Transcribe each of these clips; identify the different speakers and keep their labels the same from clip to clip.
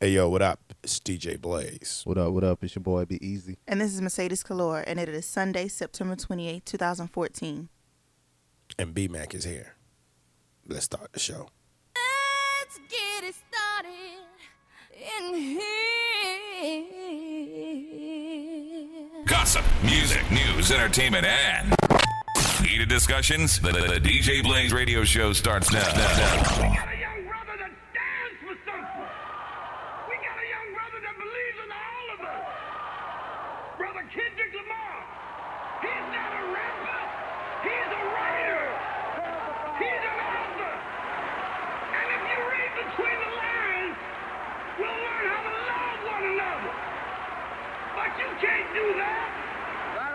Speaker 1: Hey yo, what up? It's DJ Blaze.
Speaker 2: What up? What up? It's your boy Be Easy.
Speaker 3: And this is Mercedes Calor, and it is Sunday, September 28, 2014.
Speaker 1: And B Mac is here. Let's start the show.
Speaker 4: Let's get it started in here.
Speaker 5: Gossip, music, news, entertainment, and heated discussions. The, the- the DJ Blaze radio show starts now. now, now.
Speaker 6: got a young brother that stands for something. We got a young brother that believes in all of us. Brother Kendrick Lamar. He's not a rapper. He's a writer. He's an author. And if you read between the lines, we'll learn how to love one another. But you can't do that.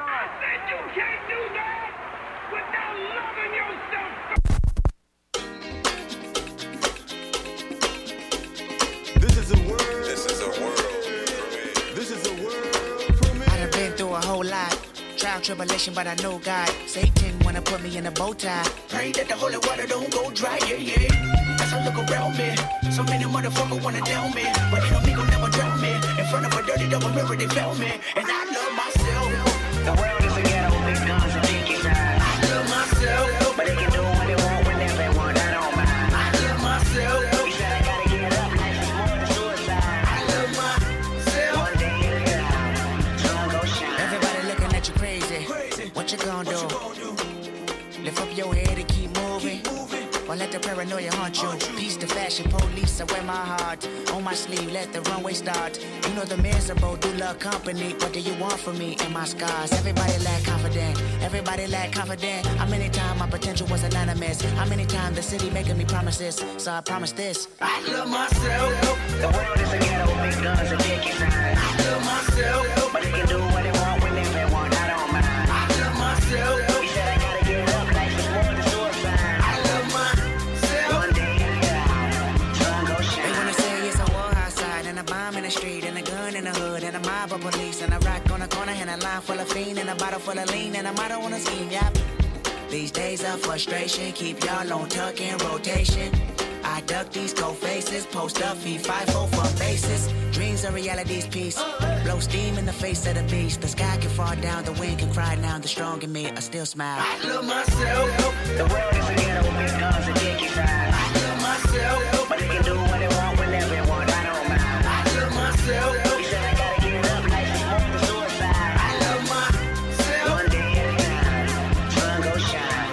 Speaker 6: I said you can't do that without loving yourself first.
Speaker 7: This is a world. This is a world. This is a world.
Speaker 8: I done been through a whole lot. Trial, tribulation, but I know God. Satan wanna put me in a bow tie.
Speaker 9: Pray that the holy water don't go dry, yeah, yeah. As I look around me, so many motherfuckers wanna down me. But an amigo never drown me. In front of a dirty double mirror, they found me. And I love myself. The world is a ghetto, big guns and pinky ties. I love myself. But they can do what they want whenever they want, I don't mind. I love myself. He said I gotta get up, life is more than suicide. I love myself. One day in the eye, sun go shine.
Speaker 8: Everybody looking at you crazy. What you gonna do? Lift up your head and keep moving. Or let the paranoia haunt you. Peace to fashion police, I wear my heart on my sleeve. Let the runway start. You know the miserable do love company. What do you want from me and my scars? Everybody lack confident. Everybody lack confident. How many times my potential was anonymous? How many times the city making me promises? So I promise this.
Speaker 9: I love myself. The world is a ghetto, big guns and big signs. I love myself. But they can do what they want whenever they want, I don't mind. I love myself. He said I gotta get up, life is more than suicide. I love myself. One day in the eye, sun go
Speaker 8: They wanna
Speaker 9: shine.
Speaker 8: say it's a war outside and a bomb in the street and a gun in the hood and a mob of police and a rock on the corner and a line full of fiend and a bottle full of lean and a motto on a scheme. Yep. These days of frustration keep y'all on tuck in rotation. I duck these cold faces, post up, feed five for basis. Dreams are reality's piece. Blow steam in the face of the beast. The sky can fall down, the wind can cry now. The strong in me, I still smile.
Speaker 9: I love myself. The world is a ghetto, big guns and big signs. I love myself. But they can do what they want whenever they want, I don't mind. I love myself. He said I gotta get up, life is more than suicide. I love myself. One day at a time, sun go shine.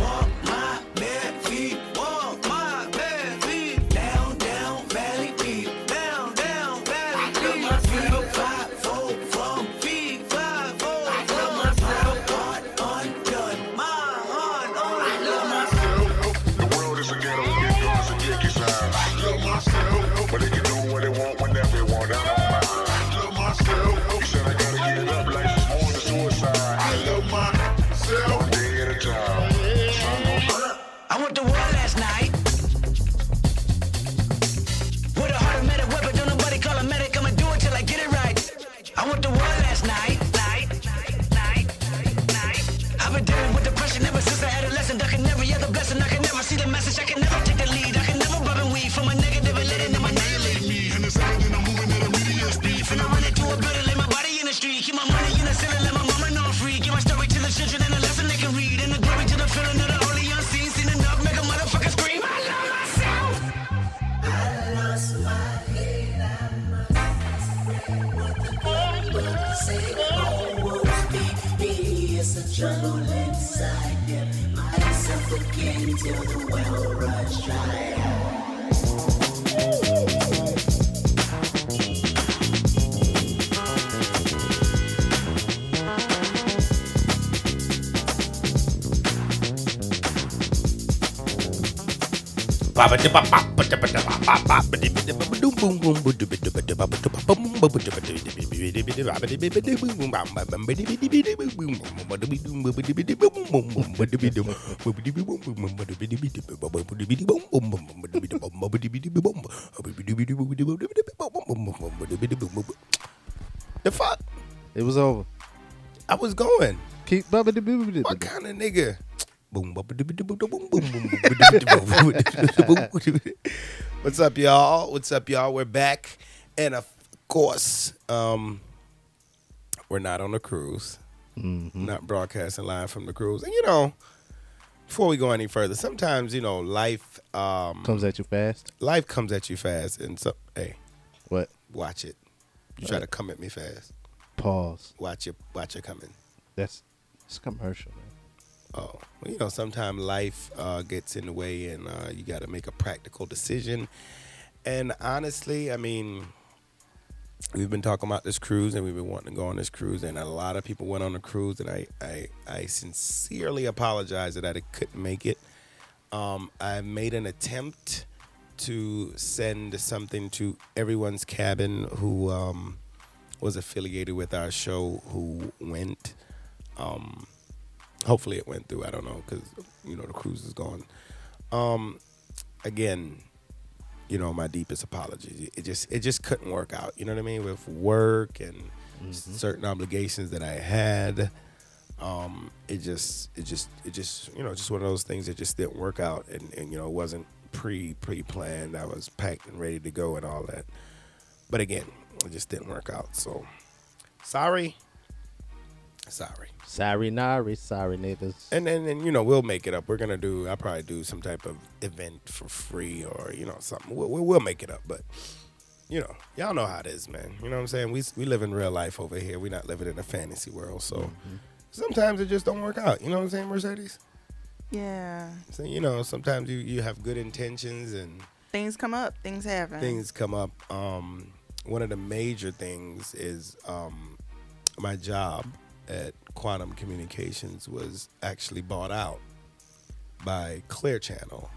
Speaker 7: Walk my bare feet. Walk my bare feet. Down, down, valley deep. Down, down, valley
Speaker 9: I love
Speaker 7: deep.
Speaker 9: myself.
Speaker 7: Feet five, four from feet five, four
Speaker 9: I
Speaker 7: from
Speaker 9: love myself.
Speaker 7: heart undone. My heart
Speaker 9: I
Speaker 7: undone.
Speaker 9: love myself.
Speaker 10: The world is a ghetto, big guns and dicky signs. I love myself, but they can do what they want whenever they want. I don't mind. I love myself. You said I gotta get it up, life is more than suicide. I love myself. One day at a time. Sun gon' shine.
Speaker 9: I went to war last night. With a heart of metal weapon, don't nobody call a medic. I'ma do it till I get it right. I went to war last night. Night, night, night, night. I've been dealing with depression ever since I had a lesson. Ducking every other blessing. I can never see the message. I can never take the lead. I can never bob and weave from a negative and let it annihilate me. And it's hard and I'm moving at a medium speed. Finna run into a building, lay my body in the street. Keep my money in the ceiling, let my mama know I'm free. Give my story to the children and a lesson they can read. And the glory to the feeling of the holy unseen. Seen enough, make a motherfucker scream. I love myself.
Speaker 1: The fuck?
Speaker 2: It was over.
Speaker 1: I was going.
Speaker 2: Keep bubba the boo boo.
Speaker 1: What kind of nigga? What's up, y'all? What's up, y'all? We're back. And of course, um, we're not on a cruise. Not broadcasting live from the cruise. And you know, before we go any further, sometimes you know life um,
Speaker 2: Comes at you fast.
Speaker 1: life comes at you fast, and so hey,
Speaker 2: What?
Speaker 1: watch it. You try to come at me fast.
Speaker 2: Pause.
Speaker 1: Watch your watch it coming.
Speaker 2: That's it's commercial, man.
Speaker 1: Oh, well, you know, sometimes life uh, gets in the way, and uh, you got to make a practical decision. And honestly, I mean, we've been talking about this cruise, and we've been wanting to go on this cruise, and a lot of people went on the cruise, and I, I, I sincerely apologize that I couldn't make it. Um, I made an attempt to send something to everyone's cabin who um, was affiliated with our show who went. Hopefully it went through. I don't know because you know the cruise is gone. Um, again, you know my deepest apologies. It just it just couldn't work out. You know what I mean with work and certain obligations that I had. Um, it just it just it just you know just one of those things that just didn't work out and and you know it wasn't pre pre planned. I was packed and ready to go and all that. But again, it just didn't work out. So sorry, sorry.
Speaker 2: Sorry, Nari. Sorry, neighbors.
Speaker 1: And then, and you know, we'll make it up. We're gonna do. I'll probably do some type of event for free, or you know, something. We'll, we'll, we'll make it up. But you know, y'all know how it is, man. You know what I'm saying? We we live in real life over here. We're not living in a fantasy world. So sometimes it just don't work out. You know what I'm saying, Mercedes?
Speaker 3: Yeah.
Speaker 1: So you know, sometimes you you have good intentions and
Speaker 3: Things come up. Things happen.
Speaker 1: things come up. Um, one of the major things is um, my job at Quantum Communications was actually bought out by Clear Channel,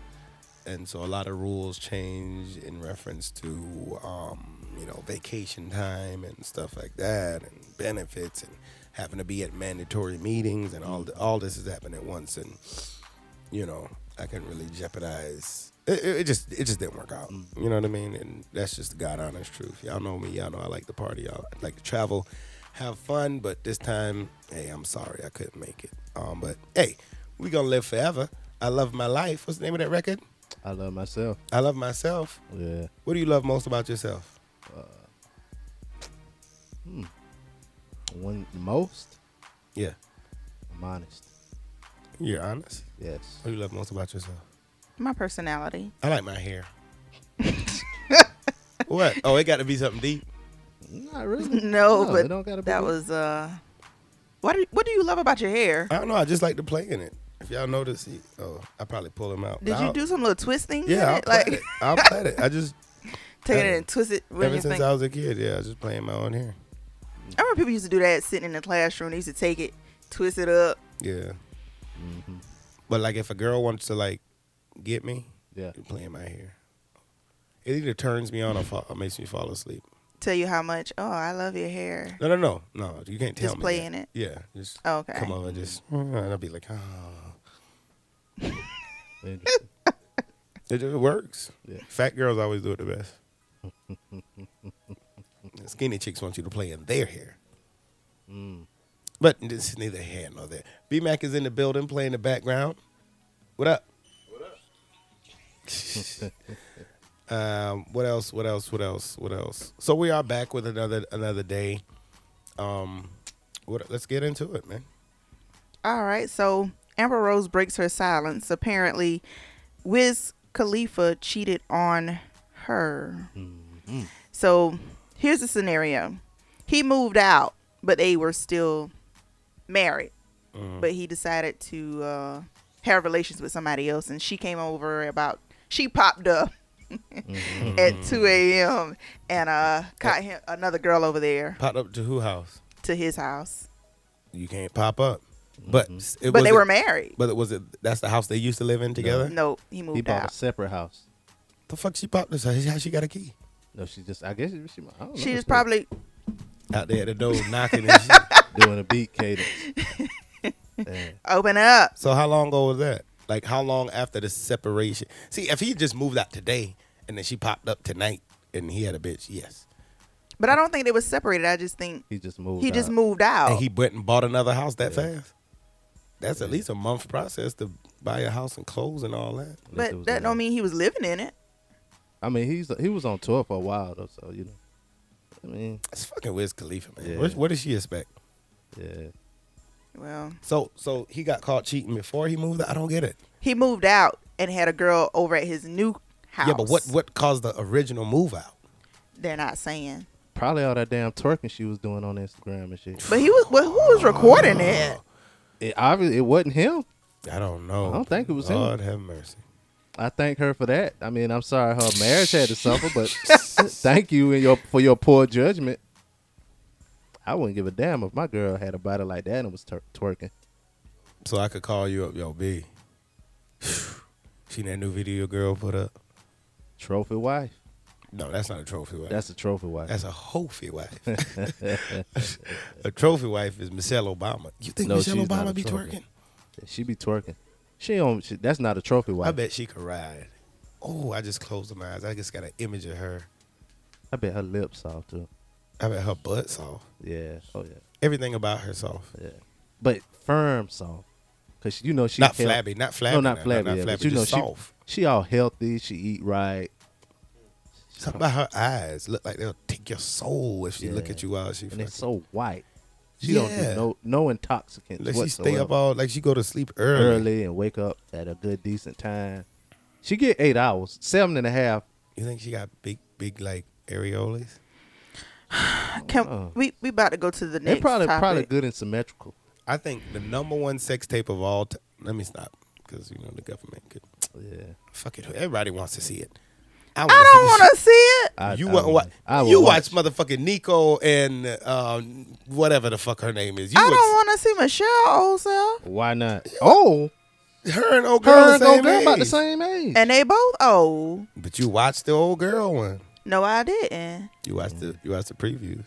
Speaker 1: and so a lot of rules changed in reference to um, you know vacation time and stuff like that, and benefits, and having to be at mandatory meetings, and all all this has happened at once, and you know, I can really jeopardize. It, it, it just it just didn't work out. You know what I mean? And that's just the god honest truth. Y'all know me. Y'all know I like to party. Y'all I like to travel, have fun. But this time, hey, I'm sorry I couldn't make it. Um, but hey, we gonna live forever. I love my life. What's the name of that record?
Speaker 2: I love myself.
Speaker 1: I love myself.
Speaker 2: Yeah.
Speaker 1: What do you love most about yourself?
Speaker 2: One most.
Speaker 1: Yeah,
Speaker 2: I'm honest.
Speaker 1: you're honest.
Speaker 2: Yes.
Speaker 1: What do you love most about yourself?
Speaker 3: My personality.
Speaker 1: I like my hair. what? Oh, it got to be something deep.
Speaker 2: Not really.
Speaker 3: No,
Speaker 2: it
Speaker 3: but
Speaker 2: don't gotta be
Speaker 3: that
Speaker 2: good.
Speaker 3: was uh. What do you, what do you love about your hair?
Speaker 1: I don't know. I just like to play in it. If y'all notice, he, oh, I probably pull him out.
Speaker 3: Did
Speaker 1: I'll-
Speaker 3: you do some little twisting?
Speaker 1: Yeah, I'll
Speaker 3: it?
Speaker 1: play
Speaker 3: like
Speaker 1: it. I'll play it. I just
Speaker 3: taking it and twist it. With
Speaker 1: ever
Speaker 3: your
Speaker 1: since
Speaker 3: thing.
Speaker 1: I
Speaker 3: I,
Speaker 1: was a kid, yeah, I was just playing my own hair.
Speaker 3: remember people used to do that sitting in the classroom. They used to take it, twist it up.
Speaker 1: Yeah. But like, if a girl wants to like get me,
Speaker 2: Yeah.
Speaker 1: I'm playing my hair. It either turns me on or, fall, or makes me fall asleep.
Speaker 3: Tell you how much. Oh, I love your hair.
Speaker 1: No, no, no, no. You can't tell
Speaker 3: Just
Speaker 1: me.
Speaker 3: play
Speaker 1: that.
Speaker 3: in it? Oh,
Speaker 1: Yeah. Just
Speaker 3: Okay.
Speaker 1: come over and just, and I'll be like, oh.
Speaker 2: Interesting.
Speaker 1: It just works.
Speaker 2: Yeah.
Speaker 1: Fat girls always do it the best. Skinny chicks want you to play in their hair. But this is neither here nor there. B Mac is in the building playing the background. What up? What up? um, what else? What else? What else? What else? So we are back with another another day. Um, what? Let's get into it, man.
Speaker 3: All right, so Amber Rose breaks her silence. Apparently, Wiz Khalifa cheated on her.
Speaker 2: Mm-hmm.
Speaker 3: So here's the scenario he moved out, but they were still married.
Speaker 2: Mm.
Speaker 3: But he decided to uh, have relations with somebody else, and she came over about, she popped up.
Speaker 2: Mm-hmm.
Speaker 3: at 2 a.m. and uh caught him another girl over there
Speaker 1: Pop up to who house?
Speaker 3: to his house,
Speaker 1: You can't pop up. But s- it
Speaker 3: but they
Speaker 1: wasn't-
Speaker 3: were married.
Speaker 1: But was it that's the house they used to live in together?
Speaker 3: No, he
Speaker 2: he
Speaker 3: moved
Speaker 2: bought a
Speaker 3: out.
Speaker 2: separate house.
Speaker 1: The fuck she popped this? How how she got a key?
Speaker 2: No, she just. I guess she. she I don't know.
Speaker 3: She
Speaker 2: It's
Speaker 3: just probably
Speaker 1: Out there at the door knocking and shit.
Speaker 2: doing a beat cadence. Yeah.
Speaker 3: open up.
Speaker 1: So how long ago was that? Like how long after the separation? See, if he just moved out today and then she popped up tonight and he had a bitch, yes.
Speaker 3: But I don't think they were separated. I just think
Speaker 2: He just moved.
Speaker 3: he just
Speaker 2: out.
Speaker 3: moved out.
Speaker 1: And he went and bought another house that fast. That's at least a month process to buy a house and clothes and all that.
Speaker 2: Unless it
Speaker 3: but
Speaker 2: was
Speaker 3: that
Speaker 2: another-
Speaker 3: don't mean he was living in it.
Speaker 2: I mean, he's he was on tour for a while though, so you know. I mean,
Speaker 1: it's fucking Wiz Khalifa, man.
Speaker 2: Yeah.
Speaker 1: What, what does she expect?
Speaker 2: Yeah.
Speaker 3: Well,
Speaker 1: So, so he got caught cheating before he moved. I don't get it.
Speaker 3: he moved out and had a girl over at his new house.
Speaker 1: Yeah, but what what caused the original move out?
Speaker 3: They're not saying.
Speaker 2: Probably all that damn twerking she was doing on Instagram and shit.
Speaker 3: But he was. Well, who was recording it?
Speaker 2: It obviously it wasn't him.
Speaker 1: I don't know.
Speaker 2: I don't think it was him.
Speaker 1: God have mercy.
Speaker 2: I thank her for that. I mean, I'm sorry her marriage had to suffer, but thank you and your for your poor judgment. I wouldn't give a damn if my girl had a body like that and was twer- twerking.
Speaker 1: So I could call you up, yo, B. Seen that new video girl put up?
Speaker 2: Trophy wife.
Speaker 1: No, that's not a trophy wife.
Speaker 2: That's a trophy wife.
Speaker 1: That's a hophy wife. a trophy wife is Michelle Obama. You think
Speaker 2: No,
Speaker 1: Michelle
Speaker 2: she's not
Speaker 1: Obama
Speaker 2: a
Speaker 1: be
Speaker 2: trophy.
Speaker 1: twerking?
Speaker 2: she be twerking. She don't. She, that's not a trophy wife.
Speaker 1: I bet she could ride. Oh, I just closed my eyes. I just got an image of her.
Speaker 2: I bet her lips soft too.
Speaker 1: I bet her butt soft.
Speaker 2: Yeah. Oh yeah.
Speaker 1: Everything about her soft.
Speaker 2: Yeah. But firm soft. Cause you know she
Speaker 1: Not
Speaker 2: hel-
Speaker 1: flabby, not flabby
Speaker 2: No,
Speaker 1: now,
Speaker 2: not
Speaker 1: not-
Speaker 2: flabby.
Speaker 1: not
Speaker 2: yeah, but
Speaker 1: flabby,
Speaker 2: you know
Speaker 1: just
Speaker 2: she
Speaker 1: soft.
Speaker 2: she all healthy. She eat right.
Speaker 1: Something about her eyes look like they'll take your soul if she look at you while she
Speaker 2: and
Speaker 1: fucking.
Speaker 2: it's so white. She don't
Speaker 1: Yeah.
Speaker 2: do no no intoxicants
Speaker 1: Like she
Speaker 2: whatsoever.
Speaker 1: stay up all like she go to sleep early.
Speaker 2: early and wake up at a good decent time. She get eight hours, seven and a half.
Speaker 1: You think she got big big like areolas?
Speaker 3: Can we we about to go to the
Speaker 2: Oh, They
Speaker 3: next
Speaker 2: probably
Speaker 3: topic?
Speaker 2: probably good and symmetrical.
Speaker 1: I think the number one sex tape of all. T- Let me stop because you know the government could.
Speaker 2: Yeah,
Speaker 1: Fuck it, everybody wants to see it. I,
Speaker 3: I don't want to see it.
Speaker 2: I,
Speaker 1: You
Speaker 2: I
Speaker 1: wa-
Speaker 2: would-
Speaker 1: wa-
Speaker 2: I would
Speaker 1: you
Speaker 2: watch.
Speaker 1: watch motherfucking Nico and uh, whatever the fuck her name is. You
Speaker 3: I
Speaker 1: would-
Speaker 3: don't want to see Michelle old self.
Speaker 2: Why not? Oh,
Speaker 1: her and old girl,
Speaker 2: her
Speaker 1: her
Speaker 2: and old girl about the same age.
Speaker 3: And they both old.
Speaker 1: But you watched the old girl one.
Speaker 3: No, I didn't.
Speaker 1: You watched the you watched the preview.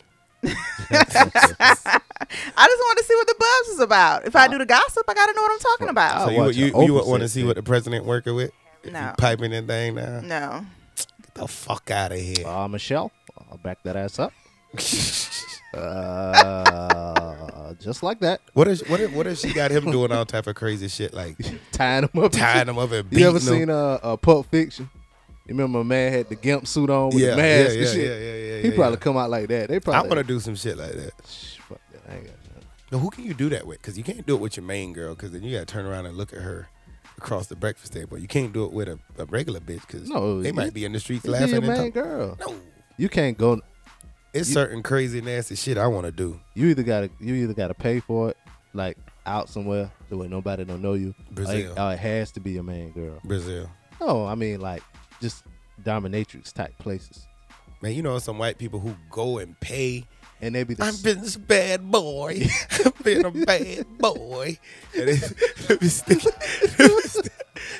Speaker 3: I just want to see what the buzz is about.
Speaker 2: Uh,
Speaker 3: If I do the gossip, I got to know what I'm talking
Speaker 1: So
Speaker 3: about.
Speaker 1: you would-
Speaker 2: watch
Speaker 1: you,
Speaker 2: an
Speaker 1: you,
Speaker 2: open
Speaker 1: would want to
Speaker 2: sex
Speaker 1: see
Speaker 2: tape.
Speaker 1: what the president working with? If you
Speaker 3: No.
Speaker 1: Piping that thing now.
Speaker 3: No.
Speaker 1: Get the fuck out of here.
Speaker 2: Uh, Michelle, I'll back that ass up. uh, just like that,
Speaker 1: What is what if what if she got him doing all type of crazy shit like
Speaker 2: tying them up,
Speaker 1: tying him up and beating
Speaker 2: You ever
Speaker 1: him?
Speaker 2: seen uh, uh, Pulp Fiction? You remember a man had the gimp suit on with
Speaker 1: yeah,
Speaker 2: the mask
Speaker 1: yeah,
Speaker 2: and
Speaker 1: yeah,
Speaker 2: shit.
Speaker 1: yeah, yeah, yeah,
Speaker 2: he
Speaker 1: yeah,
Speaker 2: probably
Speaker 1: yeah.
Speaker 2: come out like that. They
Speaker 1: I'm
Speaker 2: probably.
Speaker 1: gonna do some shit like that.
Speaker 2: Shh, fuck that. I ain't got nothing.
Speaker 1: Now, who can you do that with? Because you can't do it with your main girl. Because then you gotta turn around and look at her across the breakfast table. You can't do it with a, a regular bitch. Because
Speaker 2: No,
Speaker 1: they
Speaker 2: you-
Speaker 1: might be in the streets
Speaker 2: You be
Speaker 1: laughing
Speaker 2: your
Speaker 1: and
Speaker 2: main
Speaker 1: talking.
Speaker 2: girl.
Speaker 1: No,
Speaker 2: You can't go.
Speaker 1: it's certain crazy nasty shit I want to do.
Speaker 2: You either gotta. You either gotta pay for it, like out somewhere the way nobody don't know you. or it-
Speaker 1: Brazil.
Speaker 2: Or, it has to be your main girl.
Speaker 1: Brazil,
Speaker 2: No, I mean like just dominatrix type places,
Speaker 1: man. You know some white people who go and pay.
Speaker 2: and they be. The,
Speaker 1: I've
Speaker 2: s-
Speaker 1: been this bad boy. I've been a bad boy. And they, they be sticking, they be sti-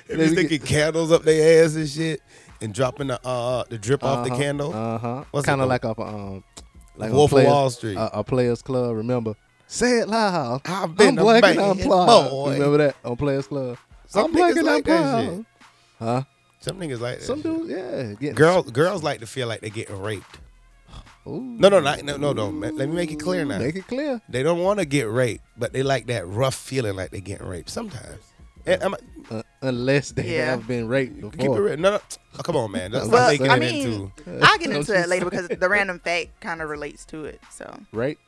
Speaker 1: they be
Speaker 2: Let me
Speaker 1: sticking candles up their ass and shit, and dropping the uh the drip off the
Speaker 2: Uh-huh,
Speaker 1: candle.
Speaker 2: Uh-huh.
Speaker 1: Oh, What's it
Speaker 2: Kind
Speaker 1: called?
Speaker 2: of like off a um like
Speaker 1: Wolf
Speaker 2: a
Speaker 1: of
Speaker 2: players,
Speaker 1: Wall Street.
Speaker 2: A, a players club, remember? Say it loud.
Speaker 1: I've been
Speaker 2: I'm
Speaker 1: a
Speaker 2: black
Speaker 1: bad
Speaker 2: and I'm proud.
Speaker 1: boy.
Speaker 2: Remember that on Players Club?
Speaker 1: Some
Speaker 2: I'm black
Speaker 1: niggas
Speaker 2: and I'm
Speaker 1: like that shit.
Speaker 2: proud. Huh?
Speaker 1: Some niggas like that
Speaker 2: Some
Speaker 1: shit.
Speaker 2: dudes, yeah. Getting
Speaker 1: Girls, girls like to feel like they're getting raped.
Speaker 2: Ooh,
Speaker 1: No, no, not, no, no, no. ma- Let me make it clear now.
Speaker 2: Make it clear.
Speaker 1: They don't want to get raped, but they like that rough feeling like they're getting raped sometimes. And I'm,
Speaker 2: Uh, unless they
Speaker 3: Yeah.
Speaker 2: have been raped before.
Speaker 1: keep it real. No, no. Oh, come on, man. Let's not
Speaker 3: Well,
Speaker 1: make it
Speaker 3: I
Speaker 1: into.
Speaker 3: mean, I'll get into that later because the random fact kind of relates to it. So,
Speaker 2: Rape?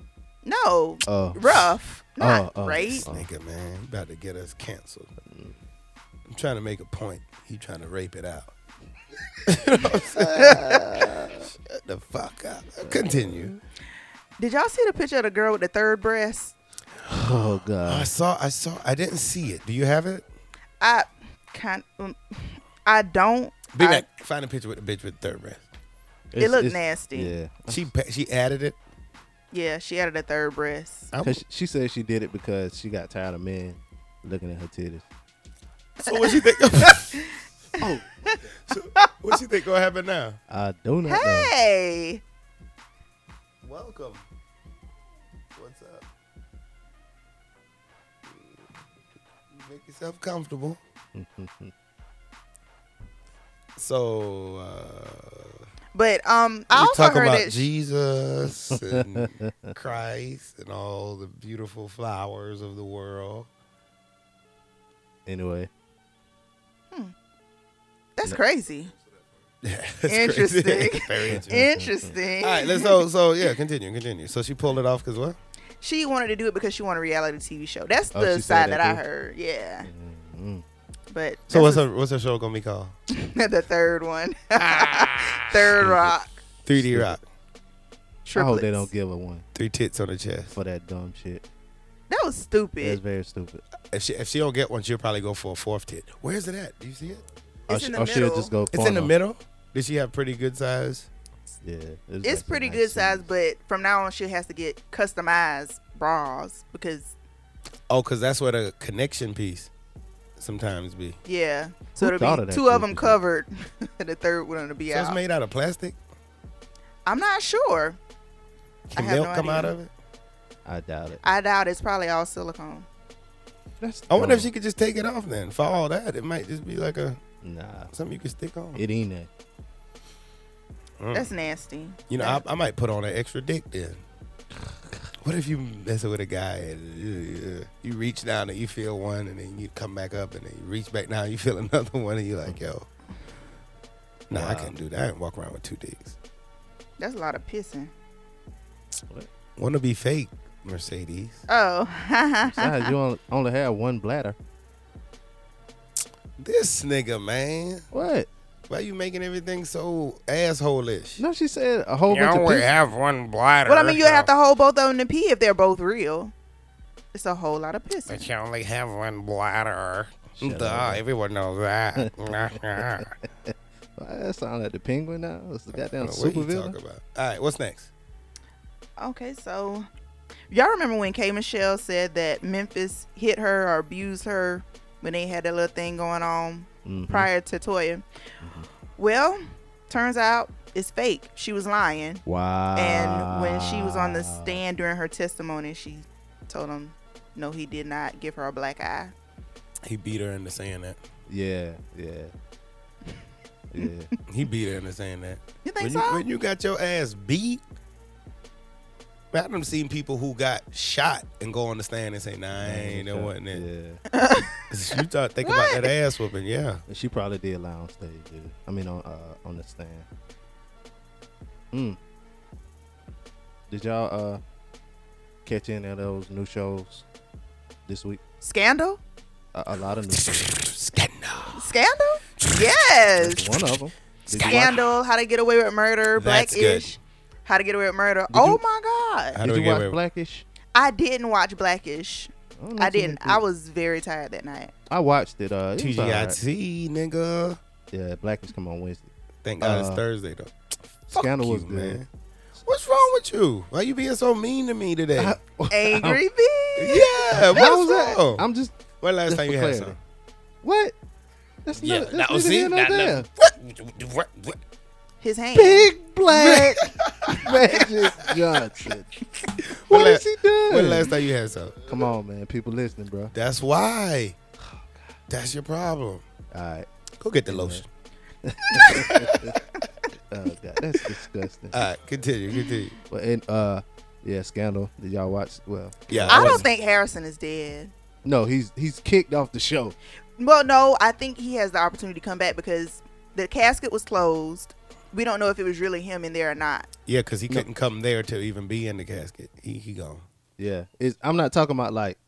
Speaker 3: no.
Speaker 2: Oh.
Speaker 3: rough. Not
Speaker 2: Oh, oh.
Speaker 3: right.
Speaker 1: This nigga, man, he about to get us canceled. I'm trying to make a point. He trying to rape it out. You know what I'm saying? Shut the fuck up. Continue.
Speaker 3: Did y'all see the picture of the girl with the third breast?
Speaker 2: Oh
Speaker 1: I
Speaker 2: god.
Speaker 1: saw. I saw. I didn't see it. Do you have it?
Speaker 3: I kind um, I don't.
Speaker 1: Be
Speaker 3: I-
Speaker 1: back. Find a picture with the bitch with third breast.
Speaker 3: It
Speaker 2: It's-
Speaker 3: looked
Speaker 2: it's-
Speaker 3: nasty.
Speaker 2: Yeah.
Speaker 1: She pa- she added it.
Speaker 3: Yeah, she added a third breast.
Speaker 1: I'm-
Speaker 2: 'Cause she- she said she did it because she got tired of men looking at her titties.
Speaker 1: so what you think? oh, so what you think gonna happen now?
Speaker 2: I do
Speaker 1: Uh-uh.
Speaker 2: not know.
Speaker 3: Hey,
Speaker 1: Welcome. What's up? Make yourself comfortable. so uh,
Speaker 3: but um, I
Speaker 1: we
Speaker 3: also
Speaker 1: talk
Speaker 3: heard
Speaker 1: about
Speaker 3: that she-
Speaker 1: Jesus and Christ and all the beautiful flowers of the world.
Speaker 2: Anyway.
Speaker 3: that's crazy.
Speaker 1: That's crazy.
Speaker 3: Interesting.
Speaker 1: Very
Speaker 3: Interesting.
Speaker 1: All right, let's so so yeah, continue, continue. So she pulled it off because what?
Speaker 3: She wanted to do it because she wanted a reality TV show. That's
Speaker 1: Oh,
Speaker 3: the
Speaker 1: she said
Speaker 3: side that,
Speaker 1: that
Speaker 3: I
Speaker 1: too? Mm-hmm.
Speaker 3: heard. Yeah. But
Speaker 1: So what's
Speaker 3: that's
Speaker 1: her what's her show gonna be called?
Speaker 3: the, the third one.
Speaker 1: Ah.
Speaker 3: third rock.
Speaker 1: 3D Rock.
Speaker 2: I hope they don't give her one.
Speaker 1: Three tits on the chest
Speaker 2: for that dumb shit.
Speaker 3: That was stupid.
Speaker 2: That's very stupid.
Speaker 1: If she if she don't get one, she'll probably go for a fourth tit. Where's it at? Do you see it?
Speaker 2: Or she- or she'll just go
Speaker 1: It's in the
Speaker 2: porno.
Speaker 1: middle. Did she have pretty good size?
Speaker 2: Yeah,
Speaker 3: It's, pretty good size, but from now on she has to get customized bras because
Speaker 1: Oh, cause that's where the connection piece sometimes be.
Speaker 3: yeah.
Speaker 1: Who
Speaker 3: So
Speaker 1: thought
Speaker 3: it'll
Speaker 1: of
Speaker 3: be
Speaker 1: that
Speaker 3: two of
Speaker 1: stupid
Speaker 3: them covered, and the third one will be
Speaker 1: So
Speaker 3: out.
Speaker 1: it's made out of plastic.
Speaker 3: I'm not sure.
Speaker 1: Can
Speaker 3: I have
Speaker 1: milk
Speaker 3: no
Speaker 1: come out
Speaker 3: idea.
Speaker 1: of it?
Speaker 2: I doubt it.
Speaker 3: I doubt it's probably all silicone.
Speaker 1: I wonder if she could just take it off then. For all that, it might just be like a
Speaker 2: Oh, nah
Speaker 1: something you can stick on.
Speaker 2: It ain't that.
Speaker 1: Mm.
Speaker 3: That's nasty.
Speaker 1: You know, I, I might put on an extra dick then. What if you messing with a guy and uh, you reach down and you feel one, and then you come back up and then you reach back down, you feel another one, and you're like, yo, no, I couldn't do that. I can walk around with two dicks.
Speaker 3: That's a lot of pissing.
Speaker 1: Want to be fake, Mercedes?
Speaker 3: Oh.
Speaker 2: Besides, you only, only have one bladder.
Speaker 1: This nigga, man.
Speaker 2: What?
Speaker 1: Why you making everything so asshole-ish?
Speaker 2: No, she said a whole bunch of pee-
Speaker 1: one bladder.
Speaker 3: well, I mean, you have to hold both of them to pee if they're both real. It's a whole lot of pissing.
Speaker 1: But you only have one bladder.
Speaker 2: Shut
Speaker 1: Duh,
Speaker 2: up.
Speaker 1: everyone knows that.
Speaker 2: Why, that sound like the penguin now. It's the goddamn
Speaker 1: What you
Speaker 2: supervillain.
Speaker 1: talking about? All right, what's next?
Speaker 3: Okay, so y'all remember when K Michelle said that Memphis hit her or abused her when they had that little thing going on
Speaker 2: Mhm.
Speaker 3: prior to Toya?
Speaker 2: Mm-hmm.
Speaker 3: Well, turns out it's fake. She was lying.
Speaker 2: Wow.
Speaker 3: And when she was on the
Speaker 2: Ah.
Speaker 3: stand during her testimony, she told him, no, he did not give her a black eye.
Speaker 1: He beat her into saying that.
Speaker 2: Yeah, yeah. Yeah.
Speaker 1: he beat her into saying that.
Speaker 3: You think
Speaker 1: when
Speaker 3: so?
Speaker 1: You, when you got your ass beat, man, I've done seen people who got shot and go on the stand and say, "Nah, I ain't there wasn't it." you thought think about that ass whooping, yeah.
Speaker 2: And she probably did lie on stage. Yeah. I mean, on uh, on the stand. Mm. Did y'all uh catch any of those new shows this week?
Speaker 3: Scandal?
Speaker 2: A, a lot of new shows.
Speaker 3: Scandal? Yes.
Speaker 2: One of them.
Speaker 3: Scandal, How to Get Away with Murder,
Speaker 2: That's good.
Speaker 3: Blackish, How to Get Away with Murder. oh my God.
Speaker 2: Did you watch Blackish?
Speaker 3: I didn't watch Blackish.
Speaker 2: know
Speaker 3: I
Speaker 2: if you
Speaker 3: didn't.
Speaker 2: did.
Speaker 3: I was very tired that night.
Speaker 2: I watched it. Uh, it was all right.
Speaker 1: TGIT, nigga.
Speaker 2: Yeah, Blackish come on Wednesday.
Speaker 1: Thank God it's
Speaker 2: Uh,
Speaker 1: Thursday though.
Speaker 2: Scandal
Speaker 1: Fuck
Speaker 2: was
Speaker 1: you,
Speaker 2: good.
Speaker 1: man. What's wrong with you? Why you being so mean to me today?
Speaker 2: Oh.
Speaker 3: Angry bitch.
Speaker 1: yeah, what
Speaker 2: How
Speaker 1: was
Speaker 2: was that?
Speaker 1: wrong?
Speaker 2: I'm just.
Speaker 1: When last
Speaker 2: just
Speaker 1: time
Speaker 2: for
Speaker 1: you had
Speaker 2: clarity.
Speaker 1: some?
Speaker 2: What? That's
Speaker 1: Yeah,
Speaker 2: not,
Speaker 1: that
Speaker 2: that's
Speaker 1: was
Speaker 2: neither here
Speaker 1: it?
Speaker 2: nor
Speaker 1: Not
Speaker 2: there.
Speaker 1: nothing. What? What?
Speaker 3: His hand.
Speaker 2: Big Black Magic Johnson. What
Speaker 1: When
Speaker 2: has
Speaker 1: la-
Speaker 2: he done?
Speaker 1: When last time you had some?
Speaker 2: Come on, man. People listening, bro.
Speaker 1: That's why.
Speaker 2: Oh,
Speaker 1: That's your problem.
Speaker 2: All right.
Speaker 1: Go get the lotion.
Speaker 2: Oh god, that's disgusting.
Speaker 1: All right, continue, continue.
Speaker 2: But and uh, yeah, Scandal. Did y'all watch? Well,
Speaker 1: Yeah,
Speaker 3: I don't think Harrison is dead.
Speaker 2: No, he's he's kicked off the show.
Speaker 3: Well, no, I think he has the opportunity to come back because the casket was closed. We don't know if it was really him in there or not.
Speaker 1: Yeah, because he couldn't come there to even be in the casket. He he gone.
Speaker 2: Yeah, it's, I'm not talking about like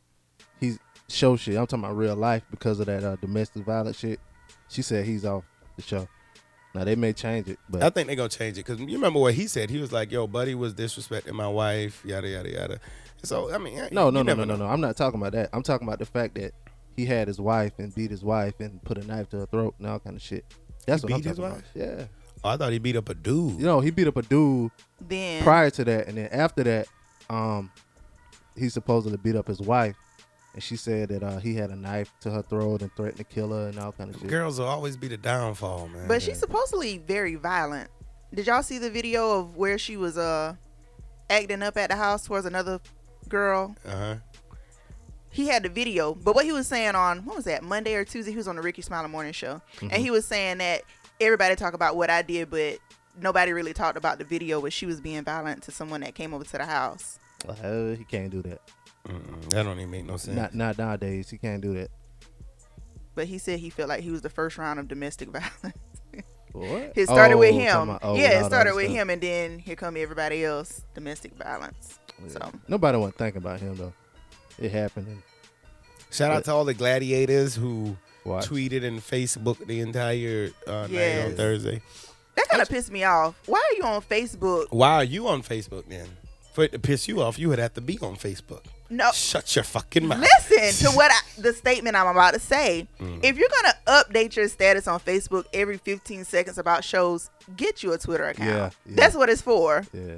Speaker 2: he's show shit. I'm talking about real life because of that uh, domestic violence shit. She said he's off the show. Now they may change it, but
Speaker 1: I think they're gonna change it because you remember what he said. He was like, "Yo, buddy was disrespecting my wife, yada yada yada." So I mean, yeah,
Speaker 2: no,
Speaker 1: you
Speaker 2: no, no,
Speaker 1: never
Speaker 2: no, no,
Speaker 1: know.
Speaker 2: no. I'm not talking about that. I'm talking about the fact that he had his wife and beat his wife and put a knife to her throat and all kind of shit. That's
Speaker 1: He beat
Speaker 2: what I'm
Speaker 1: his
Speaker 2: talking
Speaker 1: wife.
Speaker 2: about. Yeah.
Speaker 1: Oh, I thought he beat up a dude.
Speaker 2: You know, he beat up a dude
Speaker 3: Then
Speaker 2: prior to that, and then after that, um, he supposedly beat up his wife, and she said that uh, he had a knife to her throat and threatened to kill her and all kind of shit.
Speaker 1: Girls will always be the downfall, man.
Speaker 3: But she's supposedly very violent. Did y'all see the video of where she was uh acting up at the house towards another girl?
Speaker 1: uh huh.
Speaker 3: He had the video, but what he was saying on what was that Monday or Tuesday? He was on the Ricky Smiler Morning Show,
Speaker 1: Mhm.
Speaker 2: Mm-hmm.
Speaker 3: and he was saying that everybody talk about what I did, but nobody really talked about the video where she was being violent to someone that came over to the house.
Speaker 2: Uh, he can't do that.
Speaker 1: That don't even make no sense.
Speaker 2: Not not nowadays. He can't do that.
Speaker 3: But he said he felt like he was the first round of domestic violence.
Speaker 2: What?
Speaker 3: It started with
Speaker 2: Oh,
Speaker 3: him.
Speaker 2: talking about- oh,
Speaker 3: yeah,
Speaker 2: all
Speaker 3: it
Speaker 2: the
Speaker 3: started
Speaker 2: other
Speaker 3: with
Speaker 2: stuff.
Speaker 3: him, and then here come everybody else. Domestic violence. So
Speaker 2: Nobody wasn't thinking about him though. It happened. and-
Speaker 1: Shout out to all the gladiators who
Speaker 2: Watch.
Speaker 1: tweeted and Facebook the entire uh, night on
Speaker 3: Yes.
Speaker 1: Thursday.
Speaker 3: that kind of pissed me off. Why are you on Facebook?
Speaker 1: Why are you on Facebook then? For it to piss you off, you would have to be on Facebook.
Speaker 3: No.
Speaker 1: Shut your fucking mouth.
Speaker 3: Oh. Listen to what I, the statement I'm about to say.
Speaker 1: Mm.
Speaker 3: If you're gonna update your status on Facebook every 15 seconds about shows, get you a Twitter account.
Speaker 1: Yeah, yeah.
Speaker 3: That's what it's for.
Speaker 2: Yeah.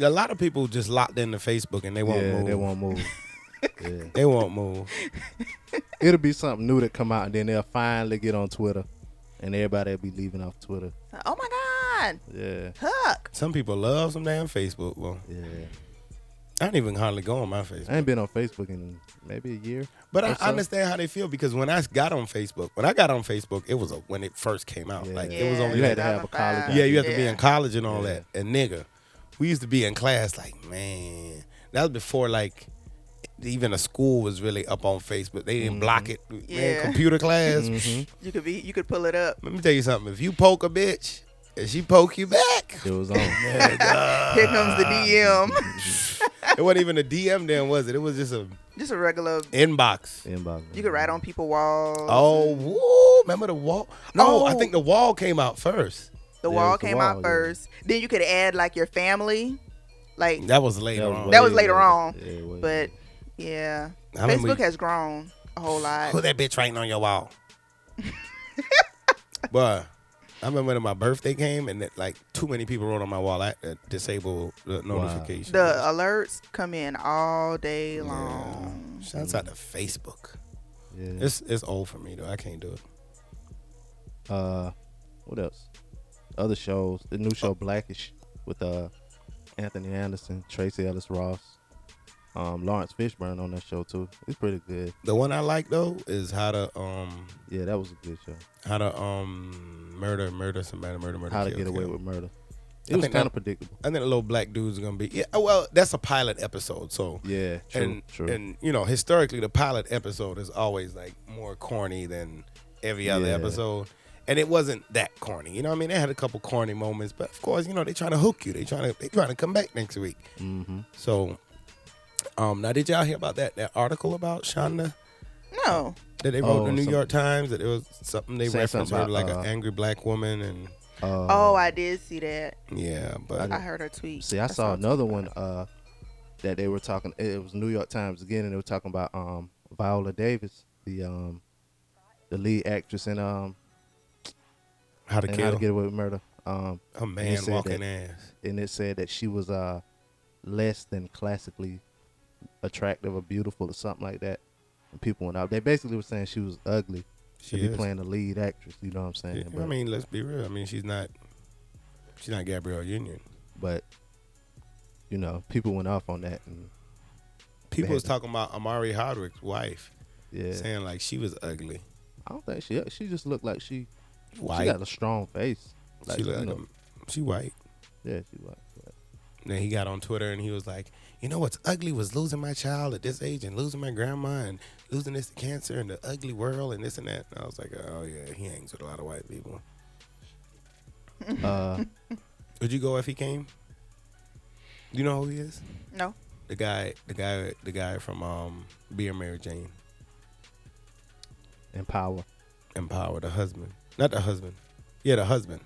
Speaker 1: A lot of people just locked into Facebook and they won't
Speaker 2: Yeah,
Speaker 1: move.
Speaker 2: they won't move. yeah.
Speaker 1: They won't move.
Speaker 2: It'll be something new that come out, and then they'll finally get on Twitter, and everybody will be leaving off Twitter.
Speaker 3: Oh my God,
Speaker 2: Yeah.
Speaker 3: Huck.
Speaker 1: Some people love some damn Facebook, bro.
Speaker 2: Yeah.
Speaker 1: I don't even hardly go on my Facebook.
Speaker 2: I ain't been on Facebook in maybe a year.
Speaker 1: But I
Speaker 2: or so.
Speaker 1: I understand how they feel because when I got on Facebook, when I got on Facebook, it was a, when it first came out. Like it was
Speaker 2: Yeah,
Speaker 1: only
Speaker 2: you
Speaker 1: like-
Speaker 2: had to have a college 2005.
Speaker 1: Yeah, you had to be
Speaker 2: Yeah.
Speaker 1: in college and all
Speaker 2: Yeah.
Speaker 1: that. And nigga, we used to be in class like man. That was before like even a school was really up on Facebook. They didn't block it. Man,
Speaker 3: Yeah.
Speaker 1: computer class.
Speaker 3: You could be, you could pull it up.
Speaker 1: Let me tell you something. If you poke a bitch and she poke you back,
Speaker 2: it was on.
Speaker 3: Here comes the
Speaker 1: Ah.
Speaker 3: DM.
Speaker 1: it wasn't even a DM then, was it? It was just a
Speaker 3: Just a regular.
Speaker 1: inbox.
Speaker 2: Inbox.
Speaker 3: You could write on people walls.
Speaker 1: Oh, woo, remember the wall? No, I
Speaker 3: Oh.
Speaker 1: think the wall came out first.
Speaker 3: The wall came out first. Then you could add like your family. Like
Speaker 1: That was later on.
Speaker 3: That was later on.
Speaker 1: Yeah, way
Speaker 3: but yeah.
Speaker 1: I remember-
Speaker 3: Facebook has grown a whole lot.
Speaker 1: Who that bitch writing on your wall? But I remember when my birthday came and that, like too many people wrote on my wall. I uh, disabled the notification.
Speaker 3: The uh, alerts come in all day long.
Speaker 1: Shouts out to Facebook.
Speaker 2: Yeah.
Speaker 1: It's it's old for me though. I can't do it.
Speaker 2: Uh, what else? Other shows. The new show Blackish with uh Anthony Anderson, Tracy Ellis Ross, um Lawrence Fishburne on that show too. It's pretty good.
Speaker 1: The one I like though is how to um
Speaker 2: Yeah, that was a good show.
Speaker 1: how to um murder murder somebody murder murder
Speaker 2: How to
Speaker 1: kill,
Speaker 2: Get Away
Speaker 1: kill.
Speaker 2: with Murder. It
Speaker 1: I think
Speaker 2: was kind
Speaker 1: that-
Speaker 2: of predictable.
Speaker 1: I think the little black dude's gonna be yeah. Well, that's a pilot episode, so
Speaker 2: Yeah, true,
Speaker 1: and,
Speaker 2: true.
Speaker 1: And you know, historically, the pilot episode is always like more corny than every other
Speaker 2: Yeah.
Speaker 1: episode, and it wasn't that corny. You know, what I mean, they had a couple corny moments, but of course, you know, they trying to hook you. They trying to they trying to come back next week.
Speaker 2: Mm-hmm.
Speaker 1: So, um, now did y'all hear about that that article about Shonda?
Speaker 3: No.
Speaker 1: That they wrote
Speaker 2: Oh,
Speaker 1: in the New
Speaker 2: some-
Speaker 1: York Times that it was something they
Speaker 2: Said
Speaker 1: referenced
Speaker 2: something
Speaker 1: her like
Speaker 2: about,
Speaker 1: an
Speaker 2: uh,
Speaker 1: angry black woman and
Speaker 3: oh, I did see that.
Speaker 1: yeah, but
Speaker 3: I, heard her tweet.
Speaker 2: See, I saw another one uh, that they were talking. It was New York Times again, and they were talking about um, Viola Davis, the um, the lead actress in um,
Speaker 1: How to
Speaker 2: in How
Speaker 1: Kill.
Speaker 2: to Get Away with Murder. Um,
Speaker 1: A
Speaker 2: and it
Speaker 1: man
Speaker 2: said
Speaker 1: walking
Speaker 2: that-
Speaker 1: ass.
Speaker 2: And it said that she was uh, less than classically attractive or beautiful or something like that. And people went out. They basically were saying she was ugly.
Speaker 1: She
Speaker 2: to be
Speaker 1: is.
Speaker 2: playing the lead actress. You know what I'm saying?
Speaker 1: Yeah, I mean, let's be real. I mean, she's not she's not Gabrielle Union.
Speaker 2: but you know, people went off on that. And
Speaker 1: People was
Speaker 2: Bad.
Speaker 1: talking about Amari Hardwick's wife.
Speaker 2: Yeah.
Speaker 1: Saying like she was ugly.
Speaker 2: I don't think she. She just looked like she.
Speaker 1: White.
Speaker 2: She got a strong face.
Speaker 1: she look
Speaker 2: you
Speaker 1: like
Speaker 2: know.
Speaker 1: a, she white.
Speaker 2: Yeah, she white.
Speaker 1: And then he got on Twitter and he was like, "You know what's ugly was losing my child at this age and losing my grandma and losing this to cancer and the ugly world and this and that." And I was like, "Oh yeah, he hangs with a lot of white people."
Speaker 2: Uh,
Speaker 1: Would you go if he came? You know who he is?
Speaker 3: No.
Speaker 1: The guy, the guy, the guy from um, Beer Mary Jane.
Speaker 2: Empower.
Speaker 1: Empower the husband, not the husband. Yeah, the husband.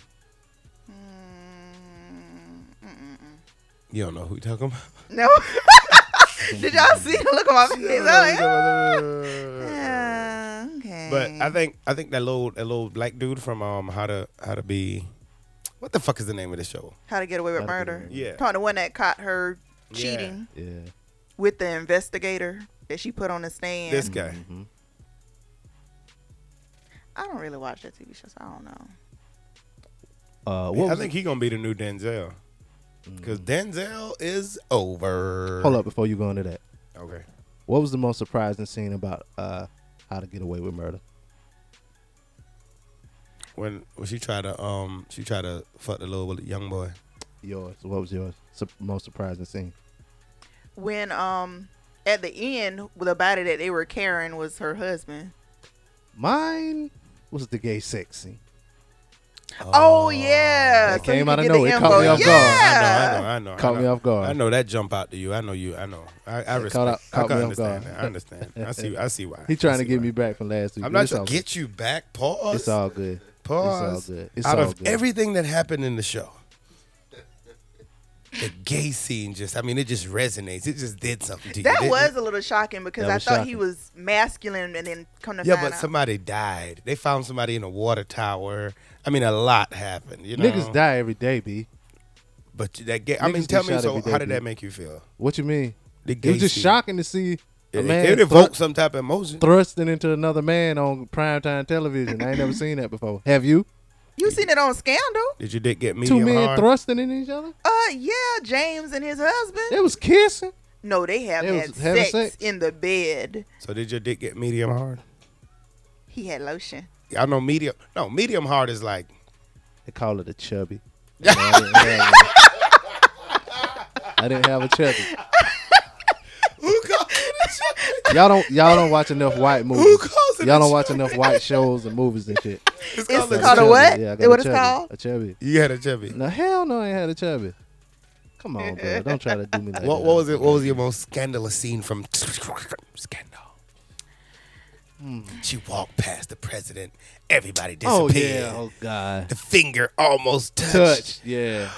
Speaker 1: You don't know who you talking about?
Speaker 3: No. Did y'all see the look on my face? I'm like, "Ah." Uh, okay.
Speaker 1: But I think I think that little that little black dude from um how to how to be what the fuck is the name of the show?
Speaker 3: How to Get Away with Murder.
Speaker 1: Yeah.
Speaker 3: Talking the one that caught her
Speaker 1: Yeah.
Speaker 3: cheating
Speaker 2: Yeah.
Speaker 3: with the investigator that she put on the stand.
Speaker 1: This guy.
Speaker 2: Mm-hmm.
Speaker 3: I don't really watch that TV show, so I don't know.
Speaker 2: Uh, what
Speaker 1: I
Speaker 2: was Mm.
Speaker 1: think he gonna be the new Denzel. Cause Denzel is over.
Speaker 2: Hold up before you go into that.
Speaker 1: Okay.
Speaker 2: What was the most surprising scene about uh, How to Get Away with Murder?
Speaker 1: When when she tried to um she tried to fuck the little young boy.
Speaker 2: Yours. What was yours? Su- most surprising scene.
Speaker 3: When um at the end the body that they were carrying was her husband.
Speaker 2: Mine was the gay sex scene.
Speaker 3: Oh, yeah.
Speaker 2: That
Speaker 3: So you
Speaker 2: came
Speaker 3: can
Speaker 2: out of
Speaker 3: get the
Speaker 2: nowhere. It caught me
Speaker 3: info.
Speaker 2: off guard.
Speaker 3: yeah.
Speaker 1: I know, I know, I know. I
Speaker 2: Caught
Speaker 1: know.
Speaker 2: me off guard.
Speaker 1: I know that jump out to you. I know you. I know. I, I respect.
Speaker 2: caught out-
Speaker 1: I
Speaker 2: caught
Speaker 1: can
Speaker 2: me off
Speaker 1: understand
Speaker 2: guard.
Speaker 1: that. I understand. I see. I see why.
Speaker 2: He trying to
Speaker 1: I see
Speaker 2: get
Speaker 1: why.
Speaker 2: me back from last week.
Speaker 1: I'm
Speaker 2: but
Speaker 1: not
Speaker 2: it's
Speaker 1: trying
Speaker 2: all
Speaker 1: to get you back. Pause.
Speaker 2: It's all good.
Speaker 1: Pause.
Speaker 2: It's all good. It's
Speaker 1: Out
Speaker 2: all
Speaker 1: of
Speaker 2: good.
Speaker 1: everything that happened in the show, the gay scene just, I mean, it just resonates. It just did something to you.
Speaker 3: That
Speaker 1: didn't
Speaker 3: was
Speaker 1: it?
Speaker 3: a little shocking because
Speaker 1: That
Speaker 3: I
Speaker 1: was
Speaker 3: thought he
Speaker 1: shocking.
Speaker 3: was masculine and then come to
Speaker 1: Yeah,
Speaker 3: find
Speaker 1: but
Speaker 3: out.
Speaker 1: somebody died. They found somebody in a water tower. I mean, a lot happened. You know?
Speaker 2: Niggas die every day, b.
Speaker 1: But that gay, I mean,
Speaker 2: Niggas
Speaker 1: tell
Speaker 2: be
Speaker 1: me,
Speaker 2: shot
Speaker 1: so
Speaker 2: every day,
Speaker 1: how did
Speaker 2: B.
Speaker 1: that make you feel?
Speaker 2: What you mean?
Speaker 1: The
Speaker 2: it was just
Speaker 1: Gacy.
Speaker 2: shocking to see a
Speaker 1: It,
Speaker 2: man
Speaker 1: it
Speaker 2: thru-
Speaker 1: evoked some type of emotion.
Speaker 2: thrusting into another man on primetime television. I ain't never seen that before. Have you?
Speaker 3: you seen it on Scandal?
Speaker 1: Did you dick get medium
Speaker 2: Two men
Speaker 1: hard?
Speaker 2: thrusting in each other?
Speaker 3: Uh, yeah, James and his husband.
Speaker 2: They was kissing.
Speaker 3: no, they have
Speaker 2: They was
Speaker 3: had
Speaker 2: having
Speaker 3: sex,
Speaker 2: sex.
Speaker 3: in the bed.
Speaker 1: so did your dick get medium hard?
Speaker 3: He had lotion.
Speaker 1: I know medium. No, medium hard is like
Speaker 2: They call it a chubby. No, I, didn't have one. I didn't have a chubby. Y'all don't y'all don't watch enough white movies.
Speaker 1: calls it
Speaker 2: y'all
Speaker 1: a
Speaker 2: don't watch enough white shows and movies and shit.
Speaker 1: it's
Speaker 3: It's
Speaker 1: called a
Speaker 3: called a
Speaker 1: chubby.
Speaker 3: what?
Speaker 2: Yeah, I got
Speaker 3: What
Speaker 2: a
Speaker 3: it's
Speaker 2: chubby.
Speaker 3: called?
Speaker 2: A chubby.
Speaker 1: You had a chubby.
Speaker 2: No hell no, I ain't had a chubby. Come on, bro. Don't try to do me like
Speaker 1: What,
Speaker 2: that.
Speaker 1: what was it? What was your most scandalous scene from Scandal? She walked past the president. Everybody
Speaker 2: Hmm. Oh
Speaker 1: disappeared.
Speaker 2: yeah. Oh god.
Speaker 1: The finger almost touched.
Speaker 2: Touch. Yeah.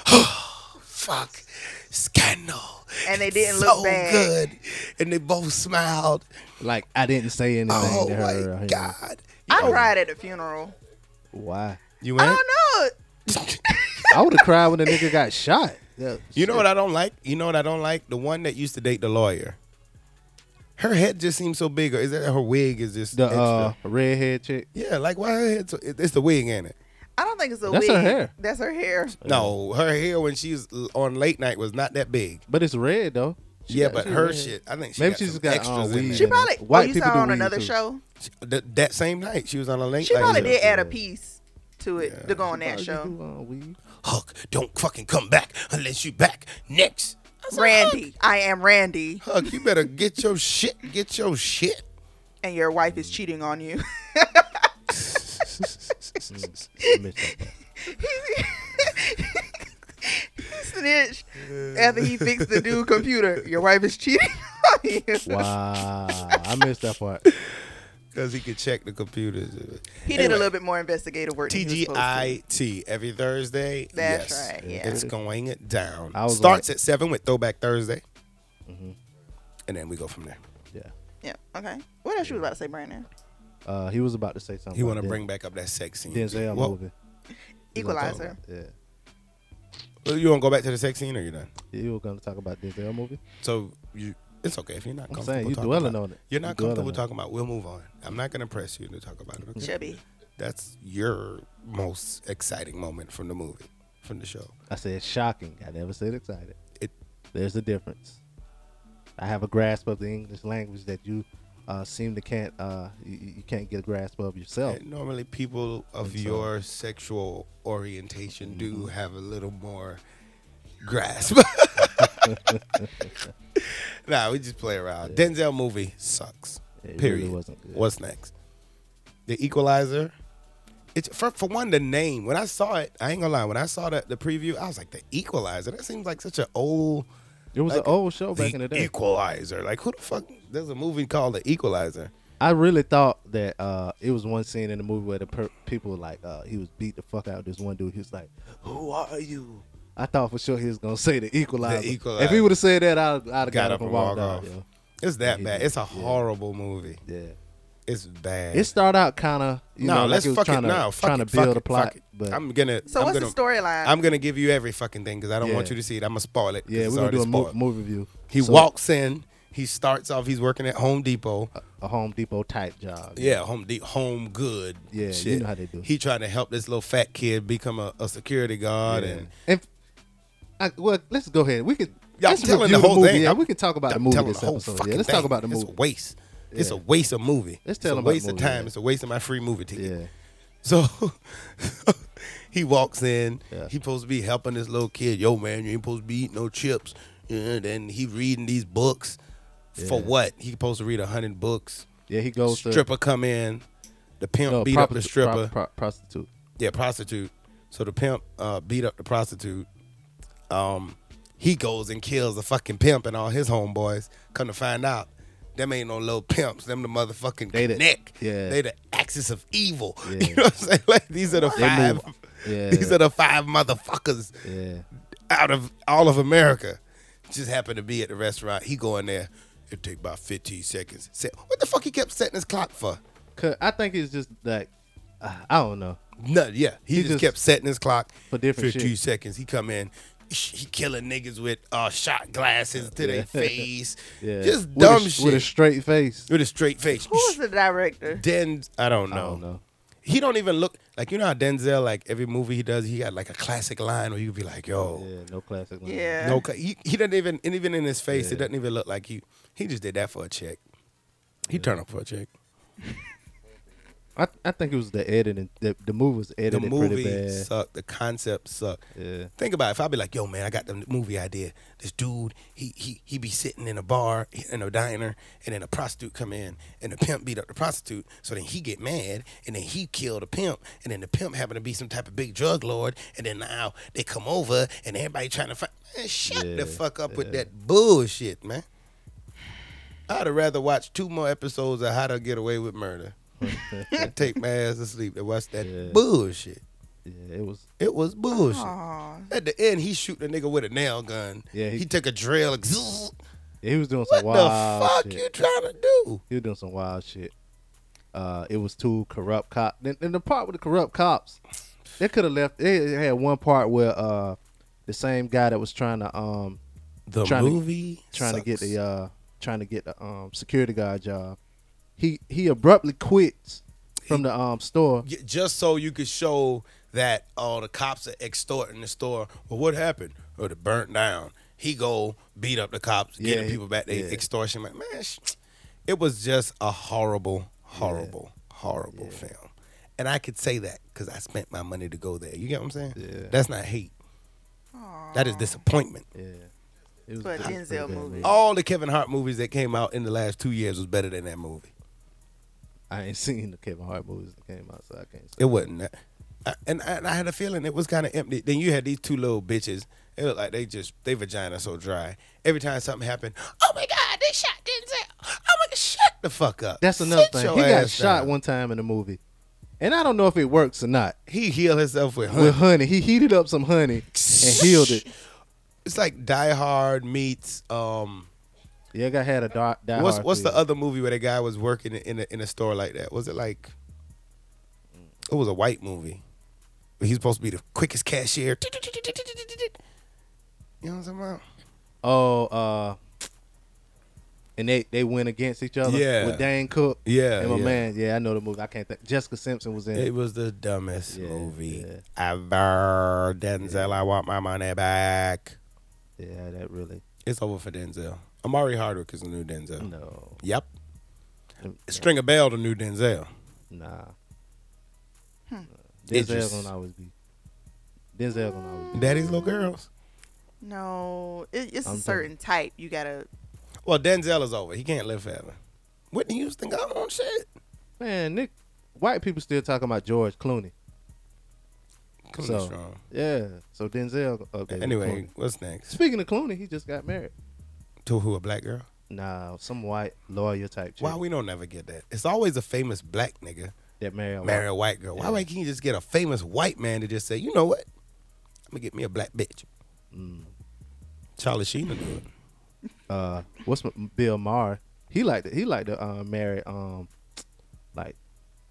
Speaker 1: Fuck. Scandal.
Speaker 3: And they didn't
Speaker 1: so
Speaker 3: look bad.
Speaker 1: good. And they both smiled.
Speaker 2: Like I didn't say anything
Speaker 1: Oh
Speaker 2: to her. or
Speaker 1: my
Speaker 2: him.
Speaker 1: God.
Speaker 3: I cried at the funeral.
Speaker 2: Why?
Speaker 1: You
Speaker 3: I
Speaker 1: went?
Speaker 3: don't know.
Speaker 2: I would have cried when the nigga got shot. Yeah.
Speaker 1: You know what I don't like? You know what I don't like? The one that used to date the lawyer. Her head just seems so big. Or is that her wig? Is just
Speaker 2: The
Speaker 1: extra?
Speaker 2: uh, redhead chick.
Speaker 1: yeah? Like why her head? So, it- it's the wig, ain't it?
Speaker 3: I don't think it's a
Speaker 2: That's
Speaker 3: wig.
Speaker 2: her hair.
Speaker 3: That's her hair.
Speaker 1: No, her hair when she was l- on late night was not that big.
Speaker 2: But it's red though. She
Speaker 1: yeah,
Speaker 2: got-
Speaker 1: but
Speaker 2: she
Speaker 1: her
Speaker 2: red.
Speaker 1: shit. I think she
Speaker 2: Maybe
Speaker 1: got
Speaker 2: she's
Speaker 1: some
Speaker 2: got, uh,
Speaker 1: extras in
Speaker 2: weed.
Speaker 1: there.
Speaker 3: She
Speaker 2: Yeah.
Speaker 3: probably.
Speaker 2: White
Speaker 3: oh, you
Speaker 2: people
Speaker 3: saw
Speaker 2: do
Speaker 3: her on
Speaker 2: weed,
Speaker 3: another
Speaker 2: too.
Speaker 3: show.
Speaker 1: Th- that same night she was on a late
Speaker 3: She
Speaker 1: night.
Speaker 3: probably
Speaker 1: show.
Speaker 3: did add a piece to it to go on
Speaker 2: Oh,
Speaker 3: that
Speaker 2: you
Speaker 3: show.
Speaker 2: do, uh, weed.
Speaker 1: Huck, don't fucking come back unless you back next.
Speaker 3: Randy, I am Randy,
Speaker 1: Huck, you better get your shit. Get your shit.
Speaker 3: and your wife is cheating on you.
Speaker 2: I missed that part.
Speaker 3: Snitch. After he fixed the dude computer, your wife is cheating on you.
Speaker 2: Wow, Ah, I missed that part.
Speaker 1: Cause he could check the computers.
Speaker 3: He did a little bit more investigative work. than he was supposed to.
Speaker 1: TGIT every Thursday.
Speaker 3: That's
Speaker 1: yes,
Speaker 3: right, yeah.
Speaker 1: It's going it down.
Speaker 2: I was
Speaker 1: Starts
Speaker 2: like- Mm-hmm.
Speaker 1: at seven with Throwback Thursday, and then we go from there.
Speaker 2: Yeah,
Speaker 3: Yeah. Okay. What else you was about to say, Brandon?
Speaker 2: uh, he was about to say something.
Speaker 1: He want to
Speaker 2: about
Speaker 1: bring back up that sex scene.
Speaker 2: Den- Denzel
Speaker 1: Well,
Speaker 2: movie. He was gonna talk
Speaker 3: Equalizer.
Speaker 2: about- Yeah,
Speaker 1: You want to go back to the sex scene, or you done?
Speaker 2: you were gonna talk about Denzel movie.
Speaker 1: So you, it's okay if you're not
Speaker 2: I'm
Speaker 1: comfortable.
Speaker 2: saying, you
Speaker 1: talking
Speaker 2: dwelling
Speaker 1: about-
Speaker 2: on it.
Speaker 1: You're
Speaker 2: You
Speaker 1: not
Speaker 2: dwelling
Speaker 1: comfortable
Speaker 2: on it.
Speaker 1: talking about. it. We'll move on. I'm not gonna press you to talk about it. Okay?
Speaker 3: Chubby.
Speaker 1: That's your most exciting moment from the movie, from the show.
Speaker 2: I said shocking. I never said excited.
Speaker 1: It-
Speaker 2: There's a difference. I have a grasp of the English language that you uh, seem to can't. Uh, you, you can't get a grasp of yourself.
Speaker 1: And normally, people of
Speaker 2: And so-
Speaker 1: your sexual orientation
Speaker 2: Mm-hmm.
Speaker 1: do have a little more grasp. nah, we just play around. Denzel movie sucks.
Speaker 2: It
Speaker 1: period.
Speaker 2: really wasn't good.
Speaker 1: What's next? The Equalizer. It's for for one the name. When I saw it, I ain't gonna lie. When I saw the, the preview, I was like, the Equalizer. That seems like such an old
Speaker 2: It was
Speaker 1: Like,
Speaker 2: an old show back
Speaker 1: the
Speaker 2: in the day.
Speaker 1: Equalizer. Like who the fuck? There's a movie called The Equalizer.
Speaker 2: I really thought that uh, it was one scene in the movie where the per- people were like uh, he was beat the fuck out of this one dude. He was like, "Who are you?" I thought for sure he was gonna say the equalizer.
Speaker 1: The Equalizer.
Speaker 2: If he would have said that, I'd, I'd have got, up and walked
Speaker 1: walked
Speaker 2: off.
Speaker 1: off. It's that
Speaker 2: Yeah,
Speaker 1: bad.
Speaker 2: he-
Speaker 1: It's a
Speaker 2: yeah.
Speaker 1: horrible movie.
Speaker 2: Yeah. yeah.
Speaker 1: It's bad.
Speaker 2: It started out kind of you
Speaker 1: no,
Speaker 2: know
Speaker 1: let's
Speaker 2: like it was
Speaker 1: fuck
Speaker 2: trying
Speaker 1: it.
Speaker 2: to
Speaker 1: No, fuck
Speaker 2: trying
Speaker 1: it,
Speaker 2: to build
Speaker 1: fuck
Speaker 2: a
Speaker 1: it,
Speaker 2: plot,
Speaker 1: fuck it.
Speaker 2: but
Speaker 1: I'm gonna.
Speaker 3: So
Speaker 1: I'm
Speaker 3: what's
Speaker 1: gonna-
Speaker 3: the storyline?
Speaker 1: I'm gonna give you every fucking thing because I don't want
Speaker 2: Yeah.
Speaker 1: you to see it. I'm gonna spoil it. 'cause
Speaker 2: yeah,
Speaker 1: it's
Speaker 2: we're gonna do a
Speaker 1: already
Speaker 2: mo-
Speaker 1: spoiled.
Speaker 2: movie review.
Speaker 1: He
Speaker 2: So,
Speaker 1: walks in. He starts off. He's working at Home Depot.
Speaker 2: a Home Depot type job.
Speaker 1: Yeah, Home De- Home Good.
Speaker 2: Yeah, you
Speaker 1: shit.
Speaker 2: know how they do.
Speaker 1: He trying to help this little fat kid become a, a security guard, and
Speaker 2: If I, well, let's go ahead. We could.
Speaker 1: Yeah, I'm
Speaker 2: let's
Speaker 1: telling
Speaker 2: review
Speaker 1: the whole
Speaker 2: movie.
Speaker 1: thing.
Speaker 2: Yeah,
Speaker 1: I'm-
Speaker 2: we can talk about the
Speaker 1: I'm
Speaker 2: movie
Speaker 1: telling
Speaker 2: this
Speaker 1: the whole
Speaker 2: episode. Yeah,
Speaker 1: fucking
Speaker 2: let's
Speaker 1: thing.
Speaker 2: talk about the
Speaker 1: It's
Speaker 2: movie.
Speaker 1: a waste. It's a
Speaker 2: Yeah.
Speaker 1: waste of movie.
Speaker 2: Let's tell
Speaker 1: it's
Speaker 2: them
Speaker 1: a
Speaker 2: about
Speaker 1: waste
Speaker 2: the
Speaker 1: of
Speaker 2: movie,
Speaker 1: time.
Speaker 2: yeah.
Speaker 1: It's a waste of my free movie ticket.
Speaker 2: Yeah.
Speaker 1: So he walks in.
Speaker 2: Yeah.
Speaker 1: He supposed to be helping this little kid. Yo, man, you ain't supposed to be eating no chips. And then he reading these books. For
Speaker 2: Yeah.
Speaker 1: what? He supposed to read a hundred books.
Speaker 2: Yeah, he goes to
Speaker 1: stripper come in. The pimp
Speaker 2: no,
Speaker 1: beat up
Speaker 2: prostitu-
Speaker 1: the stripper.
Speaker 2: pro- pro- prostitute.
Speaker 1: yeah, prostitute. So the pimp uh, beat up the prostitute. Um, he goes and kills the fucking pimp and all his homeboys. Come to find out, them ain't no little pimps. Them the motherfucking
Speaker 2: They the-
Speaker 1: neck.
Speaker 2: yeah.
Speaker 1: They the axis of evil.
Speaker 2: Yeah.
Speaker 1: You know what I'm saying? Like these are the
Speaker 2: They
Speaker 1: five.
Speaker 2: move- yeah.
Speaker 1: These are the five motherfuckers
Speaker 2: Yeah.
Speaker 1: out of all of America. Just happened to be at the restaurant. He go in there. It take about 15 seconds. Said, what the fuck he kept setting his clock for?
Speaker 2: 'Cause I think it's just like uh, I don't know.
Speaker 1: No, yeah. He,
Speaker 2: He
Speaker 1: just,
Speaker 2: just-
Speaker 1: kept setting his clock
Speaker 2: For different
Speaker 1: 15
Speaker 2: shit.
Speaker 1: seconds. He come in. He killing niggas with uh, shot glasses to their
Speaker 2: Yeah.
Speaker 1: face.
Speaker 2: Yeah.
Speaker 1: Just
Speaker 2: With a
Speaker 1: dumb
Speaker 2: sh-
Speaker 1: shit.
Speaker 2: with a straight face.
Speaker 1: With a straight face.
Speaker 3: Who is the director?
Speaker 1: Den, I don't know.
Speaker 2: don't know.
Speaker 1: He don't even look like you know how Denzel like every movie he does he got like a classic line where you be like yo
Speaker 2: Yeah, no classic. Line.
Speaker 3: Yeah.
Speaker 1: no cla- he, he doesn't even and even in his face it doesn't even look like he he just did that for a check he turned up for a check
Speaker 2: I, I think it was the editing. The, the movie was
Speaker 1: the
Speaker 2: edited pretty
Speaker 1: movie
Speaker 2: bad.
Speaker 1: sucked the concept sucked
Speaker 2: Yeah.
Speaker 1: think about it. if I be like yo man I got the movie idea this dude he he he be sitting in a bar in a diner and then a prostitute come in and the pimp beat up the prostitute so then he get mad and then he kill the pimp and then the pimp happen to be some type of big drug lord and then now they come over and everybody trying to fight man shut the fuck up with that bullshit man I'd have rather watch two more episodes of How to Get Away with Murder. and take my ass to sleep and watch that bullshit.
Speaker 2: Yeah, it was.
Speaker 1: It was bullshit.
Speaker 3: Aw.
Speaker 1: At the end, he shoot a nigga with a nail gun.
Speaker 2: Yeah,
Speaker 1: he,
Speaker 2: he-
Speaker 1: took a drill. Like, zzz.
Speaker 2: He was doing some
Speaker 1: what
Speaker 2: wild
Speaker 1: the fuck
Speaker 2: shit.
Speaker 1: you trying to do?
Speaker 2: He was doing some wild shit. Uh, it was two corrupt cops. And, and the part with the corrupt cops, they could have left. They had one part where uh, the same guy that was trying to um
Speaker 1: The
Speaker 2: Trying to-
Speaker 1: movie
Speaker 2: trying to get
Speaker 1: sucks.
Speaker 2: the uh trying to get the um security guard job, he he abruptly quits from the um store.
Speaker 1: J- just so you could show that all the cops are extorting the store. Well, what happened? Or the burnt down. He go beat up the cops,
Speaker 2: Yeah,
Speaker 1: get the
Speaker 2: he-
Speaker 1: people back. They
Speaker 2: yeah.
Speaker 1: extortion. Like, man, sh- it was just a horrible, horrible, horrible film. And I could say that because I spent my money to go there. You get what I'm saying?
Speaker 2: Yeah.
Speaker 1: That's not hate. That is disappointment.
Speaker 2: Yeah, it was
Speaker 3: But
Speaker 2: it was
Speaker 3: Denzel
Speaker 2: pretty bad
Speaker 3: movie.
Speaker 1: All the Kevin Hart movies that came out in the last two years was better than that movie.
Speaker 2: I ain't seen the Kevin Hart movies that came out, so I can't. Say.
Speaker 1: It wasn't that. I, and, I, and I had a feeling it was kind of empty. Then you had these two little bitches. It was like they just, they vagina so dry. Every time something happened, oh my God, they shot Denzel. Oh my God, shut the fuck up.
Speaker 2: That's another
Speaker 1: Sit
Speaker 2: thing.
Speaker 1: your
Speaker 2: He got
Speaker 1: ass
Speaker 2: shot
Speaker 1: down.
Speaker 2: one time in the movie, and I don't know if it works or not.
Speaker 1: He healed himself with honey.
Speaker 2: With honey, he heated up some honey and healed it.
Speaker 1: It's like Die Hard meets, um,
Speaker 2: Yeah, I had a dark. Die
Speaker 1: what's
Speaker 2: Hard
Speaker 1: what's the
Speaker 2: feel.
Speaker 1: other movie where the guy was working in a, in a store like that? Was it like, it was a white movie. He's supposed to be the quickest cashier. You know what I'm talking about?
Speaker 2: Oh, uh, and they they went against each other.
Speaker 1: Yeah.
Speaker 2: with Dane Cook.
Speaker 1: Yeah,
Speaker 2: and my
Speaker 1: yeah.
Speaker 2: man. Yeah, I know the movie. I can't think. Jessica Simpson was in it.
Speaker 1: It was the dumbest
Speaker 2: Yeah,
Speaker 1: movie
Speaker 2: yeah.
Speaker 1: ever. Denzel, I want my money back.
Speaker 2: Yeah, that really.
Speaker 1: It's over for Denzel. Amari Hardwick is the new Denzel.
Speaker 2: No,
Speaker 1: Yep. Stringer Bell, the new Denzel.
Speaker 2: nah.
Speaker 1: It
Speaker 2: Denzel
Speaker 1: just-
Speaker 2: gonna always be. Denzel gonna always be.
Speaker 1: Daddy's little girls.
Speaker 3: No, it, it's
Speaker 2: I'm
Speaker 3: a certain type. You gotta.
Speaker 1: Well, Denzel is over. He can't live forever. Whitney Houston got on shit.
Speaker 2: Man, Nick, white people still talking about George Clooney.
Speaker 1: Come
Speaker 2: So-
Speaker 1: on, strong.
Speaker 2: Yeah, so Denzel. Okay,
Speaker 1: Anyway,
Speaker 2: Clooney.
Speaker 1: what's next?
Speaker 2: speaking of Clooney, he just got married.
Speaker 1: To who? A black girl?
Speaker 2: Nah, some white lawyer type chick
Speaker 1: Why we don't never get that? It's always a famous black nigga
Speaker 2: that married. a white-
Speaker 1: marry a white girl. Why can't you just get a famous white man to just say, you know what? I'm gonna get me a black bitch. Mm. Charlie Sheen will do it.
Speaker 2: uh what's m- Bill Maher? He liked he liked to uh, marry um like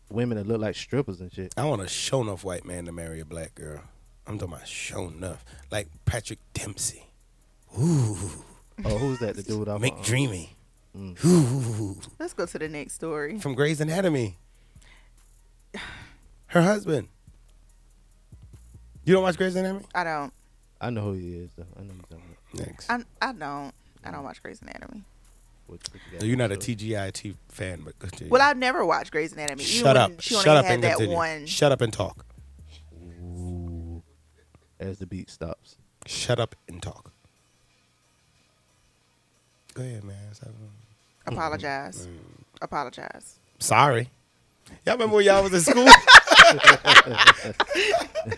Speaker 2: women that look like strippers and shit.
Speaker 1: I want a show enough white man to marry a black girl. I'm talking about show enough, like Patrick Dempsey,
Speaker 2: Oh, who's that? The dude off
Speaker 1: Mick
Speaker 2: uh,
Speaker 1: Dreamy Mm.
Speaker 3: Let's go to the next story.
Speaker 1: from Grey's Anatomy. Her husband. You don't watch Grey's Anatomy?
Speaker 3: I don't.
Speaker 2: I know who he is. Though. I know who he's talking about.
Speaker 1: Next.
Speaker 3: I, I don't. I don't watch Grey's Anatomy.
Speaker 2: What, what you got?
Speaker 1: So you're not a TGIT fan, but continue.
Speaker 3: Well, I've never watched Grey's Anatomy. even
Speaker 1: shut
Speaker 3: when
Speaker 1: up.
Speaker 3: She
Speaker 1: Shut
Speaker 3: only
Speaker 1: up
Speaker 3: had
Speaker 1: and
Speaker 3: that
Speaker 1: continue.
Speaker 3: one.
Speaker 1: Shut up and talk.
Speaker 2: As the beat stops,
Speaker 1: Shut up and talk. Go ahead, man. Let's have a- Mm.
Speaker 3: Apologize. Apologize.
Speaker 1: Sorry. Y'all remember when y'all was in school? I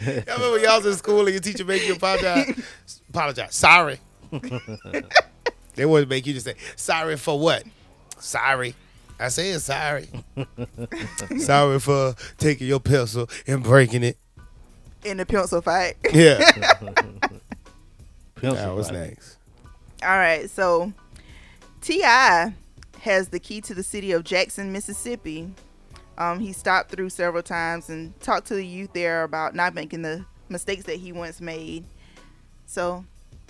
Speaker 1: remember when y'all was in school and your teacher make you apologize. Apologize. Sorry. they would make you just say, sorry for what? Sorry. I said sorry. sorry for taking your pencil and breaking it.
Speaker 3: in the pencil fight.
Speaker 1: Yeah.
Speaker 2: Pencil
Speaker 1: That was
Speaker 2: fight.
Speaker 1: next.
Speaker 3: All right, so T.I. has the key to the city of Jackson, Mississippi. Um, he stopped through several times and talked to the youth there about not making the mistakes that he once made. So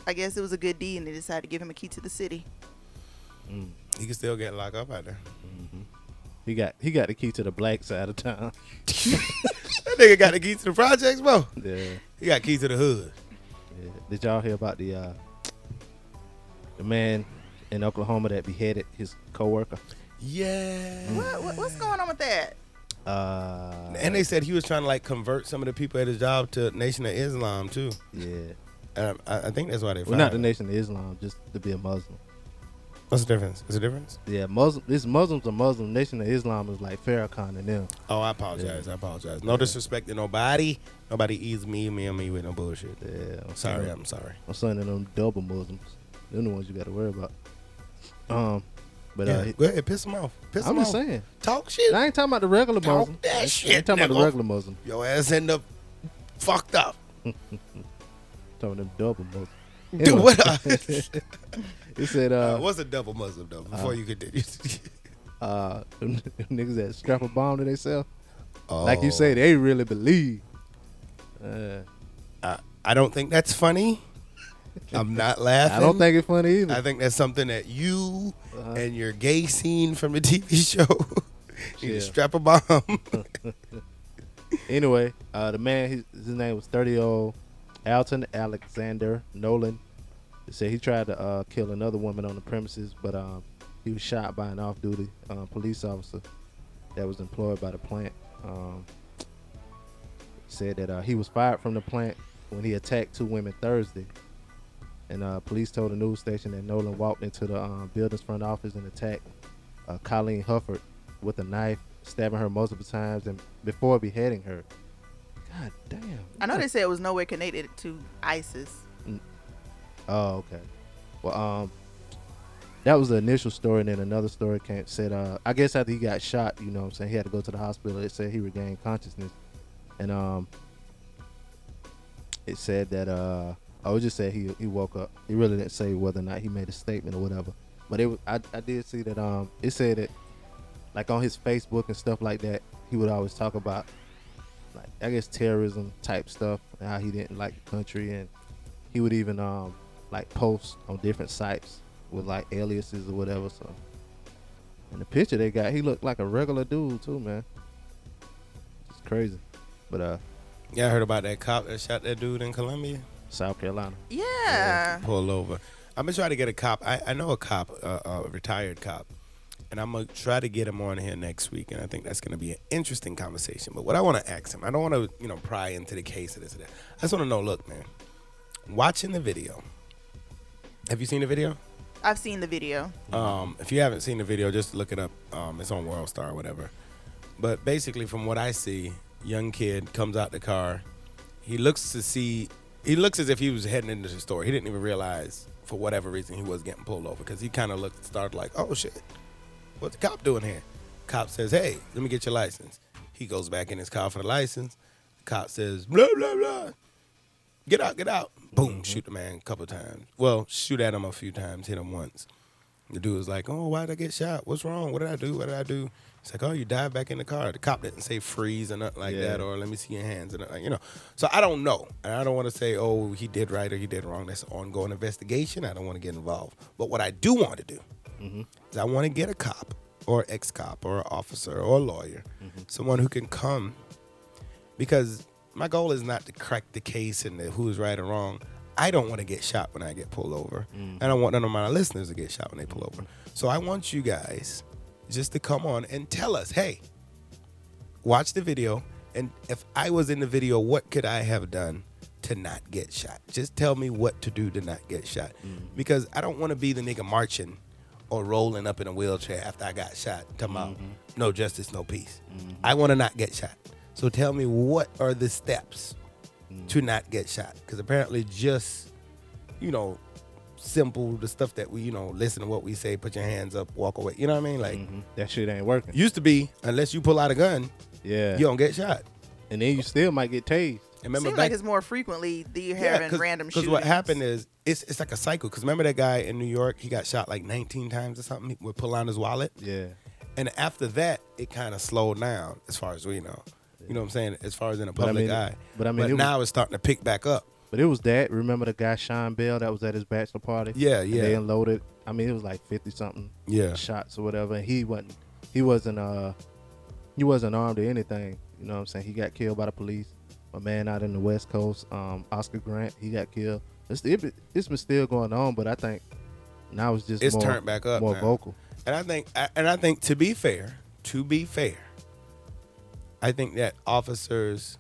Speaker 3: I guess it was a good deed, and they decided to give him a key to the city.
Speaker 1: You can still get locked up out there.
Speaker 2: He got he got the key to the black side of town.
Speaker 1: That nigga got the key to the projects, bro.
Speaker 2: Yeah.
Speaker 1: He got keys to the hood.
Speaker 2: Yeah. Did y'all hear about the uh, the man in Oklahoma that beheaded his coworker?
Speaker 1: Yeah.
Speaker 3: What, what what's going on with that?
Speaker 2: Uh,
Speaker 1: And they said he was trying to like convert some of the people at his job to Nation of Islam too.
Speaker 2: yeah,
Speaker 1: And I, I think that's why they.
Speaker 2: well, not
Speaker 1: fired
Speaker 2: the
Speaker 1: him.
Speaker 2: Nation of Islam, just to be a Muslim.
Speaker 1: What's the difference? Is the difference?
Speaker 2: Yeah, Muslim. It's Muslims are Muslim. Nation of Islam is like Farrakhan and them.
Speaker 1: Oh, I apologize. I apologize. No disrespect to nobody. Nobody eats me, me, and me with no bullshit.
Speaker 2: Yeah, I'm
Speaker 1: Sorry,
Speaker 2: saying-
Speaker 1: I'm sorry.
Speaker 2: I'm saying them double Muslims. They're the ones you got to worry about. Um, but
Speaker 1: yeah,
Speaker 2: uh,
Speaker 1: go ahead, piss him off. Piss
Speaker 2: I'm
Speaker 1: him
Speaker 2: just
Speaker 1: off.
Speaker 2: saying.
Speaker 1: Talk shit.
Speaker 2: I ain't talking about the regular
Speaker 1: Talk
Speaker 2: Muslim.
Speaker 1: that
Speaker 2: I ain't
Speaker 1: shit,
Speaker 2: talking about
Speaker 1: nigga.
Speaker 2: the regular Muslim.
Speaker 1: Your ass end up fucked up.
Speaker 2: I'm talking them double Muslim.
Speaker 1: Dude, what? A,
Speaker 2: It said
Speaker 1: uh,
Speaker 2: uh,
Speaker 1: what's a double Muslim though? Before you continue.
Speaker 2: uh, them niggas that strap a bomb to themselves.
Speaker 1: oh,
Speaker 2: Like you say, they really believe. Uh,
Speaker 1: I, I don't think that's funny. I'm not laughing.
Speaker 2: I don't think Uh-huh. it's funny either.
Speaker 1: I think that's something that you and your gay scene from the TV show need
Speaker 2: Yeah.
Speaker 1: to strap a bomb.
Speaker 2: anyway, uh, the man, his, his name was 30 year old Alton Alexander Nolan. They said he tried to uh, kill another woman on the premises, but um, he was shot by an off duty uh, police officer that was employed by the plant. Um, said that uh, he was fired from the plant when he attacked two women Thursday. And uh, police told the news station that Nolan walked into the um, building's front office and attacked uh, Colleen Hufford with a knife, stabbing her multiple times and before beheading her. God damn.
Speaker 3: I know they said it was nowhere connected to ISIS.
Speaker 2: Oh, okay. Well, um, that was the initial story, and then another story came said, uh, I guess after he got shot, you know, what I'm saying he had to go to the hospital. It said he regained consciousness, and um, it said that uh, I would just say he he woke up. He really didn't say whether or not he made a statement or whatever, but it was, I I did see that um, it said that like on his Facebook and stuff like that, he would always talk about like I guess terrorism type stuff, and how he didn't like the country, and he would even um like post on different sites with like aliases or whatever. So, and the picture they got, he looked like a regular dude too, man. It's crazy, but uh,
Speaker 1: Y'all heard about that cop that shot that dude in Columbia?
Speaker 2: South Carolina.
Speaker 3: Yeah.
Speaker 1: Pull over. I'm gonna try to get a cop. I, I know a cop, uh, a retired cop, and I'm gonna try to get him on here next week. And I think that's gonna be an interesting conversation. But what I want to ask him, I don't want to you know pry into the case of this or that. I just want to know. Look, man, watching the video. Have you seen the video?
Speaker 3: I've seen the video.
Speaker 1: Um, if you haven't seen the video, just look it up. Um, it's on Worldstar or whatever. But basically, from what I see, young kid comes out the car. He looks to see. He looks as if he was heading into the store. He didn't even realize, for whatever reason, he was getting pulled over because he kind of looked, started like, "Oh shit, what's the cop doing here?" Cop says, "Hey, let me get your license." He goes back in his car for the license. Cop says, "Blah blah blah." Get out, get out. Boom, shoot the man a couple times. Well, shoot at him a few times, hit him once. The dude was like, "Oh, why did I get shot? What's wrong? What did I do? What did I do?" It's like, "Oh, you dive back in the car." The cop didn't say freeze or nothing like
Speaker 2: Yeah.
Speaker 1: that, or "Let me see your hands," and you know. So I don't know, and I don't want to say, "Oh, he did right or he did wrong." That's an ongoing investigation. I don't want to get involved. But what I do want to do is I want to get a cop or ex cop or an officer or a lawyer, someone who can come, because my goal is not to crack the case and the who's right or wrong. I don't want to get shot when I get pulled over. and I don't want none of my listeners to get shot when they pull over. So I want you guys just to come on and tell us, hey, watch the video, and if I was in the video, what could I have done to not get shot? Just tell me what to do to not get shot, because I don't want to be the nigga marching or rolling up in a wheelchair after I got shot. Talking about no justice, no peace. I want to not get shot. So tell me, what are the steps to not get shot? Because apparently, just you know, simple the stuff that we you know listen to what we say, put your hands up, walk away. You know what I mean? Like
Speaker 2: hmm, that shit ain't working.
Speaker 1: Used to be unless you pull out a gun,
Speaker 2: yeah,
Speaker 1: you don't get shot,
Speaker 2: and then you still might get tased.
Speaker 1: Remember
Speaker 3: Seems
Speaker 1: back
Speaker 3: like it's more frequently that you're having random shootings.
Speaker 1: Because what happened is it's it's like a cycle. Because remember that guy in New York, he got shot like 19 times or something. He would pull out his wallet.
Speaker 2: Yeah.
Speaker 1: And after that, it kind of slowed down, as far as we know. You know what I'm saying? As far as in the
Speaker 2: But I
Speaker 1: public
Speaker 2: mean-
Speaker 1: eye.
Speaker 2: but I mean,
Speaker 1: but
Speaker 2: it
Speaker 1: now
Speaker 2: was-
Speaker 1: it's starting to pick back up.
Speaker 2: But it was that. Remember the guy Sean Bell that was at his bachelor party?
Speaker 1: Yeah,
Speaker 2: And
Speaker 1: yeah.
Speaker 2: they unloaded. I mean, it was like fifty something.
Speaker 1: Yeah.
Speaker 2: Shots or whatever. And he wasn't. He wasn't. Uh, he wasn't armed or anything. You know what I'm saying? He got killed by the police. My man out in the West Coast, um, Oscar Grant, he got killed. It's it, it's been still going on, but I think now it's just
Speaker 1: it's
Speaker 2: more,
Speaker 1: turned back up.
Speaker 2: more
Speaker 1: now.
Speaker 2: vocal.
Speaker 1: And I think, I- and I think to be fair, to be fair, I think that officers,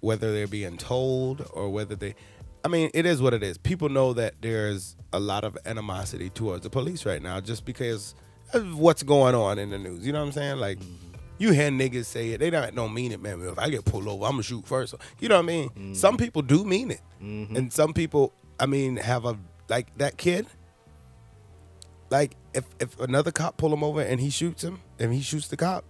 Speaker 1: whether they're being told or whether they, I mean, it is what it is. People know that there's a lot of animosity towards the police right now, just because of what's going on in the news. You know what I'm saying? Like,
Speaker 2: Mm-hmm.
Speaker 1: you hear niggas say it, they don't don't mean it, man. If I get pulled over, I'm gonna shoot first. You know what I mean?
Speaker 2: Mm-hmm.
Speaker 1: Some people do mean it, and some people, I mean, have a like that kid like if if another cop pull him over and he shoots him and he shoots the cop